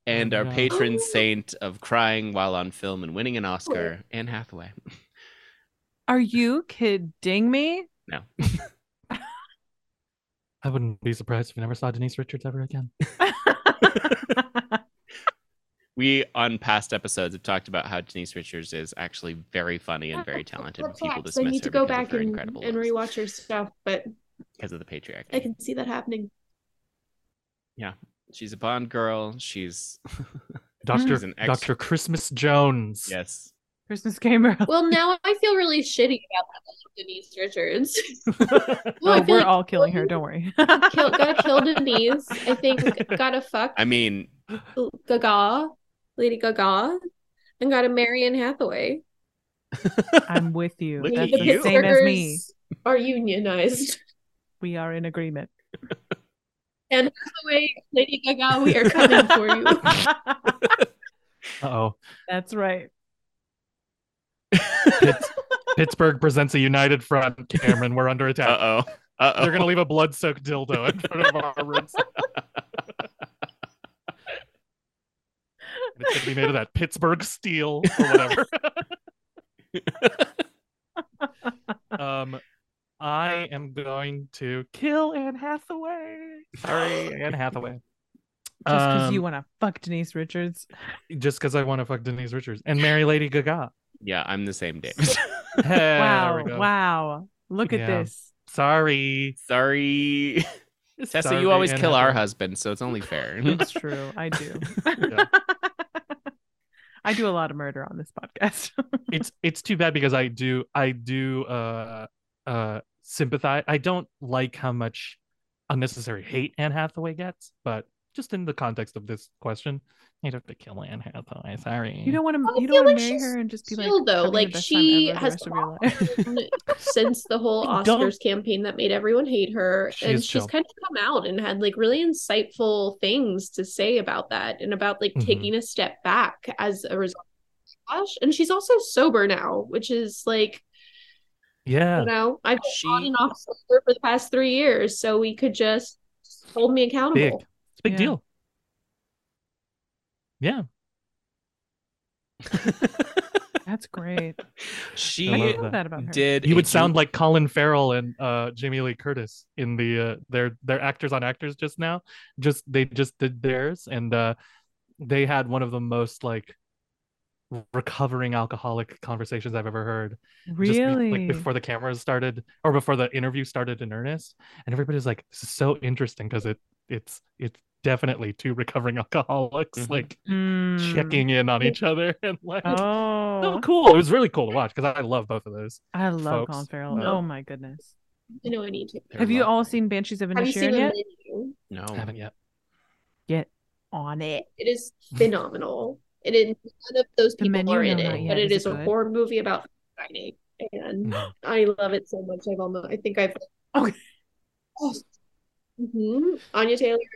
Speaker 1: And our
Speaker 3: No.
Speaker 1: patron saint of crying while on film and winning an Oscar, Anne Hathaway.
Speaker 2: Are you kidding
Speaker 3: *laughs*
Speaker 2: me?
Speaker 1: No.
Speaker 3: I wouldn't be surprised if we never saw Denise Richards ever again.
Speaker 1: we on past episodes have talked about how Denise Richards is actually very funny and very talented. but
Speaker 4: That's
Speaker 1: People
Speaker 4: facts. I
Speaker 1: dismiss
Speaker 4: need to
Speaker 1: her
Speaker 4: go
Speaker 1: because of
Speaker 4: back
Speaker 1: her
Speaker 4: and,
Speaker 1: incredible
Speaker 4: and
Speaker 1: looks,
Speaker 4: rewatch her stuff, but
Speaker 1: because of the patriarchy.
Speaker 4: I can see that happening.
Speaker 1: She's a Bond girl.
Speaker 4: *laughs*
Speaker 1: She's
Speaker 3: Doctor
Speaker 1: She's an ex-
Speaker 3: Doctor Christmas Jones.
Speaker 1: yes.
Speaker 2: Christmas came early.
Speaker 4: Well, *laughs* now I feel really shitty about that Denise Richards.
Speaker 1: *laughs*
Speaker 4: Well, I
Speaker 2: Oh,
Speaker 4: feel
Speaker 2: we're
Speaker 4: like
Speaker 2: all killing her. Don't
Speaker 4: *laughs*
Speaker 2: worry.
Speaker 4: kill, gotta kill Denise.
Speaker 1: *laughs*
Speaker 4: I think gotta fuck
Speaker 1: I mean,
Speaker 4: Gaga, Lady Gaga, and gotta marry Anne Hathaway.
Speaker 2: I'm with you.
Speaker 1: Look
Speaker 2: That's
Speaker 1: at
Speaker 2: the
Speaker 1: you.
Speaker 2: same as me.
Speaker 4: Pittsburghers Are unionized.
Speaker 2: We are in agreement.
Speaker 4: Hathaway, Lady Gaga, we are coming for you.
Speaker 2: *laughs*
Speaker 3: Uh oh.
Speaker 2: That's right.
Speaker 3: *laughs* Pittsburgh presents a united front. Cameron, we're under attack.
Speaker 1: uh oh, uh oh.
Speaker 3: They're gonna leave a blood soaked dildo in front of
Speaker 1: *laughs*
Speaker 3: our rooms. it's gonna be made of that Pittsburgh steel or
Speaker 1: *laughs*
Speaker 3: whatever. um, I am going to kill Anne Hathaway. Sorry, Anne Hathaway.
Speaker 2: Just because you
Speaker 3: Um,
Speaker 2: want to fuck Denise Richards.
Speaker 3: just because I want to fuck Denise Richards and marry Lady
Speaker 2: *laughs*
Speaker 3: Gaga.
Speaker 1: Yeah, I'm the same,
Speaker 3: *laughs*
Speaker 1: David.
Speaker 3: There
Speaker 2: wow.
Speaker 3: we go.
Speaker 2: Wow. Look at
Speaker 3: Yeah.
Speaker 2: this.
Speaker 3: Sorry,
Speaker 1: Sorry, Tessa.
Speaker 3: Sorry,
Speaker 1: you always
Speaker 3: Anne
Speaker 1: kill our
Speaker 3: Hathaway.
Speaker 1: husband, so it's only
Speaker 3: *laughs*
Speaker 1: fair.
Speaker 2: It's true. I do.
Speaker 3: Yeah.
Speaker 2: I do a lot of murder on this podcast. *laughs*
Speaker 3: it's it's too bad because I do I do uh uh sympathize. I don't like how much unnecessary hate Anne Hathaway gets, but just in the context of this question, you'd have to kill Anne Hathaway. Sorry.
Speaker 2: You don't want
Speaker 4: I
Speaker 2: to. You
Speaker 4: feel
Speaker 2: don't want
Speaker 4: like
Speaker 2: to marry
Speaker 4: she's
Speaker 2: her and just be like.
Speaker 4: chill, though.
Speaker 2: having the
Speaker 4: Like,
Speaker 2: best time
Speaker 4: she
Speaker 2: ever the
Speaker 4: has
Speaker 2: rest of your life.
Speaker 4: Since the whole
Speaker 3: I don't-
Speaker 4: Oscars campaign that made everyone hate her,
Speaker 3: She
Speaker 4: and
Speaker 3: is
Speaker 4: she's
Speaker 3: chill.
Speaker 4: kind of come out and had like really insightful things to say about that and about like
Speaker 2: Mm-hmm.
Speaker 3: Mhm.
Speaker 4: taking a step back as a result. of the backlash. And she's also sober now, which is like
Speaker 3: Yeah.
Speaker 4: You know, I've been on
Speaker 1: She-
Speaker 4: and off sober for the past three years, so we could just hold me
Speaker 3: Big.
Speaker 4: accountable.
Speaker 3: It's a big
Speaker 2: Yeah.
Speaker 3: deal. Yeah.
Speaker 2: *laughs* That's great. I
Speaker 1: *laughs* she
Speaker 2: didn't know
Speaker 3: that.
Speaker 2: that about her.
Speaker 1: did.
Speaker 3: You
Speaker 1: a
Speaker 3: would sound
Speaker 1: Ju-
Speaker 3: like Colin Farrell and uh, Jamie Lee Curtis in the uh, their their actors on actors just now. Just they just did theirs, and uh, they had one of the most like recovering alcoholic conversations I've ever heard. just be-
Speaker 2: really?
Speaker 3: like before the cameras started or before the interview started in earnest and everybody's like this is so interesting because it it's it's definitely two recovering *laughs* alcoholics
Speaker 1: Mhm.
Speaker 3: like
Speaker 2: Mm.
Speaker 3: checking in on each other *laughs* and like so
Speaker 2: Hmm. Oh,
Speaker 3: cool it was really cool to watch because I, I love both of those
Speaker 2: I love Colin
Speaker 3: folks.
Speaker 2: Farrell.
Speaker 4: No.
Speaker 2: Oh my goodness.
Speaker 4: You know, I need to.
Speaker 1: They're
Speaker 2: Have you
Speaker 1: lovely.
Speaker 2: all seen Banshees of
Speaker 4: Have you seen
Speaker 2: Inisherin
Speaker 4: the
Speaker 2: yet?
Speaker 4: menu?
Speaker 1: No.
Speaker 3: I haven't yet
Speaker 2: On it.
Speaker 4: It is phenomenal. It is none of those
Speaker 2: The
Speaker 4: people
Speaker 2: menu?
Speaker 4: are in
Speaker 2: No,
Speaker 4: it,
Speaker 2: not yet.
Speaker 4: but it
Speaker 2: Is
Speaker 4: is
Speaker 2: it
Speaker 4: a
Speaker 2: good?
Speaker 4: horror movie about fighting, and
Speaker 3: Mhm.
Speaker 4: I love it so much. I've almost, I think I've.
Speaker 2: Okay.
Speaker 4: Oh. hmm Anya Taylor is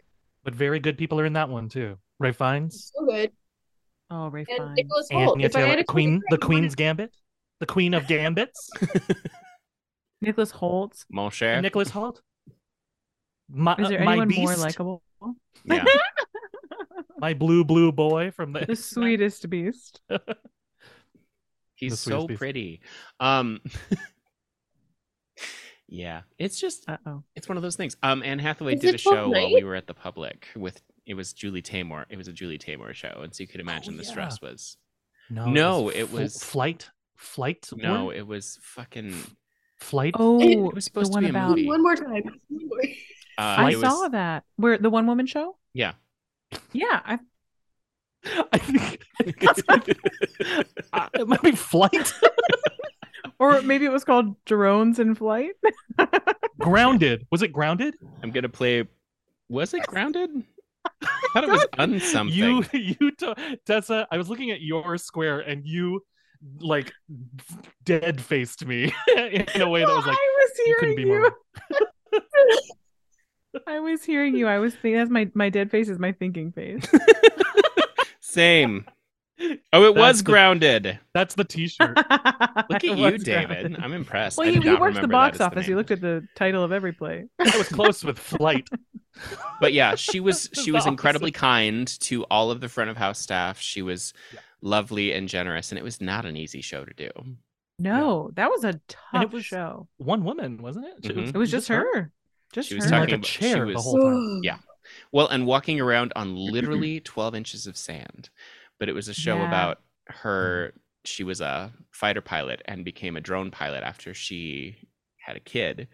Speaker 3: but very good people are in that one too Ray Fiennes
Speaker 4: so good,
Speaker 2: Oh, Ray
Speaker 4: and
Speaker 2: Fiennes.
Speaker 4: Nicholas Holt.
Speaker 3: Anya
Speaker 4: If I had
Speaker 3: Taylor
Speaker 4: a
Speaker 3: Queen the
Speaker 4: choice, I wanted-
Speaker 3: Queen's Gambit the Queen of Gambits
Speaker 2: Nicholas Holt.
Speaker 1: Mon cher.
Speaker 3: Nicholas Holt my
Speaker 2: Is there
Speaker 3: uh, my
Speaker 2: anyone
Speaker 3: beast
Speaker 2: more likable?
Speaker 1: Yeah.
Speaker 3: my blue blue boy from the
Speaker 2: *laughs* The
Speaker 3: *laughs*
Speaker 2: sweetest beast.
Speaker 1: He's
Speaker 3: The sweetest
Speaker 1: so
Speaker 3: beast.
Speaker 1: pretty.
Speaker 3: *laughs*
Speaker 1: Um. yeah. It's just
Speaker 2: Uh
Speaker 4: *laughs*
Speaker 2: oh.
Speaker 1: it's one of those things. Um, Anne Hathaway
Speaker 4: Is
Speaker 1: did
Speaker 4: it
Speaker 1: a show
Speaker 4: called
Speaker 1: while
Speaker 4: Night?
Speaker 1: we were at the public with it was Julie Taymor. It was a Julie Taymor show, and so you could
Speaker 2: Oh,
Speaker 1: imagine the
Speaker 3: yeah.
Speaker 1: stress was.
Speaker 3: No,
Speaker 1: No,
Speaker 3: fl-
Speaker 1: it was-
Speaker 3: flight, flight.
Speaker 1: No,
Speaker 3: one?
Speaker 1: it was fucking.
Speaker 3: flight.
Speaker 2: Oh,
Speaker 1: was supposed
Speaker 2: the
Speaker 1: to
Speaker 2: one
Speaker 1: be a
Speaker 2: about.
Speaker 1: movie.
Speaker 4: One more time. One more.
Speaker 1: Uh,
Speaker 2: I
Speaker 1: it
Speaker 2: saw
Speaker 1: was,
Speaker 2: that. Where the one woman show?
Speaker 1: Yeah.
Speaker 2: Yeah. I,
Speaker 3: *laughs*
Speaker 2: *laughs*
Speaker 3: I think uh, it might be flight.
Speaker 2: or maybe it was called Drones in Flight.
Speaker 3: grounded. Was it grounded?
Speaker 1: I'm gonna play. Was it grounded? I thought it was un something.
Speaker 3: You, *laughs* you, to Tessa. I was looking at your square, and you like dead faced me *laughs* in a way that was like
Speaker 2: *laughs* I was
Speaker 3: you couldn't
Speaker 2: hearing
Speaker 3: be
Speaker 2: you.
Speaker 3: more.
Speaker 2: *laughs* I was hearing you. I was thinking that's my my dead face is my thinking face. *laughs*
Speaker 1: Same. Oh, it
Speaker 3: That's
Speaker 1: was
Speaker 3: the-
Speaker 1: grounded.
Speaker 3: That's the T-shirt.
Speaker 2: Look
Speaker 1: *laughs* Look at
Speaker 2: at
Speaker 1: you, David. I'm impressed.
Speaker 2: Well,
Speaker 1: I
Speaker 2: you,
Speaker 1: did
Speaker 2: you
Speaker 1: not
Speaker 2: worked the
Speaker 1: remember that
Speaker 2: box
Speaker 1: as the
Speaker 2: office. you
Speaker 1: name.
Speaker 2: looked at the title of every play.
Speaker 3: I was close with flight.
Speaker 1: but yeah, she was
Speaker 3: This is
Speaker 1: she
Speaker 3: the
Speaker 1: was
Speaker 3: opposite.
Speaker 1: incredibly kind to all of the front of house staff. She was
Speaker 3: Yeah.
Speaker 1: lovely and generous, and it was not an easy show to do.
Speaker 2: No, that was a tough
Speaker 3: was-
Speaker 2: show.
Speaker 3: One woman, wasn't it? She
Speaker 1: Mhm.
Speaker 2: It was just her. Just
Speaker 1: She
Speaker 2: her.
Speaker 1: was
Speaker 3: In
Speaker 1: talking
Speaker 3: like a
Speaker 1: about- she
Speaker 3: chair the
Speaker 1: was-
Speaker 3: whole time.
Speaker 2: *gasps*
Speaker 4: *sighs*
Speaker 1: Yeah. Well, and walking around on literally 12 inches of sand. But it was a show
Speaker 2: Yeah.
Speaker 1: about her. She was a fighter pilot and became a drone pilot after she had a kid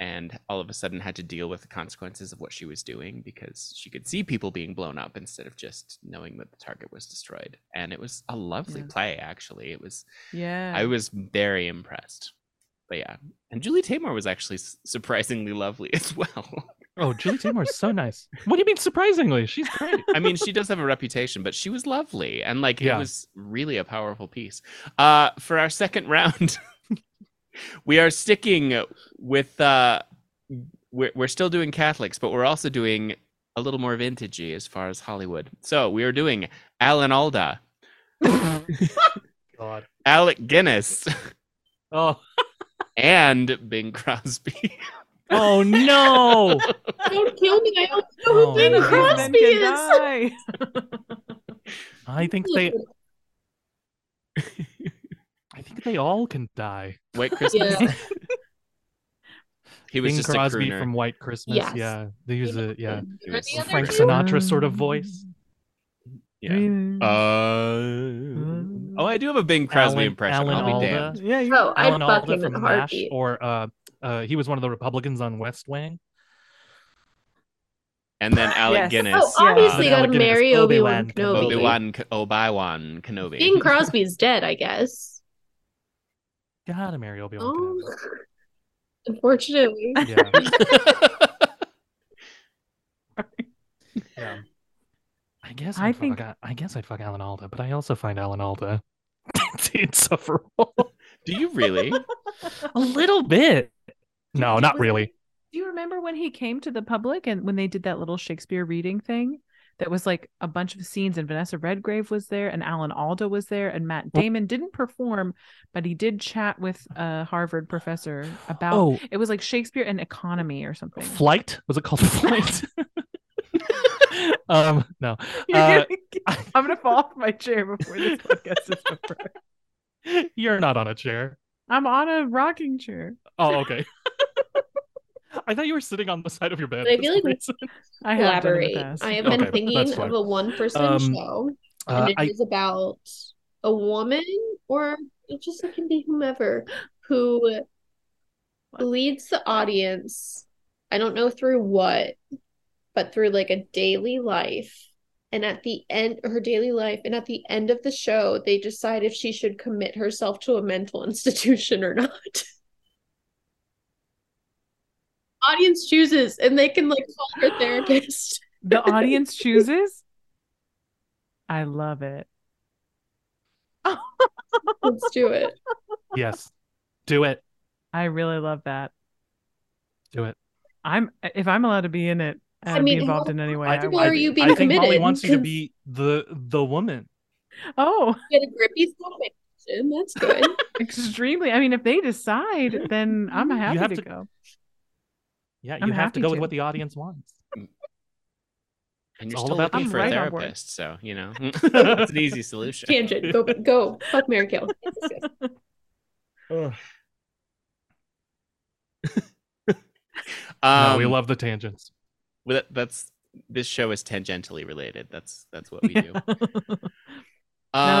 Speaker 1: and all of a sudden had to deal with the consequences of what she was doing because she could see people being blown up instead of just knowing that the target was destroyed. And it was a lovely
Speaker 2: Yeah.
Speaker 1: play, actually. It was
Speaker 2: *laughs* yeah.
Speaker 1: I was very impressed. But yeah, and Julie Taymor was actually s- surprisingly lovely *laughs* as well.
Speaker 3: Oh, Julie Taymor is so nice. What do you mean? Surprisingly, she's
Speaker 2: *laughs*
Speaker 3: great.
Speaker 1: I mean, she does have a reputation, but she was lovely and like
Speaker 3: Yeah.
Speaker 1: it was really a powerful piece. Uh, for our second round, *laughs* we are sticking with uh, we're we're still doing Catholics, but we're also doing a little more vintagey as far as Hollywood. So we are doing Alan Alda,
Speaker 3: God.
Speaker 1: Alec Guinness, *laughs*
Speaker 3: Oh.
Speaker 1: and Bing Crosby.
Speaker 3: Oh no!
Speaker 4: Don't kill me. I don't know
Speaker 3: Oh,
Speaker 4: who Bing
Speaker 3: no.
Speaker 4: Crosby
Speaker 2: These
Speaker 4: is.
Speaker 2: men can
Speaker 3: I think they, I think they all can die.
Speaker 1: White Christmas.
Speaker 4: Yeah.
Speaker 1: He was
Speaker 3: Bing
Speaker 1: just
Speaker 3: Crosby
Speaker 1: a crooner.
Speaker 3: from White Christmas.
Speaker 4: Yes.
Speaker 3: Yeah, they use a yeah
Speaker 1: He was-
Speaker 4: Any other
Speaker 3: Frank
Speaker 4: two?
Speaker 3: Sinatra sort of voice.
Speaker 2: Mm.
Speaker 1: Yeah.
Speaker 2: die.
Speaker 3: Mm-hmm.
Speaker 1: Uh, oh, I do have a Bing Crosby
Speaker 3: Alan-
Speaker 1: impression.
Speaker 3: Alan
Speaker 1: I'll be
Speaker 3: Alda.
Speaker 1: damned.
Speaker 2: Mm. yeah, you
Speaker 4: Oh, I
Speaker 3: Alan Alda
Speaker 4: fucking
Speaker 3: from MASH,
Speaker 4: heartbeat.
Speaker 3: or uh, uh, he was one of the Republicans on West Wing.
Speaker 1: And then Alec
Speaker 2: Yes.
Speaker 1: Guinness.
Speaker 4: Oh,
Speaker 2: Yeah.
Speaker 4: obviously,
Speaker 3: But
Speaker 4: gotta
Speaker 3: Alec Guinness,
Speaker 4: marry Obi
Speaker 3: Obi-Wan
Speaker 4: Wan
Speaker 3: Kenobi.
Speaker 1: Obi
Speaker 4: Kenobi.
Speaker 1: Wan Obi Wan Kenobi.
Speaker 4: Bing Crosby's dead, I guess.
Speaker 3: Gotta marry Obi Wan.
Speaker 4: Oh. Unfortunately. *laughs*
Speaker 3: Kenobi. Yeah, yeah. I guess
Speaker 2: I
Speaker 3: I'd
Speaker 2: think-
Speaker 3: fuck, I guess I'd fuck Alan Alda, but I also find Alan Alda *laughs* insufferable
Speaker 1: Do you
Speaker 3: *laughs*
Speaker 1: really?
Speaker 3: a little bit. No, not really.
Speaker 2: Do you remember when he came to the public and when they did that little Shakespeare reading thing? that was like a bunch of scenes and Vanessa Redgrave was there and Alan Alda was there and Matt Damon didn't perform but he did chat with a Harvard
Speaker 3: *sighs*
Speaker 2: professor about
Speaker 3: Oh,
Speaker 2: it was like Shakespeare and economy or something.
Speaker 3: flight was
Speaker 4: *laughs*
Speaker 3: it called flight? *laughs* um, no.
Speaker 2: *laughs* You're
Speaker 3: Uh,
Speaker 2: gonna- *laughs* I'm gonna fall off my chair before this podcast is over.
Speaker 3: You're not on a chair.
Speaker 2: I'm on a rocking chair.
Speaker 3: Oh, okay. I thought you were sitting on the side of your bed.
Speaker 4: I
Speaker 3: for
Speaker 4: feel
Speaker 3: some
Speaker 4: like-
Speaker 3: reason.
Speaker 2: I have done in the
Speaker 4: Elaborate.
Speaker 2: past.
Speaker 4: I have
Speaker 3: Okay,
Speaker 4: been
Speaker 3: that's
Speaker 4: thinking
Speaker 3: fine.
Speaker 4: of a one person
Speaker 3: Um,
Speaker 4: show,
Speaker 3: Uh,
Speaker 4: and it is
Speaker 3: I
Speaker 4: about a woman, or it just it can be whomever, who leads the audience. I don't know through what, but through like a daily life. And at the end, her daily life, and at the end of the show, they decide if she should commit herself to a mental *laughs* institution or not. Audience chooses, and they can like call her therapist.
Speaker 2: The audience chooses. I love it.
Speaker 4: *laughs* Let's do it.
Speaker 3: yes, do it.
Speaker 2: I really love that.
Speaker 3: Do it.
Speaker 2: I'm if I'm allowed to be in it
Speaker 4: I
Speaker 2: and
Speaker 4: mean,
Speaker 2: be
Speaker 4: how
Speaker 2: involved in any way. I
Speaker 4: comfortable
Speaker 2: would.
Speaker 4: are you being
Speaker 3: I think Molly
Speaker 4: committed?
Speaker 3: wants you to be the the woman.
Speaker 2: Oh, *laughs*
Speaker 4: Get a grippy satisfaction. That's good.
Speaker 2: extremely. I mean, if they decide, then I'm happy
Speaker 3: have
Speaker 2: to,
Speaker 3: to-
Speaker 2: go.
Speaker 3: Yeah,
Speaker 2: I'm
Speaker 3: you have to
Speaker 2: happy
Speaker 3: go
Speaker 2: to.
Speaker 3: with what the audience *laughs* wants.
Speaker 1: And
Speaker 3: It's
Speaker 1: you're
Speaker 3: all
Speaker 1: still
Speaker 3: about
Speaker 1: looking
Speaker 2: the
Speaker 1: for
Speaker 2: right
Speaker 1: a
Speaker 2: on board.
Speaker 1: therapist, so you
Speaker 3: *laughs*
Speaker 1: know *laughs* it's an easy solution.
Speaker 4: Tangent. Go go. Fuck Mary Kill. Yes, yes, yes.
Speaker 3: No,
Speaker 1: Um,
Speaker 3: we love the tangents.
Speaker 1: well, that- that's this show is tangentially related. That's that's what we
Speaker 2: *laughs*
Speaker 1: do.
Speaker 2: None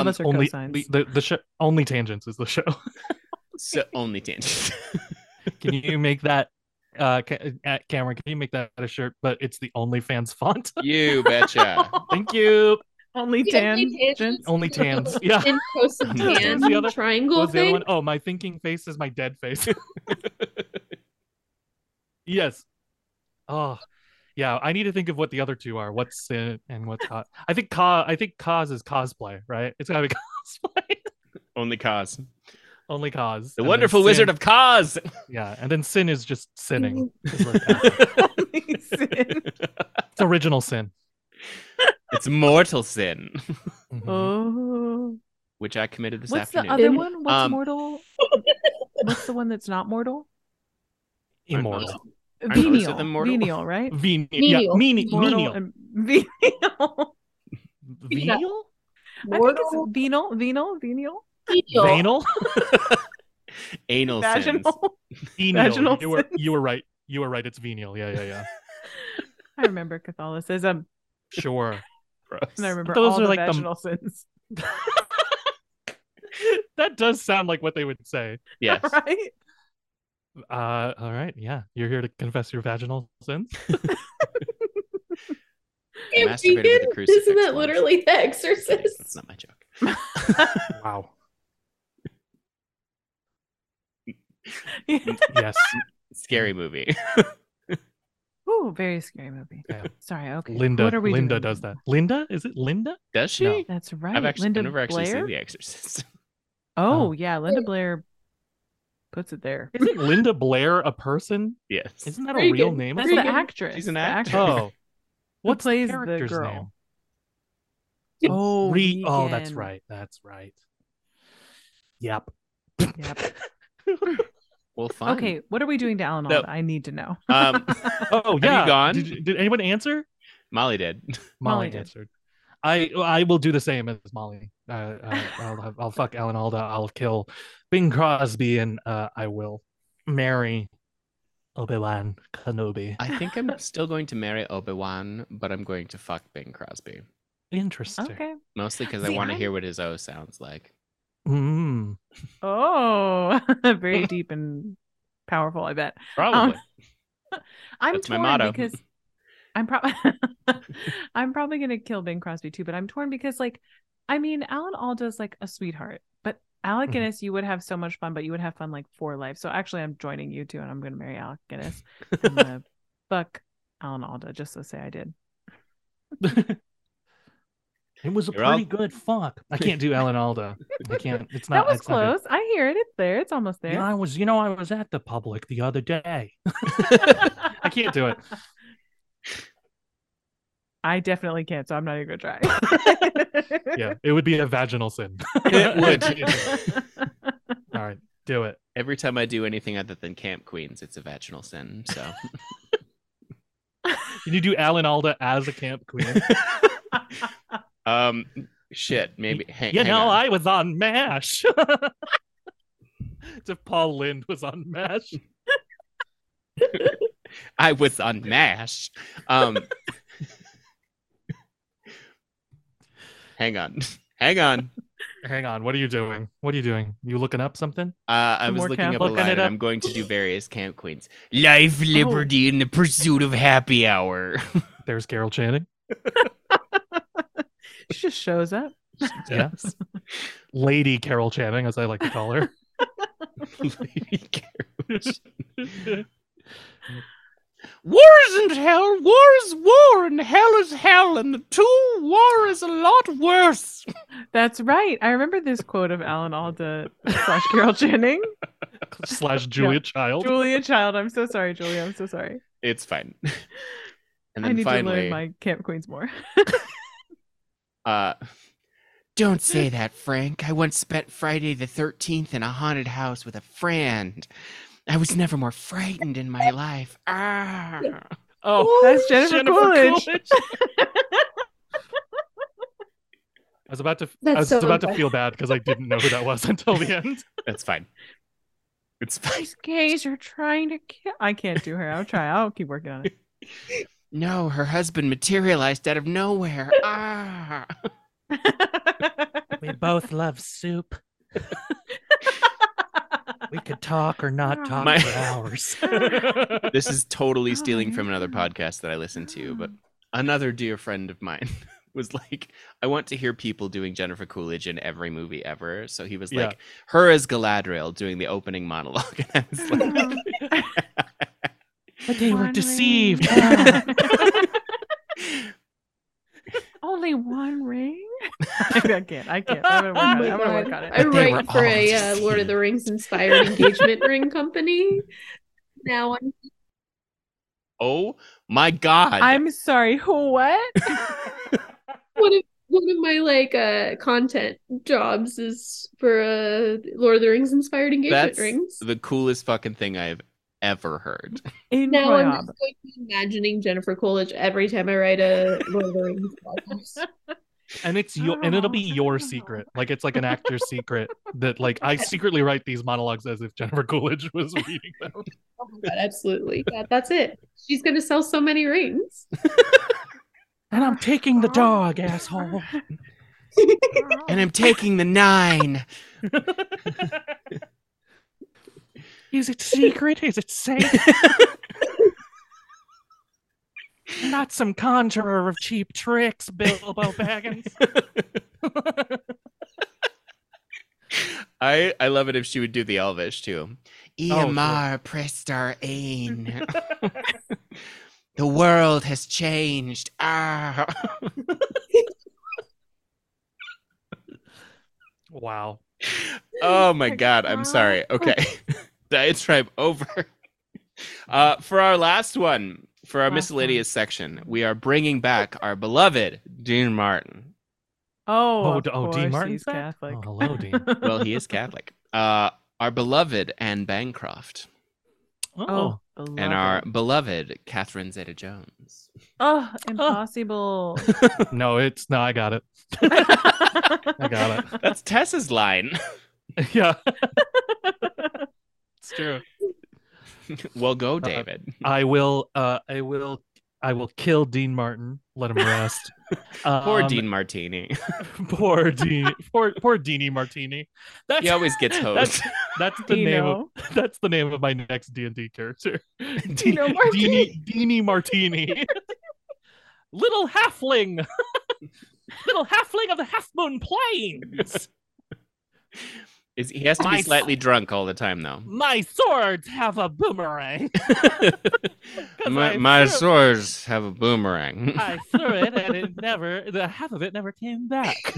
Speaker 1: Um,
Speaker 2: of us are
Speaker 3: only
Speaker 2: cosigns.
Speaker 3: we- the the show only tangents is the *laughs* show.
Speaker 1: *laughs* so only tangents.
Speaker 3: *laughs* Can you make that? Uh, ca- at Cameron, can you make that a shirt? But it's the OnlyFans font. *laughs*
Speaker 1: you betcha.
Speaker 3: Thank you.
Speaker 2: *laughs* only
Speaker 4: We have
Speaker 2: tan.
Speaker 4: only
Speaker 2: *laughs*
Speaker 4: tangents.
Speaker 3: Only tans. Yeah.
Speaker 4: And post a
Speaker 1: What
Speaker 4: tan
Speaker 3: was the other-
Speaker 4: triangle
Speaker 3: What was the other
Speaker 4: thing.
Speaker 3: one? Oh, my thinking face is my dead face. *laughs* yes. Oh, yeah. I need to think of what the other two are. What's in and what's hot. I think ca- I think cause is cosplay, right? It's gotta be *laughs* cosplay.
Speaker 1: only cause.
Speaker 3: Only cause.
Speaker 1: The
Speaker 3: And then
Speaker 1: wonderful wizard
Speaker 3: sin-
Speaker 1: of cause.
Speaker 3: Yeah, and then sin is just sinning.
Speaker 2: Mm-hmm.
Speaker 3: *laughs* It's like, uh,
Speaker 1: *laughs*
Speaker 3: it's original sin.
Speaker 1: it's mortal sin, *laughs* Mm-hmm.
Speaker 3: Mhm.
Speaker 2: oh,
Speaker 1: which I committed this
Speaker 2: what's the
Speaker 1: afternoon.
Speaker 2: other one? What's
Speaker 1: Um,
Speaker 2: mortal? *laughs* What's the one that's not mortal?
Speaker 1: Aren't
Speaker 3: Immortal.
Speaker 1: Aren't most of
Speaker 2: Venial.
Speaker 1: them mortal?
Speaker 2: Venial, right?
Speaker 3: Venial.
Speaker 4: Menial.
Speaker 3: Yeah, meni-
Speaker 2: Mortal
Speaker 3: menial.
Speaker 2: and venial. *laughs*
Speaker 3: Venial?
Speaker 2: I think it's venal, venal, venial,
Speaker 4: Menial.
Speaker 2: *laughs*
Speaker 3: Venal?
Speaker 1: Anal sins.
Speaker 2: vaginal. *laughs*
Speaker 3: Venial.
Speaker 2: Vaginal
Speaker 3: You were
Speaker 2: sin.
Speaker 3: you were right. You were right. It's venial. Yeah, yeah, yeah.
Speaker 2: I remember Catholicism, *laughs*
Speaker 3: Sure.
Speaker 2: and I
Speaker 1: Gross.
Speaker 2: remember
Speaker 3: Those
Speaker 2: all
Speaker 3: are
Speaker 2: the
Speaker 3: like the-
Speaker 2: vaginal sins, *laughs*
Speaker 3: that does sound like what they would say.
Speaker 2: *laughs*
Speaker 1: Yes.
Speaker 2: right?
Speaker 3: Uh, all right, yeah, you're here to confess your vaginal sins.
Speaker 4: Hey,
Speaker 1: Masturbated with a
Speaker 4: Regan,
Speaker 1: crucifix
Speaker 4: Isn't that
Speaker 1: once.
Speaker 4: literally the
Speaker 1: Just kidding. That's
Speaker 4: exorcist?
Speaker 1: not my joke.
Speaker 3: Wow.
Speaker 2: Yeah.
Speaker 3: Yes.
Speaker 1: Scary
Speaker 3: *laughs*
Speaker 1: movie.
Speaker 2: *laughs* Ooh, very scary movie.
Speaker 3: Yeah.
Speaker 2: Sorry. Okay.
Speaker 3: Linda.
Speaker 2: What are we
Speaker 3: Linda
Speaker 2: doing?
Speaker 3: does that. Linda? Is it Linda?
Speaker 1: Does she?
Speaker 3: No.
Speaker 2: That's right.
Speaker 1: I've actually
Speaker 2: Linda
Speaker 1: I've never actually
Speaker 2: Blair.
Speaker 1: seen The Exorcist. *laughs*
Speaker 2: Oh,
Speaker 3: Oh.
Speaker 2: yeah, Linda Blair puts it there.
Speaker 3: Isn't Linda Blair a
Speaker 2: *laughs*
Speaker 3: person?
Speaker 1: Yes.
Speaker 3: Isn't that a
Speaker 4: Regan.
Speaker 3: real name?
Speaker 2: That's
Speaker 4: Regan.
Speaker 2: the actress.
Speaker 1: She's an
Speaker 2: the
Speaker 1: actor.
Speaker 2: actress.
Speaker 3: *laughs* Oh. What's
Speaker 2: plays
Speaker 3: the
Speaker 2: the
Speaker 3: character's
Speaker 2: girl?
Speaker 3: name?
Speaker 2: *laughs* Oh,
Speaker 3: Re- oh, that's
Speaker 2: Regan.
Speaker 3: right. That's right. Yep.
Speaker 2: Yep.
Speaker 1: well, fun.
Speaker 2: Okay, what are we doing to Alan
Speaker 1: No.
Speaker 2: Alda? I need to know. *laughs*
Speaker 1: Um,
Speaker 3: Oh,
Speaker 1: you
Speaker 3: yeah.
Speaker 1: gone?
Speaker 3: Did, you- did anyone answer?
Speaker 1: Molly did.
Speaker 2: Molly
Speaker 3: Molly,
Speaker 2: did.
Speaker 3: answered. I I will do the same as Molly. Uh, uh, I'll, have- I'll fuck Alan Alda. I'll kill Bing Crosby, and uh, I will marry Obi Wan Kenobi.
Speaker 1: I think I'm still going to marry Obi Wan, but I'm going to fuck Bing Crosby.
Speaker 3: Interesting.
Speaker 2: Okay.
Speaker 1: Mostly because I
Speaker 2: See,
Speaker 1: want to
Speaker 2: I'm-
Speaker 1: hear what his O sounds like.
Speaker 2: *laughs*
Speaker 3: Mm.
Speaker 2: Oh, *laughs* very deep and powerful, I bet. *laughs*
Speaker 1: Probably.
Speaker 2: I'm
Speaker 1: That's my
Speaker 2: torn
Speaker 1: motto.
Speaker 2: because I'm probably *laughs* I'm probably gonna kill Bing Crosby too, but I'm torn because like I mean Alan Alda's like a sweetheart, but Alec
Speaker 3: Mhm.
Speaker 2: Guinness, you would have so much fun, but you would have fun like for life. So actually I'm joining you two and I'm gonna marry Alec Guinness. I'm
Speaker 3: *laughs*
Speaker 2: gonna fuck Alan Alda, just to say I did.
Speaker 3: It was a
Speaker 1: You're all-
Speaker 3: pretty good fuck. I can't do Alan Alda. I can't. It's
Speaker 2: *laughs*
Speaker 3: not.
Speaker 2: that was
Speaker 3: it's not good.
Speaker 2: close. I hear it. It's there. It's almost
Speaker 3: You
Speaker 2: *laughs*
Speaker 3: know, *laughs*
Speaker 2: there.
Speaker 3: I was. You know, I was at the public the other day. I can't do it.
Speaker 2: I definitely can't, so I'm not even gonna try.
Speaker 3: *laughs* Yeah, it would be a vaginal sin.
Speaker 2: Oh.
Speaker 1: It
Speaker 2: would.
Speaker 3: *laughs* All right, do it.
Speaker 1: *laughs* Every time I do anything other than Camp Queens, it's a vaginal sin. So
Speaker 3: Can you do Alan Alda as a camp queen?
Speaker 1: um shit, maybe hang,
Speaker 3: you
Speaker 1: hang on.
Speaker 3: know, I was on MASH. *laughs* It's if Paul Lind was on MASH.
Speaker 1: I was on MASH. Um, *laughs* hang on. *laughs* Hang on.
Speaker 3: Hang on, what are you doing? What are you doing? You looking up something?
Speaker 1: Uh, I
Speaker 2: Some
Speaker 1: was
Speaker 2: more
Speaker 1: looking
Speaker 2: camp-
Speaker 1: up a
Speaker 3: Looking
Speaker 1: line
Speaker 3: it
Speaker 1: and
Speaker 3: up.
Speaker 1: I'm going to do various camp queens. *gasps* Life,
Speaker 2: Oh.
Speaker 1: liberty, and the pursuit of happy hour. *laughs*
Speaker 3: There's Carol Channing.
Speaker 2: *laughs* she just shows up.
Speaker 3: Yes. Lady Carol Channing, as I like to call her.
Speaker 1: Lady Carriage.
Speaker 3: *laughs*
Speaker 1: War isn't hell. War is war, and hell is hell, and the two war is a lot worse.
Speaker 2: That's right. I remember this quote of Alan Alda slash Carol Channing.
Speaker 3: slash Julia Child.
Speaker 2: Julia Child. I'm so sorry, Julia. I'm so sorry.
Speaker 1: It's
Speaker 2: *sighs*
Speaker 1: fine. And
Speaker 2: I
Speaker 1: then
Speaker 2: need to
Speaker 1: finally,
Speaker 2: learn my Camp Queens more.
Speaker 1: Uh, don't say that, Frank. I once spent Friday the 13th in a haunted house with a friend. I was never more frightened in my life. Ah.
Speaker 3: Oh,
Speaker 2: That's Jennifer, Coolidge.
Speaker 3: I was about to I
Speaker 4: That's
Speaker 3: was
Speaker 4: so
Speaker 3: about to
Speaker 4: embar-
Speaker 3: feel bad because I didn't know who that was until the end.
Speaker 1: That's fine. It's fine.
Speaker 2: *laughs* These gays are trying to kill. I can't do her. I'll try. I'll keep working on *laughs* it.
Speaker 1: No, her husband materialized out of nowhere. Ah.
Speaker 5: We both love soup. we could talk or not talk
Speaker 1: My-
Speaker 5: for hours.
Speaker 1: *laughs*
Speaker 3: *laughs*
Speaker 1: This is totally
Speaker 2: Oh,
Speaker 1: stealing from another
Speaker 2: yeah.
Speaker 1: podcast that I listen to,
Speaker 2: *laughs*
Speaker 1: but another dear friend of mine *laughs* was like, I want to hear people doing Jennifer Coolidge in every movie ever. So he was
Speaker 3: Yeah.
Speaker 1: like, her as Galadriel doing the opening monologue. *laughs* And I was like,
Speaker 5: But they were
Speaker 2: One *laughs*
Speaker 5: deceived. Ah.
Speaker 2: ring. Only one ring? *laughs* Oh I can't. I can't. I'm gonna work on it. I'm gonna work on
Speaker 4: I
Speaker 2: it.
Speaker 5: But they were
Speaker 4: write for
Speaker 5: all
Speaker 4: a uh, Lord of the Rings inspired engagement ring company. Now I'm
Speaker 1: oh my God.
Speaker 2: I'm sorry. What?
Speaker 4: one of one of my like uh content jobs is for uh Lord of the Rings inspired engagement
Speaker 1: That's
Speaker 4: rings.
Speaker 1: the coolest fucking thing I've ever heard.
Speaker 4: Now I'm
Speaker 2: Incroyable.
Speaker 4: just going to be imagining Jennifer Coolidge every time I write a Lord of the Rings
Speaker 3: *laughs*
Speaker 4: Oh podcast.
Speaker 3: and it's your and it'll be
Speaker 2: Oh.
Speaker 3: your secret. Like it's like an actor's secret that like I secretly write these monologues as if Jennifer *laughs* Coolidge was reading them.
Speaker 4: Oh my god, absolutely. Yeah, that's it. She's gonna sell so many rings.
Speaker 5: and I'm taking the dog, asshole.
Speaker 1: And I'm taking the nine.
Speaker 5: Is it secret? Is
Speaker 1: *laughs*
Speaker 5: it safe? Not some conjurer of cheap tricks, Bilbo Baggins.
Speaker 1: I, I love it if she would do the Elvish too.
Speaker 3: sure.
Speaker 1: Eamar Prestar Ain. *laughs* the world has changed. Ah.
Speaker 3: Wow.
Speaker 1: Oh *laughs* my god, I'm
Speaker 2: God.
Speaker 1: sorry. *laughs* Okay. Diatribe over. Uh, for our last one, for our
Speaker 2: Last one.
Speaker 1: miscellaneous section, we are bringing back our beloved Dean Martin.
Speaker 2: Oh,
Speaker 3: Oh,
Speaker 2: of
Speaker 3: D- oh, Dean
Speaker 2: course,
Speaker 3: Martin's
Speaker 2: he's
Speaker 3: back?
Speaker 2: Catholic.
Speaker 3: Oh, hello, Dean.
Speaker 1: Well, he *laughs* is Catholic. Uh, our beloved Anne Bancroft
Speaker 5: Oh,
Speaker 2: Oh,
Speaker 1: and our beloved Catherine Zeta Jones.
Speaker 2: oh, *laughs* impossible.
Speaker 3: No, it's no, I got it.
Speaker 2: I
Speaker 3: got
Speaker 2: it.
Speaker 1: That's Tessa's line.
Speaker 3: *laughs* yeah. it's true.
Speaker 1: *laughs* well, go, David.
Speaker 3: I will uh I will I will kill Dean Martin. Let him rest.
Speaker 1: *laughs* Poor
Speaker 3: Um,
Speaker 1: Dean Martini.
Speaker 3: *laughs* Poor Dean. Poor poor Deanie Martini. That's
Speaker 1: He always gets
Speaker 3: that's,
Speaker 1: hosed.
Speaker 3: that's *laughs* the name of
Speaker 2: Dino.
Speaker 3: that's the name of my next D and D character.
Speaker 1: Dino
Speaker 3: *laughs* Martini. Deanie Martini. Little
Speaker 5: *laughs*
Speaker 3: halfling. Little halfling of the Half Moon Plains.
Speaker 1: Is, he has to
Speaker 5: My
Speaker 1: be slightly drunk all the time, though.
Speaker 5: my swords have
Speaker 1: *laughs*
Speaker 5: a boomerang. *laughs*
Speaker 1: my
Speaker 5: I
Speaker 1: my
Speaker 5: threw-
Speaker 1: swords have a boomerang.
Speaker 5: *laughs* I threw it and it never, the half of it never came back.
Speaker 1: *laughs*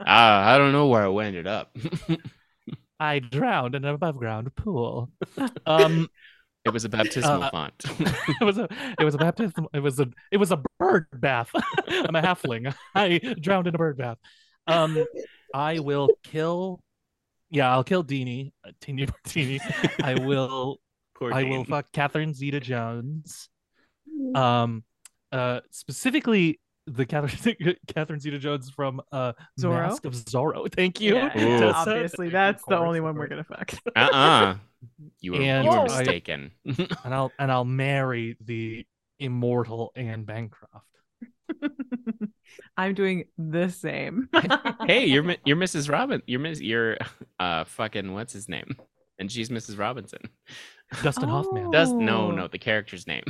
Speaker 1: Ah, I don't know where I ended up. *laughs*
Speaker 5: I drowned in an above ground pool. Um,
Speaker 1: It was a baptismal
Speaker 3: Uh,
Speaker 1: font.
Speaker 3: *laughs* it was a it was a baptism it was a it was a bird bath *laughs* i'm a halfling *laughs* i drowned in a bird bath um i will kill yeah i'll kill Deanie. uh, *laughs* teeny martini i will
Speaker 1: Poor *laughs*
Speaker 3: i
Speaker 1: Dean.
Speaker 3: will fuck catherine zeta jones um uh specifically the catherine *laughs* catherine zeta jones from uh
Speaker 2: Zorro?
Speaker 3: mask of zorro thank you
Speaker 2: Yeah,
Speaker 1: Ooh.
Speaker 2: *laughs*
Speaker 3: Tessa. *laughs*
Speaker 2: obviously,
Speaker 3: Of
Speaker 2: that's the only
Speaker 3: course,
Speaker 2: one
Speaker 3: of
Speaker 2: we're
Speaker 3: course.
Speaker 2: gonna fuck.
Speaker 3: *laughs*
Speaker 1: Uh-uh. You were,
Speaker 3: And
Speaker 1: you were
Speaker 3: I-
Speaker 1: mistaken.
Speaker 3: and I'll and I'll marry the immortal Anne Bancroft.
Speaker 2: I'm doing the same. *laughs*
Speaker 1: hey, you're Mi- you're Mrs. Robin. You're Miss. You're uh fucking what's his name? And she's Mrs. Robinson.
Speaker 3: Dustin Hoffman.
Speaker 1: Does no
Speaker 2: Oh.
Speaker 1: no the character's name.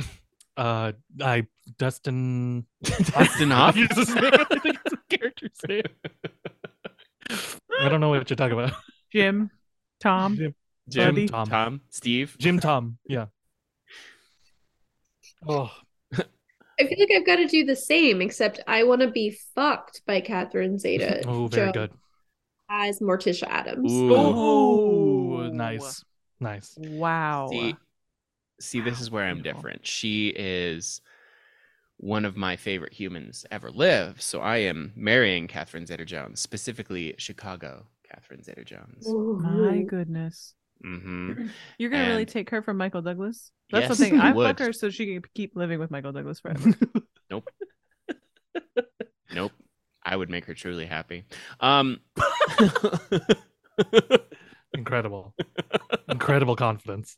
Speaker 3: Uh, I Dustin.
Speaker 2: *laughs*
Speaker 1: Dustin
Speaker 3: *laughs* I think it's his name.
Speaker 1: Hoffman.
Speaker 3: I think it's the character's name. I don't know what you're talking about.
Speaker 2: Jim, Tom.
Speaker 3: Jim,
Speaker 1: Jim, Um,
Speaker 2: Buddy.
Speaker 1: Tom.
Speaker 3: Tom.
Speaker 1: Steve.
Speaker 3: Jim Tom. Yeah. Oh,
Speaker 4: I feel like I've got to do the same, except I want to be fucked by Catherine Zeta
Speaker 3: *laughs* oh, very
Speaker 4: Jones
Speaker 3: good.
Speaker 4: as Morticia Adams.
Speaker 1: Ooh.
Speaker 3: Oh, nice, nice.
Speaker 2: Wow.
Speaker 1: See, see, this is where I'm
Speaker 3: Beautiful.
Speaker 1: different. She is one of my favorite humans ever live. So I am marrying Catherine Zeta Jones, specifically Chicago Catherine Zeta Jones.
Speaker 4: Ooh.
Speaker 2: My goodness.
Speaker 1: hmm
Speaker 2: You're gonna really
Speaker 1: And-
Speaker 2: take her from Michael Douglas? That's the
Speaker 1: Yes,
Speaker 2: thing.
Speaker 1: I
Speaker 2: I
Speaker 1: would.
Speaker 2: fuck her so she can keep living with Michael Douglas
Speaker 3: *laughs*
Speaker 2: forever.
Speaker 1: Nope. I would make her truly happy.
Speaker 2: *laughs*
Speaker 1: Um,
Speaker 3: Incredible, incredible confidence.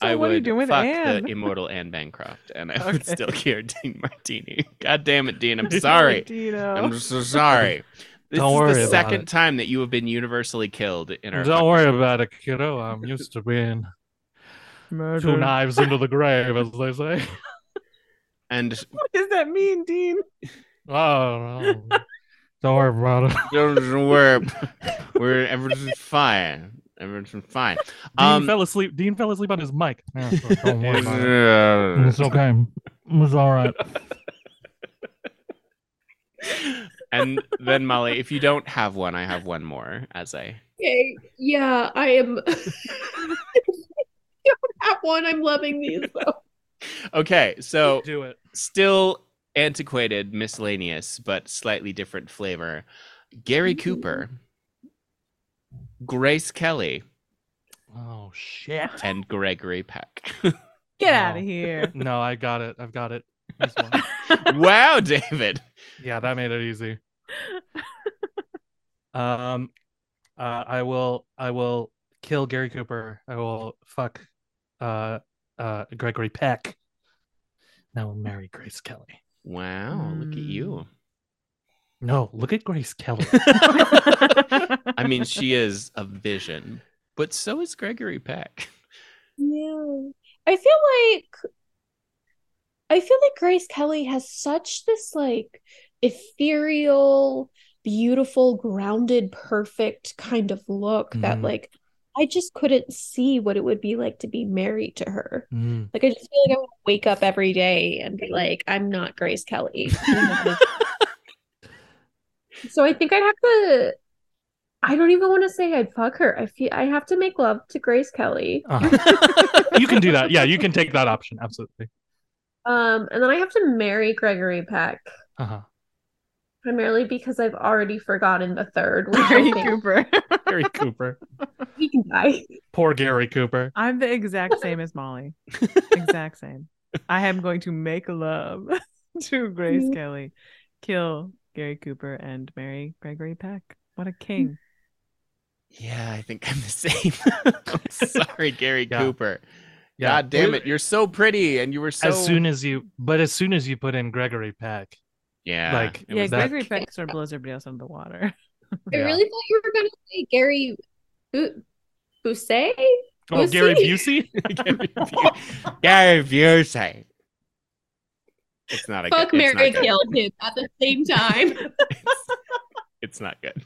Speaker 1: I
Speaker 2: what
Speaker 1: would
Speaker 2: are you doing with
Speaker 1: fuck
Speaker 2: Anne?
Speaker 1: the immortal Anne Bancroft, and I would
Speaker 2: Okay. *laughs*
Speaker 1: still care Dean Martini. God damn it, Dean! I'm sorry.
Speaker 2: Dino.
Speaker 1: I'm so sorry. *laughs* This
Speaker 3: Don't
Speaker 1: is
Speaker 3: worry
Speaker 1: the
Speaker 3: about
Speaker 1: second
Speaker 3: it.
Speaker 1: time that you have been universally killed in our.
Speaker 3: Don't
Speaker 1: fucking
Speaker 3: worry about it, kiddo. I'm used to being two
Speaker 2: Murder.
Speaker 3: knives into the grave, as they say.
Speaker 1: And
Speaker 2: What does that mean, Dean?
Speaker 3: Oh, no. don't worry *laughs* about it.
Speaker 1: don't worry. We're everything's fine. Everything's fine.
Speaker 3: Dean
Speaker 1: Um, *laughs*
Speaker 3: fell asleep. Dean fell asleep on his mic. Yeah, so *laughs* don't worry about it. It's
Speaker 1: and
Speaker 3: okay. It's all right.
Speaker 1: then Molly, if you don't have one, I have one more. As I
Speaker 4: Okay. Yeah, I am. *laughs* I don't have one. I'm loving these though.
Speaker 1: okay, so
Speaker 3: Do it.
Speaker 1: still antiquated, miscellaneous, but slightly different flavor. Gary
Speaker 4: Mm.
Speaker 1: Cooper, Grace Kelly,
Speaker 3: Oh
Speaker 2: *laughs*
Speaker 3: shit.
Speaker 1: and Gregory Peck. *laughs*
Speaker 2: Get
Speaker 3: Wow.
Speaker 2: out of
Speaker 3: *laughs*
Speaker 2: here.
Speaker 3: No, I got it. I've got it. This one.
Speaker 1: wow, David.
Speaker 3: Yeah, that made it easy. Um, uh, I will. I will kill Gary Cooper. I will fuck, uh, uh, Gregory Peck. And I will marry Grace Kelly.
Speaker 1: Wow, look at you.
Speaker 3: No, look at Grace Kelly.
Speaker 2: *laughs*
Speaker 3: *laughs*
Speaker 1: I mean, she is a vision, but so is Gregory Peck. *laughs*
Speaker 4: Yeah. I feel like I feel like Grace Kelly has such this like ethereal, beautiful, grounded, perfect kind of look that
Speaker 3: Mhm.
Speaker 4: like I just couldn't see what it would be like to be married to her.
Speaker 3: Mm.
Speaker 4: Like I just feel like I would wake up every day and be like, I'm not Grace Kelly. So I think I'd have to I don't even want to say I'd fuck her. I feel I have to make love to Grace Kelly.
Speaker 3: Uh-huh. you can do that. Yeah, you can take that option. Absolutely.
Speaker 4: Um, and then I have to marry Gregory Peck,
Speaker 3: Uh huh.
Speaker 4: primarily because I've already forgotten the *laughs* third, which I
Speaker 2: Gary
Speaker 4: think
Speaker 2: Cooper.
Speaker 3: Gary Cooper.
Speaker 4: he can die.
Speaker 3: Poor Gary Cooper.
Speaker 2: I'm the exact same as Molly. exact same. I am going to make love *laughs* to Grace
Speaker 1: Mm-hmm.
Speaker 4: Mhm.
Speaker 2: Kelly, kill Gary Cooper, and marry Gregory Peck. What a king.
Speaker 1: Yeah, I think I'm the same. *laughs* I'm sorry, Gary
Speaker 3: Yeah.
Speaker 1: Cooper.
Speaker 3: Yeah.
Speaker 1: God damn it. You're so pretty and you were so
Speaker 3: As soon as you, but as soon as you put in Gregory Peck,
Speaker 1: Yeah. *laughs*
Speaker 3: like
Speaker 1: it
Speaker 2: yeah,
Speaker 1: was that-
Speaker 2: Gregory Peck sort of blows everybody else under the water. *laughs*
Speaker 4: I
Speaker 3: Yeah.
Speaker 4: really thought you were gonna say Gary Bu- Busey?
Speaker 3: oh
Speaker 4: Busey?
Speaker 3: Gary Busey.
Speaker 1: *laughs* Gary Bu- Gary Busey. It's not a
Speaker 4: Fuck
Speaker 1: good, it's
Speaker 4: Mary
Speaker 1: not good.
Speaker 4: killed him at the same *laughs* time.
Speaker 1: It's not good.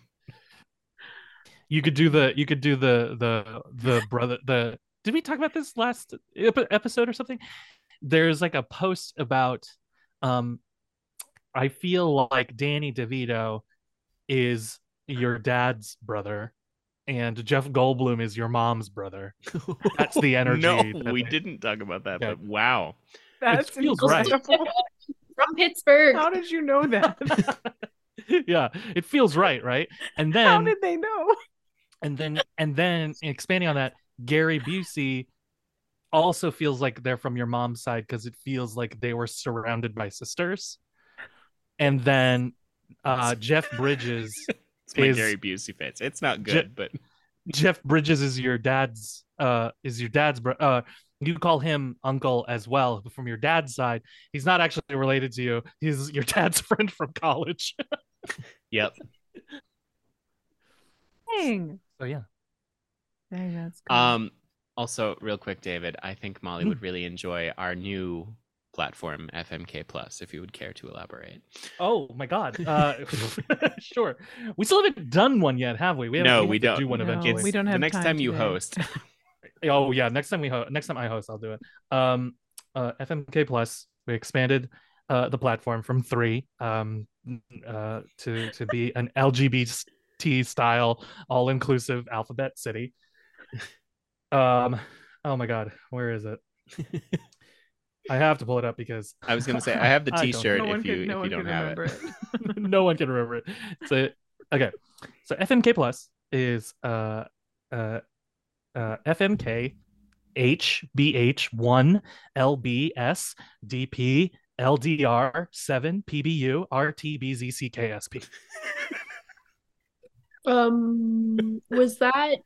Speaker 3: You could do the. You could do the the the brother. The did we talk about this last ep- episode or something? There's like a post about. um I feel like Danny DeVito is your dad's brother, and Jeff Goldblum is your
Speaker 1: *laughs*
Speaker 3: mom's brother. That's the *laughs* energy.
Speaker 1: no,
Speaker 3: that
Speaker 1: we
Speaker 3: they-
Speaker 1: didn't talk about that,
Speaker 3: Yeah.
Speaker 1: but wow.
Speaker 2: That's
Speaker 3: feels *laughs* right.
Speaker 2: incredible.
Speaker 4: *laughs* From Pittsburgh.
Speaker 2: How did you know that?
Speaker 3: *laughs*
Speaker 1: *laughs*
Speaker 2: *laughs*
Speaker 3: yeah, it feels right, right? And
Speaker 2: How
Speaker 3: then
Speaker 2: did they know?
Speaker 3: and then and then expanding on that, Gary Busey also feels like they're from your mom's side because it feels like they were surrounded by sisters. And then
Speaker 1: *laughs*
Speaker 3: uh, Jeff Bridges,
Speaker 1: It's my
Speaker 3: Is-
Speaker 1: Gary Busey face. It's not
Speaker 3: Je-
Speaker 1: good, but
Speaker 3: Jeff Bridges is your dad's uh is your dad's bro- uh you call him uncle as well but from your dad's side. He's not actually related to you. He's your dad's *laughs* friend from college.
Speaker 1: yep.
Speaker 2: Dang.
Speaker 3: so yeah.
Speaker 2: Dang, that's good.
Speaker 1: Um, also, real quick, David, I think Molly would really enjoy our new platform, FMK Plus, if you would care to elaborate.
Speaker 3: Oh my god. Uh *laughs* sure. We still haven't done one yet, have we? we haven't-
Speaker 1: No,
Speaker 3: have
Speaker 1: we
Speaker 3: to
Speaker 1: don't.
Speaker 3: Do one
Speaker 2: No,
Speaker 3: eventually.
Speaker 2: we don't
Speaker 1: the
Speaker 2: have
Speaker 1: next
Speaker 2: time
Speaker 1: time you
Speaker 2: today.
Speaker 1: host.
Speaker 3: Oh yeah, next time we ho- next time I host, I'll do it. Um, uh, FMK Plus, we expanded uh, the platform from three um, uh, to to be an LGBT style all inclusive alphabet city. Um, oh my god, where is it? I have to pull it up because
Speaker 1: I was gonna say I have the
Speaker 3: I don't-
Speaker 1: T-shirt
Speaker 2: no one
Speaker 1: if you
Speaker 2: could, no
Speaker 1: if you don't
Speaker 2: one could
Speaker 1: have
Speaker 2: remember
Speaker 1: it. *laughs*
Speaker 2: it.
Speaker 3: *laughs* no one can remember it. So okay, so FMK Plus is uh uh, uh FMK HBH one LBS DP LDR seven PBU RTBZCKSP.
Speaker 4: Um, was that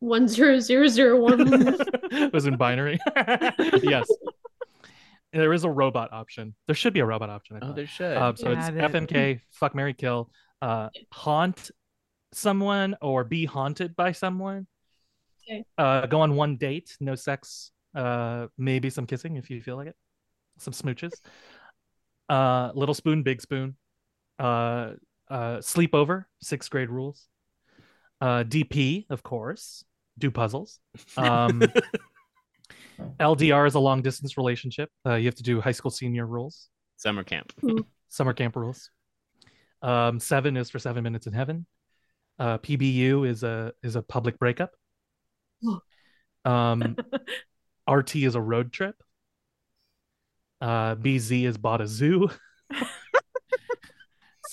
Speaker 4: one zero zero zero one? *laughs*
Speaker 3: it *laughs* was in binary. *laughs* yes. There is a robot option. There should be a robot option. I
Speaker 1: Oh,
Speaker 3: thought.
Speaker 1: there should.
Speaker 3: Um, so
Speaker 2: Got it.
Speaker 3: it's FMK, fuck Mary Kill, uh, haunt someone or be haunted by someone.
Speaker 4: Okay.
Speaker 3: Uh, go on one date, no sex, uh, maybe some kissing if you feel like it, some smooches. Uh, little spoon, big spoon. Uh, uh, sleepover, sixth grade rules. Uh, DP, of course, do puzzles. Um, LDR is a long distance relationship. Uh, you have to do high school senior rules
Speaker 1: Summer camp.
Speaker 3: summer camp rules. Um, seven is for seven minutes in heaven. Uh, PBU is a is a public breakup. Um, RT is a road trip. Uh, BZ is bought a zoo.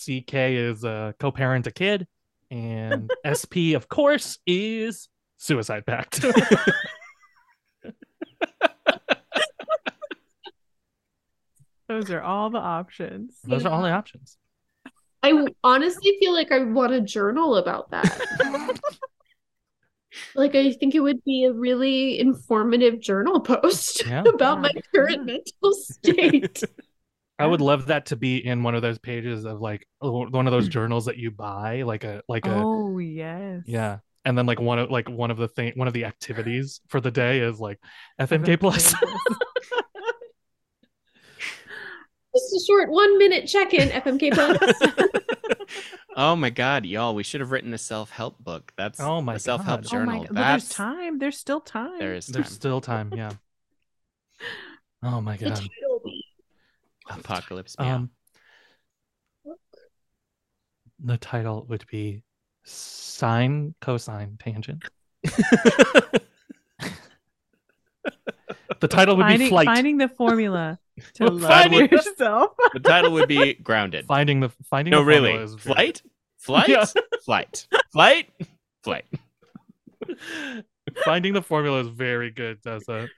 Speaker 3: CK is uh, co-parent a kid, and SP of course is suicide pact. *laughs*
Speaker 2: Those are all the options.
Speaker 3: Those are all the options.
Speaker 4: I honestly feel like I want a journal about *laughs* that. like I think it would be a really informative journal post
Speaker 3: Yeah.
Speaker 4: *laughs* about my
Speaker 2: Yeah.
Speaker 4: current mental state.
Speaker 3: I would love that to be in one of those pages of like oh, one of those journals that you buy, like a like a
Speaker 2: Oh yes.
Speaker 3: Yeah. And then like one of like one of the thing one of the activities for the day
Speaker 2: *laughs*
Speaker 3: is like FMK plus. *laughs*
Speaker 4: Just a short one minute check-in, FMK Plus.
Speaker 1: oh my god, y'all! We should have written a self-help book. That's
Speaker 3: Oh my
Speaker 1: a self-help
Speaker 3: God.
Speaker 2: Oh
Speaker 1: *laughs* journal.
Speaker 2: my god. Well, there's
Speaker 1: That's
Speaker 2: time. There's still time.
Speaker 1: there is time.
Speaker 3: There's still time, yeah. Oh my
Speaker 2: *laughs*
Speaker 4: The
Speaker 3: god.
Speaker 4: title be
Speaker 1: apocalypse. Meow.
Speaker 3: Um the title would be sine cosine tangent. *laughs* the title would
Speaker 2: finding,
Speaker 3: be flight.
Speaker 2: finding the
Speaker 3: *laughs*
Speaker 2: formula to love
Speaker 1: Finding-
Speaker 2: yourself.
Speaker 1: the title would be grounded.
Speaker 3: Finding the finding
Speaker 1: no,
Speaker 3: the formula
Speaker 1: really.
Speaker 3: is very-
Speaker 1: Flight, flight,
Speaker 3: Yeah.
Speaker 1: flight, flight, flight.
Speaker 3: Finding the formula is very good, does *laughs* it?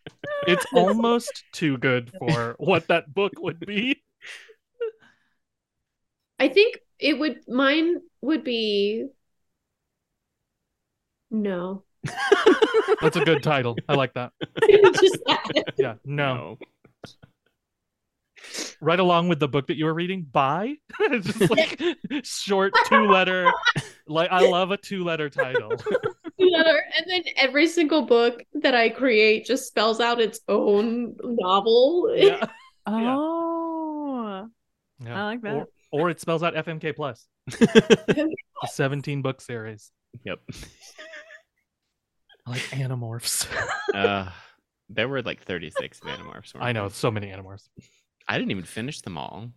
Speaker 3: It's almost too good for what that book would be.
Speaker 4: I think it would mine would be no. *laughs*
Speaker 3: That's a good title. I like that.
Speaker 4: Just that.
Speaker 3: Yeah. No. Right along with the book that you were reading, *laughs* by just like short two letter. Like I love a two letter title.
Speaker 4: letter, and then every single book that I create just spells out its own novel.
Speaker 3: Yeah.
Speaker 2: Oh.
Speaker 3: *laughs* Yeah.
Speaker 2: I like that.
Speaker 3: Or, or it spells out FMK plus *laughs* the seventeen book series.
Speaker 1: Yep.
Speaker 3: I like Animorphs.
Speaker 1: Uh, there were like 36 Vanamorphs. weren't
Speaker 3: I know
Speaker 1: there?
Speaker 3: so many Animorphs.
Speaker 1: I didn't even finish them all.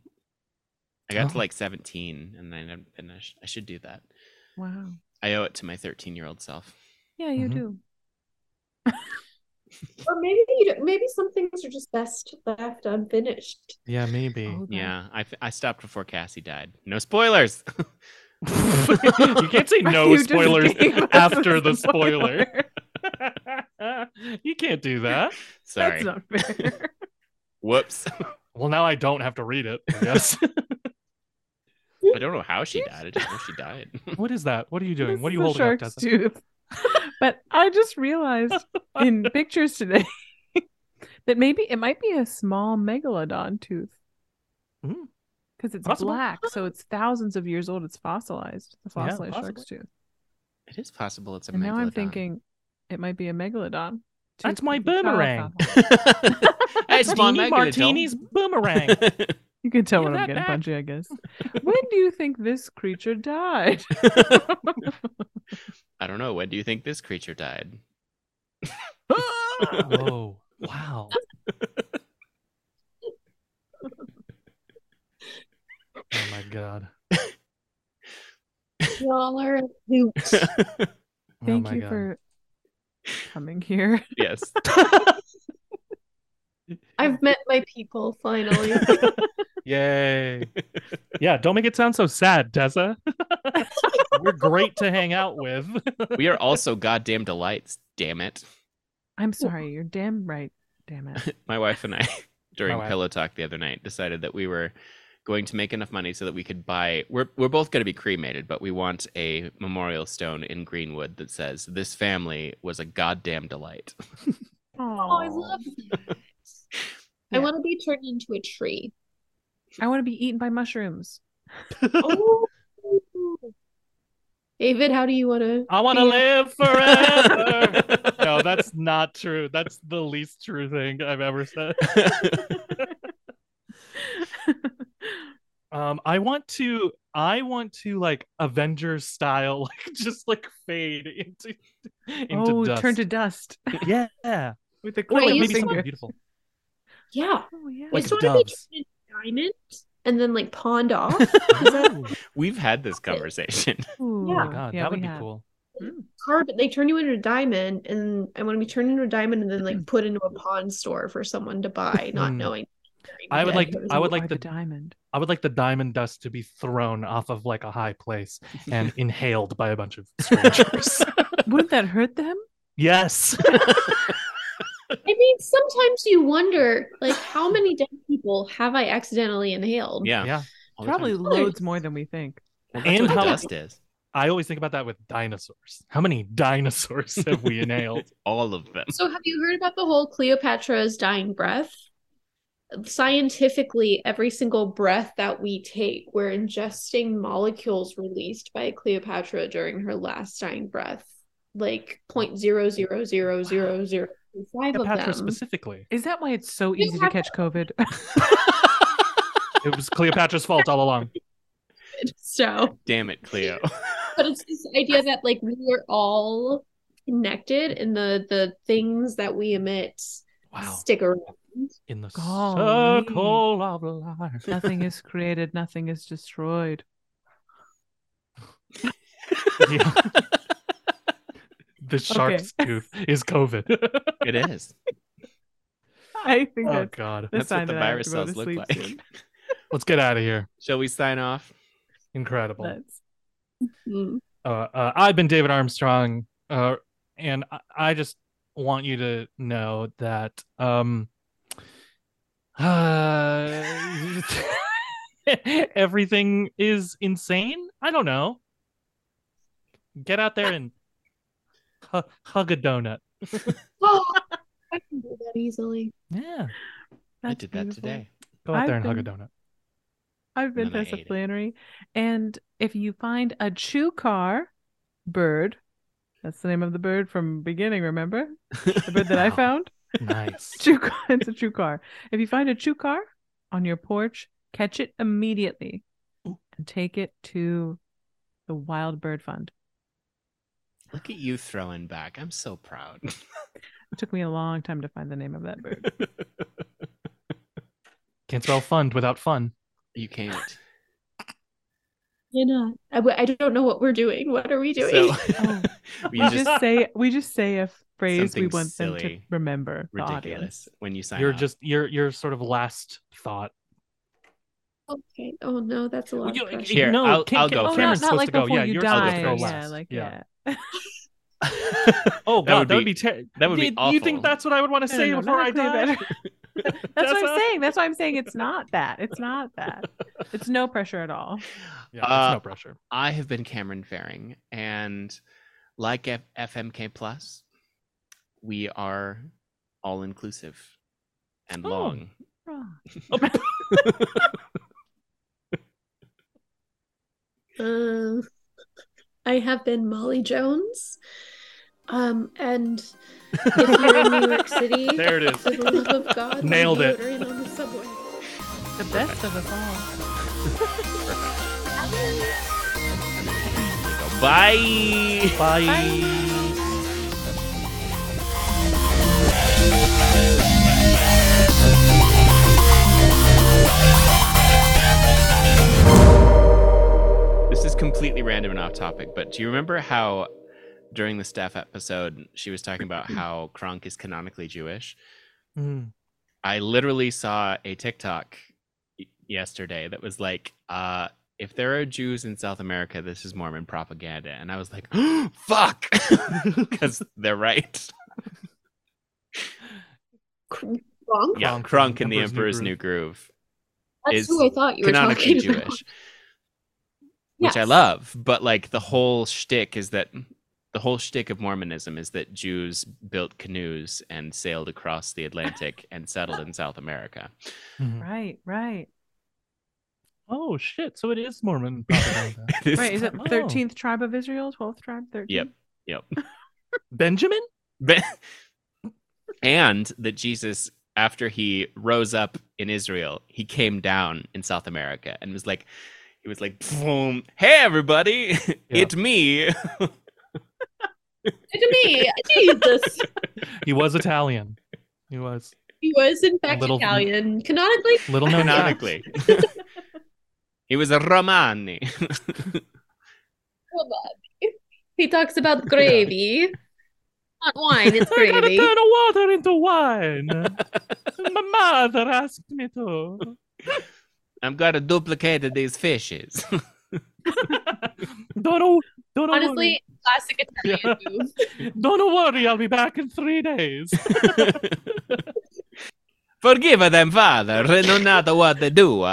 Speaker 1: I got to
Speaker 3: Oh.
Speaker 1: like 17 and then I didn't finish. I should do that.
Speaker 2: Wow.
Speaker 1: I owe it to my 13 year old self.
Speaker 2: Yeah, you
Speaker 3: Mhm.
Speaker 2: do.
Speaker 4: *laughs* Or maybe you do maybe some things are just best left unfinished.
Speaker 3: Yeah, maybe.
Speaker 2: Mm-hmm.
Speaker 1: Yeah, I, f- I stopped before Cassie died. No spoilers.
Speaker 3: *laughs*
Speaker 1: *laughs*
Speaker 3: you can't *laughs* say
Speaker 2: *laughs*
Speaker 3: no
Speaker 2: You just
Speaker 3: spoilers
Speaker 2: gave us
Speaker 3: *laughs*
Speaker 2: *laughs*
Speaker 3: after the
Speaker 2: the
Speaker 3: spoiler. *laughs* you can't do that.
Speaker 1: Sorry.
Speaker 2: That's not *laughs* fair. *laughs*
Speaker 1: Whoops.
Speaker 3: Well, now I don't have to read it. I guess.
Speaker 1: I don't know how she died. I just know she died.
Speaker 3: *laughs*
Speaker 1: *laughs*
Speaker 3: what is that? What are you doing?
Speaker 2: This
Speaker 3: what
Speaker 2: is
Speaker 3: are you
Speaker 2: a
Speaker 3: holding up,
Speaker 2: shark's
Speaker 3: Tessa?
Speaker 2: tooth. *laughs* but I just realized
Speaker 3: *laughs*
Speaker 2: in pictures today *laughs* that maybe it might be a small megalodon tooth.
Speaker 3: Mm.
Speaker 2: Because it's
Speaker 3: Possible.
Speaker 2: black, so it's thousands of years old. It's fossilized. The
Speaker 3: Yeah,
Speaker 2: fossilized shark's
Speaker 3: possibly.
Speaker 2: tooth.
Speaker 1: it is possible it's a
Speaker 2: And now I'm
Speaker 1: megalodon.
Speaker 2: thinking it might be a megalodon. tooth
Speaker 3: That's my
Speaker 2: with a
Speaker 3: boomerang.
Speaker 2: fossil.
Speaker 1: *laughs* Hey, small
Speaker 3: Teeny
Speaker 1: megalodon. *laughs*
Speaker 3: Martini's boomerang.
Speaker 2: You can
Speaker 3: *laughs*
Speaker 2: tell
Speaker 3: Give
Speaker 2: when I'm
Speaker 3: that
Speaker 2: getting
Speaker 3: back.
Speaker 2: punchy, I
Speaker 3: *laughs*
Speaker 2: guess. when do you think this creature died?
Speaker 1: I don't know. When do you think this creature
Speaker 2: *laughs*
Speaker 1: died? *laughs*
Speaker 3: Whoa!
Speaker 2: *laughs*
Speaker 3: Wow! Oh my god!
Speaker 4: Y'all *laughs* are a hoot.
Speaker 2: Thank
Speaker 3: *laughs* oh my
Speaker 2: you
Speaker 3: god.
Speaker 2: for coming here. *laughs*
Speaker 1: yes.
Speaker 4: I've met my people finally.
Speaker 3: Yay! yeah, don't make it sound so sad, Tessa. We're great to hang out with.
Speaker 1: We are also goddamn delights. Damn it.
Speaker 2: I'm sorry, you're damn right. Damn
Speaker 3: *laughs*
Speaker 2: it.
Speaker 1: My wife and I, *laughs* during
Speaker 3: wife.
Speaker 1: pillow talk the other night, decided that we were going to make enough money so that we could buy. We're we're both going to be cremated, but we want a memorial stone in Greenwood that says this family was a goddamn delight.
Speaker 4: *laughs*
Speaker 1: *laughs*
Speaker 4: oh, I *laughs* love that. I
Speaker 2: Yeah.
Speaker 4: want to be turned into a tree.
Speaker 2: I want to be eaten by mushrooms.
Speaker 4: Oh. David, how do you want to?
Speaker 3: I want to
Speaker 4: Yeah.
Speaker 3: live forever.
Speaker 2: *laughs*
Speaker 3: no, that's not true. That's the least true thing I've
Speaker 2: *laughs*
Speaker 3: ever said. Um, I want to, I want to like Avengers style, *laughs* like just like fade into into
Speaker 2: oh,
Speaker 3: dust.
Speaker 2: turn to
Speaker 3: *laughs*
Speaker 2: dust
Speaker 3: yeah.
Speaker 2: with a
Speaker 3: Like,
Speaker 4: Wait,
Speaker 2: clip of
Speaker 4: you
Speaker 3: maybe *laughs*
Speaker 4: said-
Speaker 3: something
Speaker 2: finger.
Speaker 3: beautiful.
Speaker 4: Yeah,
Speaker 2: Oh, yeah.
Speaker 4: I
Speaker 3: Like
Speaker 4: just want to be
Speaker 3: doves.
Speaker 4: turned into diamond and then like pawned off.
Speaker 3: *laughs* Ooh,
Speaker 1: We've had this
Speaker 2: *laughs*
Speaker 1: conversation.
Speaker 2: Ooh,
Speaker 4: Yeah.
Speaker 3: oh my god, that
Speaker 2: we
Speaker 3: would be
Speaker 2: have.
Speaker 3: cool.
Speaker 4: Carbon. They turn you into a diamond, and I want to be turned into a diamond and then like put into a pawn store for someone
Speaker 3: *laughs*
Speaker 4: to buy, not
Speaker 3: Mm.
Speaker 4: knowing.
Speaker 3: I would
Speaker 4: Yeah,
Speaker 3: like-
Speaker 4: it was
Speaker 3: I would
Speaker 4: a-
Speaker 3: like
Speaker 2: Or
Speaker 3: the- *laughs*
Speaker 2: diamond.
Speaker 3: I would like the diamond dust to be thrown off of like a high
Speaker 2: *laughs*
Speaker 3: place and inhaled by a bunch of strangers.
Speaker 2: Wouldn't that hurt them?
Speaker 3: Oh, yes.
Speaker 4: I mean, sometimes you wonder, like, how many dead people have I accidentally inhaled?
Speaker 1: Yeah.
Speaker 3: Yeah.
Speaker 1: All the
Speaker 2: Probably
Speaker 1: time.
Speaker 2: loads more than we think.
Speaker 1: Well,
Speaker 3: and
Speaker 1: that's what
Speaker 3: how-
Speaker 1: dust is.
Speaker 3: I always think about that with dinosaurs. How many dinosaurs have
Speaker 4: *laughs*
Speaker 3: we inhaled?
Speaker 1: All of them.
Speaker 4: So, have you heard about the whole Cleopatra's dying breath? Scientifically, every single breath that we take, we're ingesting molecules released by Cleopatra during her last dying breath, like point zero zero zero zero zero five of
Speaker 3: Cleopatra
Speaker 4: them.
Speaker 3: specifically.
Speaker 2: Is that why it's so
Speaker 4: You
Speaker 2: easy to
Speaker 4: have-
Speaker 2: catch COVID?
Speaker 3: It was Cleopatra's fault all along.
Speaker 4: *laughs* So,
Speaker 1: Damn it,
Speaker 2: *laughs*
Speaker 1: Cleo.
Speaker 4: but it's this idea that like we are all connected, and the the things that we emit
Speaker 3: Wow.
Speaker 4: stick around.
Speaker 3: In the
Speaker 2: Golly.
Speaker 3: circle of life.
Speaker 2: nothing
Speaker 1: *laughs*
Speaker 2: is created, nothing is destroyed.
Speaker 3: Yeah. the shark's tooth is
Speaker 4: *laughs*
Speaker 3: COVID.
Speaker 1: it is.
Speaker 2: I think
Speaker 3: oh
Speaker 2: that's
Speaker 3: God.
Speaker 2: the
Speaker 1: That's what
Speaker 2: sign
Speaker 1: the
Speaker 2: that I have
Speaker 1: virus
Speaker 2: to go
Speaker 1: cells
Speaker 2: to
Speaker 1: look
Speaker 2: sleep
Speaker 1: like. *laughs*
Speaker 2: soon.
Speaker 3: Let's get out of here.
Speaker 1: Shall we sign off?
Speaker 3: Incredible.
Speaker 2: Let's-
Speaker 4: Mm.
Speaker 3: Uh, uh, I've been David Armstrong, uh, and I, I just want you to know that um, uh, *laughs* everything is insane. I don't know. Get out there and hu- hug a donut.
Speaker 4: Oh, I can do that easily.
Speaker 3: Yeah.
Speaker 1: I
Speaker 2: that's
Speaker 1: did that
Speaker 2: beautiful.
Speaker 1: today.
Speaker 3: Go out
Speaker 2: I've
Speaker 3: there and hug a
Speaker 2: been-
Speaker 3: donut.
Speaker 2: I've been
Speaker 1: And then I
Speaker 2: Tessa
Speaker 1: ate it.
Speaker 2: Flannery. And if you find a chew car bird, that's the name of the bird from beginning, remember? The bird that
Speaker 1: *laughs*
Speaker 2: I
Speaker 3: Wow.
Speaker 2: found?
Speaker 3: *laughs* Nice.
Speaker 2: Chew car. *laughs* It's a chew car. If you find a chew car on your porch, catch it immediately and take it to the Wild Bird Fund.
Speaker 1: Look at you throwing back. I'm so proud. *laughs*
Speaker 2: It took me a long time to find the name of that bird.
Speaker 3: Can't spell fund without fun.
Speaker 1: You can't.
Speaker 4: Why not? I, w- I don't know what we're doing. What are we doing?
Speaker 1: So
Speaker 2: we
Speaker 1: *laughs*
Speaker 2: Oh.
Speaker 1: you
Speaker 2: just,
Speaker 1: just
Speaker 2: *laughs*
Speaker 3: *laughs*
Speaker 2: say we just say a phrase
Speaker 1: Something
Speaker 2: we want them to
Speaker 1: silly.
Speaker 2: remember. the audience.
Speaker 1: ridiculous when you sign
Speaker 3: You're
Speaker 1: up.
Speaker 3: just your your sort of last thought.
Speaker 4: okay. Oh no, that's a lot.
Speaker 3: You-
Speaker 4: of pressure.
Speaker 1: Here,
Speaker 3: no,
Speaker 1: I'll-
Speaker 3: Cam-
Speaker 1: I'll
Speaker 3: Cam-
Speaker 1: go
Speaker 2: Oh,
Speaker 1: first.
Speaker 3: Cameron's
Speaker 2: not, not
Speaker 3: supposed
Speaker 2: like
Speaker 3: to go.
Speaker 2: before
Speaker 3: Yeah,
Speaker 2: you
Speaker 3: you're
Speaker 2: die.
Speaker 3: supposed to go
Speaker 2: yeah,
Speaker 3: last.
Speaker 2: like yeah.
Speaker 3: Oh
Speaker 1: That
Speaker 3: god,
Speaker 1: would
Speaker 3: that would
Speaker 1: be-
Speaker 3: be ter-
Speaker 1: that would be
Speaker 3: Do you think
Speaker 1: awful.
Speaker 3: that's what I would want to
Speaker 2: No, no,
Speaker 3: say
Speaker 2: no,
Speaker 3: before
Speaker 2: not
Speaker 3: I
Speaker 2: Cleopatra.
Speaker 3: *laughs* die?
Speaker 2: That's what
Speaker 3: That's
Speaker 2: I'm
Speaker 3: a-
Speaker 2: saying. That's why I'm saying it's not that. It's not
Speaker 3: *laughs*
Speaker 2: that. It's no pressure at all.
Speaker 3: Yeah, it's
Speaker 1: Uh,
Speaker 3: no pressure.
Speaker 1: I have been Cameron Faring, and like F- FMK Plus, we are all inclusive and
Speaker 2: Oh.
Speaker 1: long.
Speaker 2: Oh.
Speaker 4: Uh, I have been Molly Jones. Um, and
Speaker 3: *laughs*
Speaker 4: if you're in New York City,
Speaker 3: There it is.
Speaker 4: for the love of God, leave
Speaker 3: Nailed it.
Speaker 4: deodorant on the subway.
Speaker 2: The best of us all.
Speaker 1: Bye.
Speaker 3: *laughs* Bye.
Speaker 1: This is completely random and off topic, but do you remember how during the staff episode she was talking
Speaker 3: *clears throat*
Speaker 1: about how Kronk is canonically Jewish?
Speaker 3: Mm.
Speaker 1: I literally saw a TikTok y- yesterday that was like, uh, if there are Jews in South America, this is Mormon propaganda. And I was like, *gasps* fuck, *laughs* because they're right.
Speaker 4: Wrong?
Speaker 1: Yeah,
Speaker 3: Kronk
Speaker 1: Kronk
Speaker 3: from
Speaker 1: in the
Speaker 3: Emperor's
Speaker 1: Emperor's
Speaker 3: New
Speaker 1: New Groove,
Speaker 4: That's
Speaker 1: is
Speaker 4: who I thought you were
Speaker 1: canonically
Speaker 4: talking
Speaker 1: Jewish,
Speaker 4: about.
Speaker 1: which I
Speaker 4: Yes.
Speaker 1: love. But like the whole shtick is that the whole shtick of Mormonism is that Jews built canoes and sailed across the Atlantic and settled in South America. *laughs*
Speaker 3: Mhm.
Speaker 2: Right, right.
Speaker 3: Oh shit! So it is Mormon
Speaker 1: *laughs*
Speaker 3: propaganda.
Speaker 1: This-
Speaker 2: Right. Is it
Speaker 3: Oh.
Speaker 2: 13th tribe of Israel? 12th tribe? 13th?
Speaker 1: Yep. Yep.
Speaker 3: Benjamin?
Speaker 1: But- and that Jesus, after he rose up in Israel, he came down in South America and was like, he was like, boom, hey everybody, *laughs* it's me.
Speaker 4: Good to me. Jesus.
Speaker 3: He was Italian. He was
Speaker 4: He was, in fact,
Speaker 3: Little-
Speaker 4: Italian.
Speaker 3: *laughs*
Speaker 4: Canonically,
Speaker 3: little known fact.
Speaker 1: canonically. *laughs* he was a Romani. *laughs*
Speaker 4: Romani. he talks about gravy. Not wine, it's
Speaker 3: I gotta *laughs*
Speaker 4: gravy.
Speaker 3: turn water into wine. *laughs* My mother asked me to.
Speaker 1: I'm gonna duplicate these fishes. *laughs*
Speaker 3: Don't know. Don't know.
Speaker 4: Honestly, classic Italian
Speaker 3: Yeah.
Speaker 4: move.
Speaker 3: don't worry. I'll be back in three days.
Speaker 1: uh, Forgive them, Father. They know not what they do.